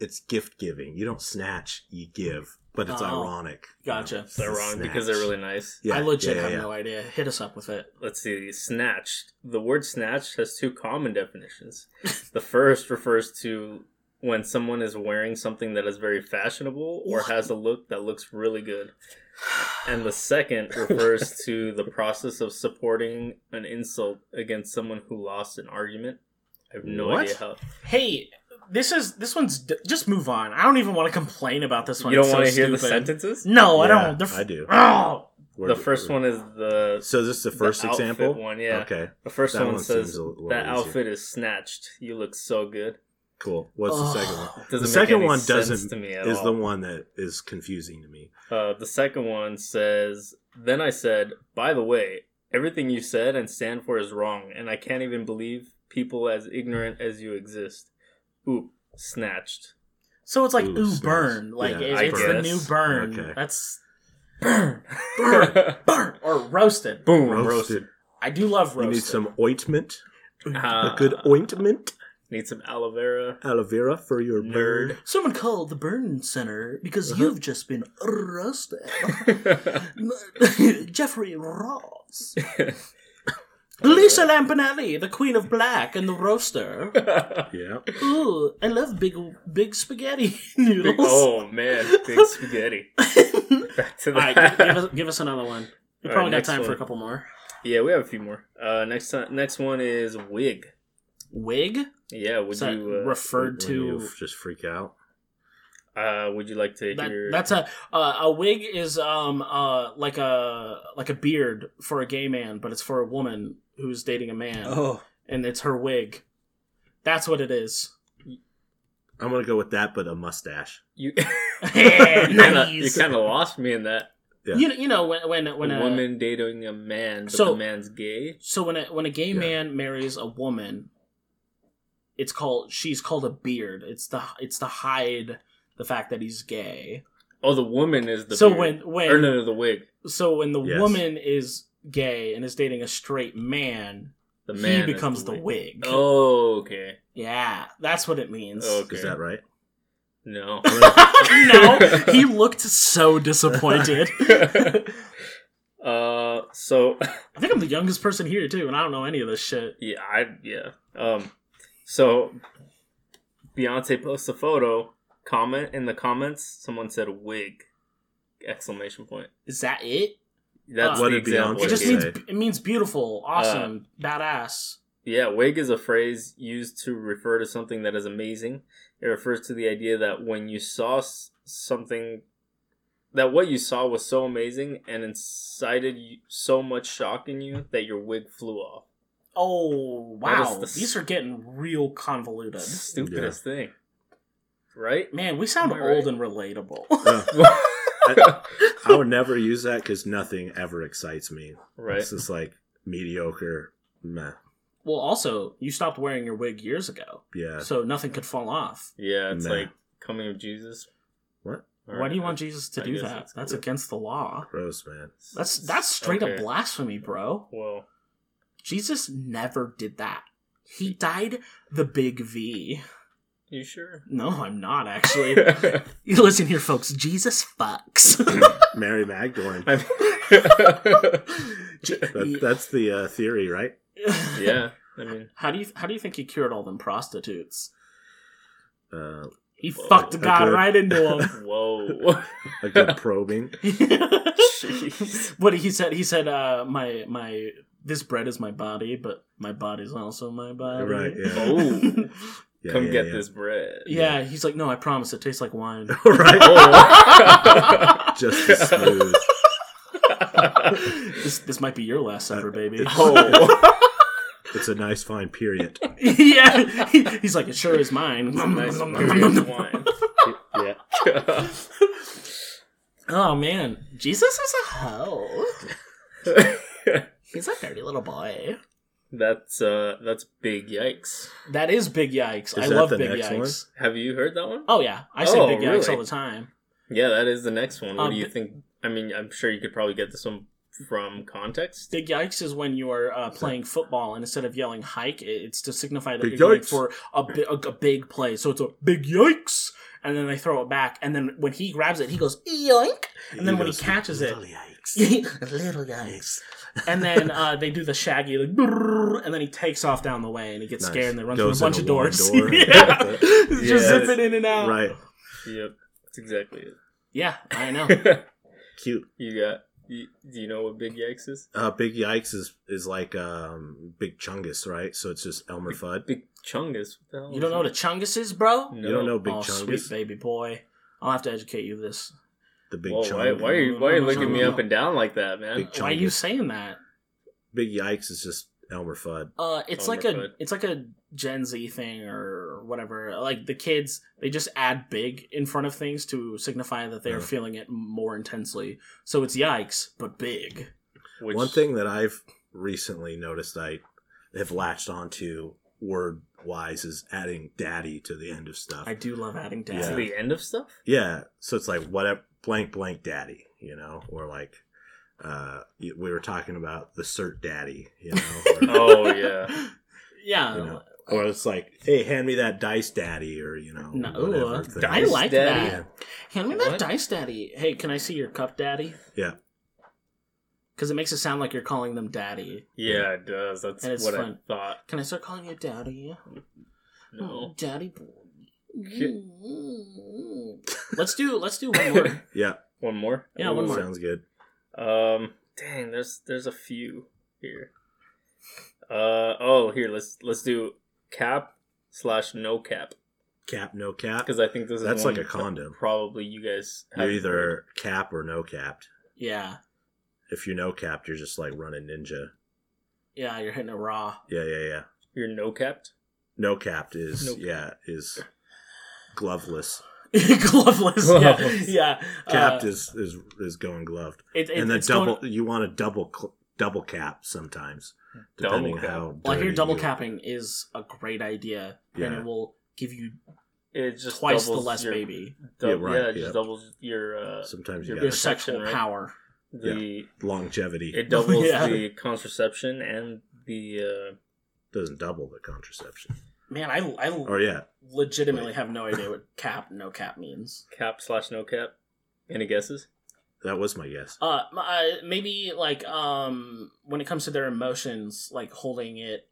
Speaker 1: it's gift giving. You don't snatch, you give, but it's
Speaker 3: Oh.
Speaker 1: ironic. you know?
Speaker 3: Gotcha.
Speaker 2: They're wrong because they're really nice.
Speaker 1: Yeah,
Speaker 3: I legit
Speaker 1: yeah, yeah,
Speaker 3: have
Speaker 1: yeah.
Speaker 3: no idea. Hit us up with it.
Speaker 2: let's see, snatched. The word snatched has two common definitions. the first refers to when someone is wearing something that is very fashionable or has a look that looks really good. And the second refers to the process of supporting an insult against someone who lost an argument. I have no
Speaker 1: What?
Speaker 2: idea how.
Speaker 3: Hey, this is this one's d- just move on. I don't even want to complain about this one.
Speaker 2: you don't
Speaker 3: It's so
Speaker 2: want to hear the
Speaker 3: stupid.
Speaker 2: sentences?
Speaker 3: No, I
Speaker 1: Yeah,
Speaker 3: don't. They're f-
Speaker 1: I do.
Speaker 3: Oh,
Speaker 1: We're-
Speaker 2: the first one is the
Speaker 1: So this is the first
Speaker 2: the outfit
Speaker 1: example.
Speaker 2: one, yeah.
Speaker 1: Okay.
Speaker 2: The first
Speaker 1: That
Speaker 2: one,
Speaker 1: one
Speaker 2: says
Speaker 1: seems a little
Speaker 2: that
Speaker 1: easier."
Speaker 2: outfit is snatched. You look so good.
Speaker 1: Cool. What's the second one?
Speaker 3: Ugh.
Speaker 2: Doesn't
Speaker 1: The
Speaker 2: make
Speaker 1: second
Speaker 2: any
Speaker 1: one
Speaker 2: sense
Speaker 1: doesn't-
Speaker 2: to me at
Speaker 1: Is
Speaker 2: all.
Speaker 1: the one that is confusing to me.
Speaker 2: Uh, the second one says, Then I said, By the way, everything you said and stand for is wrong, and I can't even believe people as ignorant as you exist. Oop, snatched.
Speaker 3: So it's like
Speaker 1: Ooh,
Speaker 3: ooh,
Speaker 1: snatch.
Speaker 3: burn. Like
Speaker 1: Yeah,
Speaker 3: it-
Speaker 2: I
Speaker 3: it's the
Speaker 2: guess.
Speaker 3: new burn.
Speaker 1: Okay.
Speaker 3: That's burn, burn, burn, or roasted.
Speaker 2: Boom.
Speaker 1: Roasted.
Speaker 3: I do love
Speaker 1: You
Speaker 3: roasted. Uh,
Speaker 1: need some ointment.
Speaker 2: Ah.
Speaker 1: a good ointment.
Speaker 2: Need some aloe vera.
Speaker 1: Aloe vera for your
Speaker 2: Nerd.
Speaker 1: bird.
Speaker 3: Someone called the burn center because you've just been roasted. Jeffrey Ross, Lisa Lampanelli, the Queen of Black, and the roaster.
Speaker 1: Yeah.
Speaker 3: Ooh, I love big, big spaghetti noodles.
Speaker 2: oh man, big spaghetti. Back to
Speaker 3: All right,
Speaker 2: that.
Speaker 3: give, us, give us another one. We
Speaker 2: All right,
Speaker 3: probably got
Speaker 2: next
Speaker 3: time for a
Speaker 2: one.
Speaker 3: couple more.
Speaker 2: Yeah, we have a few more. Uh, next ti- next one is wig.
Speaker 3: Wig?
Speaker 2: Yeah, would
Speaker 3: Is that
Speaker 2: you uh,
Speaker 3: referred
Speaker 1: When you
Speaker 3: to?
Speaker 1: f- just freak out.
Speaker 2: uh, would you like to
Speaker 3: That,
Speaker 2: hear?
Speaker 3: that's a uh, a wig is um uh like a like a beard for a gay man, but it's for a woman who's dating a man,
Speaker 1: Oh.
Speaker 3: and it's her wig. That's what it is.
Speaker 1: I'm gonna go with that, but a mustache.
Speaker 2: you. you kinda- you
Speaker 3: Nice.
Speaker 2: kind of lost me in that.
Speaker 1: Yeah.
Speaker 3: You you know when when when
Speaker 2: a
Speaker 3: a,
Speaker 2: woman dating a man, but
Speaker 3: So-
Speaker 2: the man's gay.
Speaker 3: so when a when a gay
Speaker 1: Yeah.
Speaker 3: man marries a woman, it's called she's called a beard. It's the it's to hide the fact that he's gay.
Speaker 2: Oh, the woman is the.
Speaker 3: so
Speaker 2: beard.
Speaker 3: when when
Speaker 2: or no, no, the wig.
Speaker 3: so when the
Speaker 1: Yes.
Speaker 3: woman is gay and is dating a straight man,
Speaker 2: The man is
Speaker 3: he becomes the wig.
Speaker 2: Oh, okay.
Speaker 3: Yeah, that's what it means.
Speaker 2: Okay.
Speaker 1: Is that right?
Speaker 2: No.
Speaker 3: no, he looked so disappointed.
Speaker 2: uh, so
Speaker 3: I think I'm the youngest person here too, and I don't know any of this shit.
Speaker 2: yeah, I yeah. Um, so Beyonce posts a photo. Comment in the comments. Someone said wig! Exclamation point.
Speaker 3: Is that it?
Speaker 2: That's
Speaker 1: What
Speaker 2: the
Speaker 1: did Beyonce
Speaker 2: example.
Speaker 3: Uh, It
Speaker 2: I
Speaker 3: just
Speaker 1: Okay.
Speaker 2: gave.
Speaker 3: means it means
Speaker 2: Uh,
Speaker 3: beautiful, awesome, badass.
Speaker 2: Yeah, wig is a phrase used to refer to something that is amazing. It refers to the idea that when you saw s- something, that what you saw was so amazing and incited you, so much shock in you that your wig flew off.
Speaker 3: Oh wow,
Speaker 2: That is the
Speaker 3: these are getting real convoluted.
Speaker 2: Stupidest thing. Right?
Speaker 3: Man, we sound
Speaker 2: Am
Speaker 3: old
Speaker 2: I right?
Speaker 3: and relatable.
Speaker 1: Uh,
Speaker 2: right.
Speaker 1: I would never use that because nothing ever excites me. It's just like mediocre. Meh.
Speaker 3: well, also, you stopped wearing your wig years ago,
Speaker 1: Yeah.
Speaker 3: so nothing could fall off.
Speaker 2: Yeah, it's
Speaker 1: Nah.
Speaker 2: like coming of Jesus.
Speaker 1: What?
Speaker 2: All
Speaker 3: Why
Speaker 2: right.
Speaker 3: do you want Jesus to
Speaker 2: I
Speaker 3: do
Speaker 2: guess
Speaker 3: that?
Speaker 2: it's-
Speaker 3: That's against the law.
Speaker 1: Gross, man.
Speaker 3: That's that's straight up
Speaker 2: Okay.
Speaker 3: blasphemy, bro.
Speaker 2: Well,
Speaker 3: Jesus never did that. He died the big V.
Speaker 2: you sure?
Speaker 3: No, I'm not actually. you listen here, folks. Jesus fucks.
Speaker 1: Mary Magdalene.
Speaker 2: I'm-
Speaker 1: That, that's the uh, theory, right?
Speaker 2: yeah, I mean,
Speaker 3: How do you how do you think he cured all them prostitutes?
Speaker 1: Uh,
Speaker 3: He
Speaker 2: Well,
Speaker 3: fucked
Speaker 1: okay.
Speaker 3: God right into
Speaker 2: whoa.
Speaker 1: a good probing.
Speaker 3: him.
Speaker 2: Jeez.
Speaker 3: what he said he said uh my my this bread is my body but my body's also my body
Speaker 1: Right, yeah.
Speaker 2: Oh.
Speaker 1: Yeah,
Speaker 2: Um, Come
Speaker 1: yeah,
Speaker 2: get
Speaker 1: yeah.
Speaker 2: this bread.
Speaker 3: yeah he's like no i promise it tastes like wine
Speaker 1: right?
Speaker 2: Oh.
Speaker 1: Just as smooth.
Speaker 3: this this might be your last supper baby
Speaker 2: oh.
Speaker 1: It's a nice fine period.
Speaker 3: yeah he- he's like it sure is mine
Speaker 2: nice period wine.
Speaker 1: yeah.
Speaker 3: oh man jesus is a hoe he's a dirty little boy
Speaker 2: that's uh that's big yikes.
Speaker 3: that is big yikes i
Speaker 1: Is that
Speaker 3: love
Speaker 1: the
Speaker 3: big
Speaker 1: next
Speaker 3: yikes
Speaker 1: one?
Speaker 2: Have you heard that one?
Speaker 3: oh yeah i say
Speaker 2: Oh,
Speaker 3: big yikes
Speaker 2: really?
Speaker 3: all the time
Speaker 2: Yeah, that is the next one. What
Speaker 3: Um,
Speaker 2: do you
Speaker 3: bi-
Speaker 2: think? I mean, I'm sure you could probably get this one from context.
Speaker 3: Big yikes is when you are uh, playing football, and instead of yelling hike, it- it's to signify that
Speaker 1: Big
Speaker 3: you're going
Speaker 1: yikes.
Speaker 3: for a, bi- a, a big play. So it's a big yikes, and then they throw it back, and then when he grabs it, he goes yoink, And then when he
Speaker 1: goes,
Speaker 3: catches it-
Speaker 1: "Little yikes.
Speaker 3: little yikes, and then uh, they do the shaggy like, brrrr, and then he takes off down the way, and he gets
Speaker 1: Nice.
Speaker 3: scared, and then runs
Speaker 1: Goes
Speaker 3: through a bunch
Speaker 1: in
Speaker 3: of
Speaker 1: a wide
Speaker 3: doors.
Speaker 1: door.
Speaker 3: yeah, just
Speaker 1: Yeah.
Speaker 3: zipping in and out.
Speaker 1: Right.
Speaker 2: Yep, that's exactly
Speaker 3: Yeah, I know.
Speaker 2: it.
Speaker 1: Cute.
Speaker 2: you got. You, do you know what big yikes is?
Speaker 1: Uh, Big Yikes is, is like um, Big Chungus, right? So it's just Elmer Fudd.
Speaker 2: Big chungus. What the hell
Speaker 3: You
Speaker 2: is
Speaker 3: don't know what a
Speaker 2: that?
Speaker 3: chungus is, bro?
Speaker 2: No.
Speaker 1: You don't know Big
Speaker 3: oh,
Speaker 1: Chungus?
Speaker 3: sweet baby boy. I'll have to educate you this.
Speaker 1: The Big
Speaker 2: Whoa, why,
Speaker 1: Chungus.
Speaker 2: why are you why are you
Speaker 3: No, no,
Speaker 2: looking
Speaker 3: no,
Speaker 2: me
Speaker 3: no.
Speaker 2: up and down like that, man?
Speaker 1: Big
Speaker 3: Why are you
Speaker 1: Chungus.
Speaker 3: saying that?
Speaker 1: Big Yikes is just Elmer Fudd.
Speaker 3: Uh, it's like a
Speaker 2: Elmer Fudd.
Speaker 3: it's like a Gen Z thing or whatever. Like the kids, they just add big in front of things to signify that they're
Speaker 1: Yeah.
Speaker 3: feeling it more intensely. So it's yikes, but big.
Speaker 2: Which
Speaker 1: One thing that I've recently noticed I have latched onto word wise is adding daddy to the end of stuff.
Speaker 3: I do love adding dad.
Speaker 2: to
Speaker 1: Yeah.
Speaker 2: the end of stuff.
Speaker 1: yeah. So it's like whatever blank blank daddy, you know, or like uh we were talking about the cert daddy, you know,
Speaker 2: Oh yeah,
Speaker 3: Yeah,
Speaker 1: or, you know, or it's like, hey, hand me that dice daddy or you know,
Speaker 3: No,
Speaker 1: whatever.
Speaker 3: uh,
Speaker 1: thing.
Speaker 3: I
Speaker 2: Dice
Speaker 3: like
Speaker 2: daddy?
Speaker 3: that.
Speaker 1: yeah.
Speaker 3: Hand me that
Speaker 2: What?
Speaker 3: dice, daddy. Hey, can I see your cup, daddy?
Speaker 1: Yeah.
Speaker 3: Because it makes it sound like you're calling them daddy.
Speaker 2: yeah, it does. That's
Speaker 3: And it's
Speaker 2: what
Speaker 3: fun.
Speaker 2: I thought.
Speaker 3: Can I start calling you daddy? Oh,
Speaker 2: No,
Speaker 3: daddy boy.
Speaker 2: Shit.
Speaker 3: let's do let's do one more.
Speaker 1: Yeah,
Speaker 2: one more.
Speaker 3: Yeah, one more.
Speaker 1: sounds good.
Speaker 2: Um, dang, there's there's a few here. Uh oh, here let's let's do cap slash no cap
Speaker 1: Cap, no cap.
Speaker 2: because I think this is
Speaker 1: That's
Speaker 2: one
Speaker 1: like a
Speaker 2: that
Speaker 1: condom.
Speaker 2: Probably you guys
Speaker 1: You're
Speaker 2: haven't heard.
Speaker 1: either cap or no capped.
Speaker 3: Yeah,
Speaker 1: If you're no capped, you're just like running ninja.
Speaker 3: yeah, you're hitting it raw.
Speaker 1: Yeah, yeah, yeah.
Speaker 2: you're no capped.
Speaker 1: No capped is
Speaker 2: No capped.
Speaker 1: yeah is gloveless.
Speaker 3: Gloveless.
Speaker 2: Gloveless.
Speaker 3: Yeah, yeah.
Speaker 1: Capped
Speaker 3: Uh,
Speaker 1: is is is going gloved,
Speaker 3: it, it,
Speaker 1: and then
Speaker 3: it's
Speaker 1: double.
Speaker 3: Going,
Speaker 1: You want a double cl- double cap sometimes,
Speaker 2: Double
Speaker 1: depending
Speaker 2: cap.
Speaker 1: how.
Speaker 3: well, I hear
Speaker 1: dirty
Speaker 3: double
Speaker 1: you-
Speaker 3: capping is a great idea, and
Speaker 1: Yeah.
Speaker 3: it will give you
Speaker 2: It just
Speaker 3: twice the
Speaker 2: doubles
Speaker 3: less
Speaker 2: your,
Speaker 3: baby.
Speaker 2: dou-
Speaker 1: Yeah, right,
Speaker 2: yeah, it
Speaker 1: yeah.
Speaker 2: just doubles your uh
Speaker 1: Sometimes you
Speaker 2: your
Speaker 1: got
Speaker 3: Your
Speaker 2: protection,
Speaker 3: sexual
Speaker 2: right?
Speaker 3: power.
Speaker 2: the
Speaker 1: longevity.
Speaker 2: it doubles
Speaker 3: Yeah.
Speaker 2: the contraception and the uh
Speaker 1: doesn't double the contraception.
Speaker 3: Man, I I
Speaker 1: Or yeah,
Speaker 3: legitimately have no idea what cap no cap means.
Speaker 2: cap slash no cap. Any guesses?
Speaker 1: that was my guess.
Speaker 3: Uh, m- uh, maybe like um, when it comes to their emotions, like holding it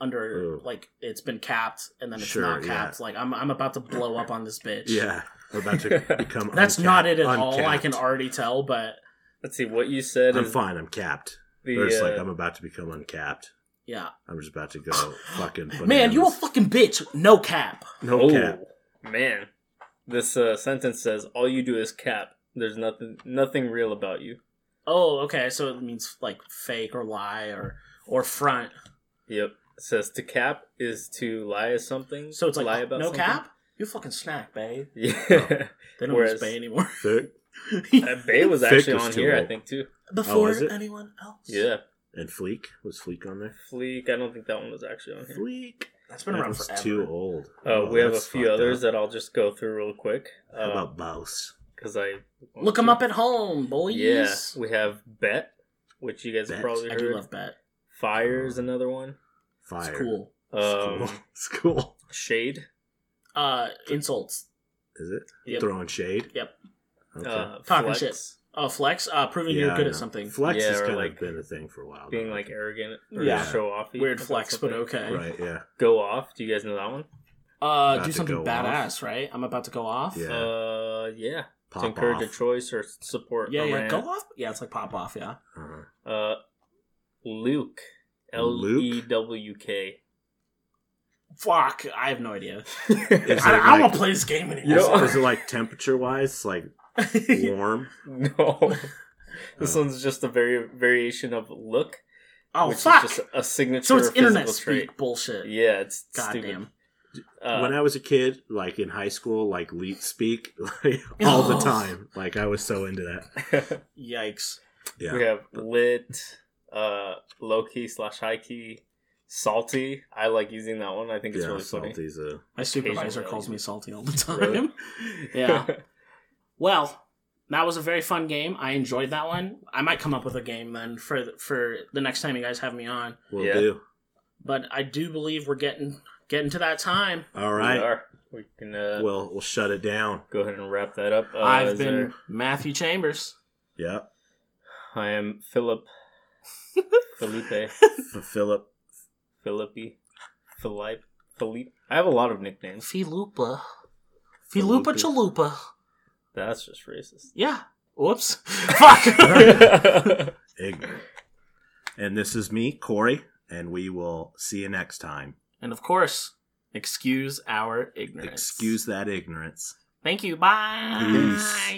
Speaker 3: under
Speaker 1: Ooh.
Speaker 3: like it's been capped and then it's
Speaker 1: Sure,
Speaker 3: not
Speaker 1: yeah.
Speaker 3: capped. Like I'm I'm about to blow up on this bitch.
Speaker 1: Yeah, we're about to become.
Speaker 3: that's not
Speaker 1: uncapped-
Speaker 3: it at all. I
Speaker 1: uncapped.
Speaker 3: can already tell, but
Speaker 2: Let's see what you said.
Speaker 1: I'm
Speaker 2: is
Speaker 1: fine. I'm capped.
Speaker 2: The,
Speaker 1: Or it's like
Speaker 2: uh,
Speaker 1: I'm about to become uncapped.
Speaker 3: yeah,
Speaker 1: I'm just about to go fucking.
Speaker 3: man, you a
Speaker 1: bananas.
Speaker 3: fucking bitch. No cap.
Speaker 1: no cap.
Speaker 2: oh, man, this uh, sentence says all you do is cap. There's nothing, nothing real about you.
Speaker 3: Oh, okay. So it means like fake or lie or or front.
Speaker 2: Yep. It says to cap is to lie as something.
Speaker 3: So it's like uh,
Speaker 2: lie about
Speaker 3: no
Speaker 2: something.
Speaker 3: cap. You fucking snack, babe.
Speaker 2: Yeah.
Speaker 3: They don't
Speaker 2: Whereas-
Speaker 3: use bae anymore.
Speaker 1: Thick
Speaker 2: Uh, Bay was
Speaker 1: Oh. Thick
Speaker 2: actually
Speaker 1: is
Speaker 2: on
Speaker 1: too
Speaker 2: here, I
Speaker 1: old.
Speaker 2: think too.
Speaker 3: Before
Speaker 1: is it?
Speaker 3: anyone else.
Speaker 2: Yeah.
Speaker 1: and Fleek was Fleek on there.
Speaker 2: Fleek. I don't think that one was actually on here.
Speaker 1: Fleek.
Speaker 3: that's been
Speaker 1: That
Speaker 3: around
Speaker 1: was
Speaker 3: forever.
Speaker 1: too old. Oh,
Speaker 2: Uh, we have a
Speaker 1: that's
Speaker 2: few
Speaker 1: fucked
Speaker 2: others uh,
Speaker 1: up.
Speaker 2: that I'll just go through real quick.
Speaker 1: How
Speaker 2: Because
Speaker 1: about Bouse?
Speaker 2: I
Speaker 3: Look them up at home, boys.
Speaker 2: Yeah, we have bet, which you guys
Speaker 1: Bet.
Speaker 2: have probably
Speaker 3: I
Speaker 2: heard.
Speaker 3: do love bet. Uh,
Speaker 2: Fire is another one.
Speaker 1: Fire.
Speaker 3: It's cool.
Speaker 2: Um,
Speaker 1: it's cool. It's cool.
Speaker 2: shade.
Speaker 3: Uh, insults.
Speaker 1: Is it
Speaker 3: Yep.
Speaker 1: throwing shade?
Speaker 3: Yep.
Speaker 1: Okay.
Speaker 2: Uh,
Speaker 3: Talking
Speaker 2: flex.
Speaker 3: shit. Oh, flex. Uh, proving
Speaker 1: Yeah,
Speaker 3: you're good
Speaker 1: I know.
Speaker 3: at something.
Speaker 1: Flex
Speaker 2: Yeah,
Speaker 1: has
Speaker 2: or
Speaker 1: kind
Speaker 2: like
Speaker 1: of been a thing for a while.
Speaker 2: being
Speaker 1: though.
Speaker 2: like arrogant or
Speaker 3: Yeah.
Speaker 2: show off.
Speaker 3: Weird flex, but okay.
Speaker 1: right? Yeah.
Speaker 2: Go off. Do you guys know that one?
Speaker 3: Uh,
Speaker 1: About
Speaker 3: do
Speaker 1: to go
Speaker 3: something badass, right? I'm about to go off.
Speaker 1: Yeah.
Speaker 2: Uh, yeah.
Speaker 1: Pop
Speaker 2: to encourage
Speaker 1: off.
Speaker 2: a choice or support.
Speaker 3: Yeah,
Speaker 2: a
Speaker 3: yeah,
Speaker 2: rant.
Speaker 3: go off. Yeah, it's like pop off. Yeah,
Speaker 1: Uh-huh.
Speaker 2: Uh, Luke. L E
Speaker 1: Luke?
Speaker 2: W K.
Speaker 3: fuck. I have no idea.
Speaker 1: Is
Speaker 3: I,
Speaker 1: it
Speaker 3: I don't want
Speaker 1: like-
Speaker 3: to play this game anymore.
Speaker 2: You know-
Speaker 1: is, it like temperature wise, like warm?
Speaker 2: No. This
Speaker 1: Uh,
Speaker 2: one's just a very variation of look,
Speaker 3: oh
Speaker 2: which
Speaker 3: fuck!
Speaker 2: is just a signature.
Speaker 3: so it's
Speaker 2: physical
Speaker 3: internet
Speaker 2: trait.
Speaker 3: speak bullshit.
Speaker 2: Yeah, it's stupid.
Speaker 3: Goddamn.
Speaker 2: Uh,
Speaker 1: when I was a kid, like in high school, like leet speak, like all the
Speaker 3: Oh.
Speaker 1: time. Like I was so into that.
Speaker 3: Yikes.
Speaker 1: Yeah.
Speaker 2: we have lit, uh, low key slash high key, salty. I like using that one. I think it's
Speaker 1: yeah. uh,
Speaker 2: really funny.
Speaker 1: salty's a
Speaker 3: My supervisor
Speaker 2: Occasionally.
Speaker 3: calls me salty all the time.
Speaker 2: Really?
Speaker 3: yeah. Well, that was a very fun game. I enjoyed that one. I might come up with a game then for for the next time you guys have me on.
Speaker 1: will
Speaker 2: Yeah.
Speaker 1: do.
Speaker 3: But I do believe we're getting getting to that time.
Speaker 1: All
Speaker 2: We
Speaker 1: right.
Speaker 2: are. We can uh,
Speaker 1: We'll we'll shut it down.
Speaker 2: go ahead and wrap that up. Uh,
Speaker 3: I've
Speaker 2: is
Speaker 3: been
Speaker 2: there-
Speaker 3: Matthew Chambers.
Speaker 1: Yep.
Speaker 2: I am Philip. Felipe.
Speaker 1: F- Philip.
Speaker 2: Philippi. Philippe. Philippe. I have a lot of nicknames.
Speaker 3: Filupa. Filupa Chalupa.
Speaker 2: That's just racist.
Speaker 3: Yeah. Whoops. Fuck.
Speaker 1: Ignorant. And this is me, Corey, and we will see you next time.
Speaker 3: and of course, excuse our ignorance.
Speaker 1: Excuse that ignorance.
Speaker 3: Thank you. Bye.
Speaker 1: Peace.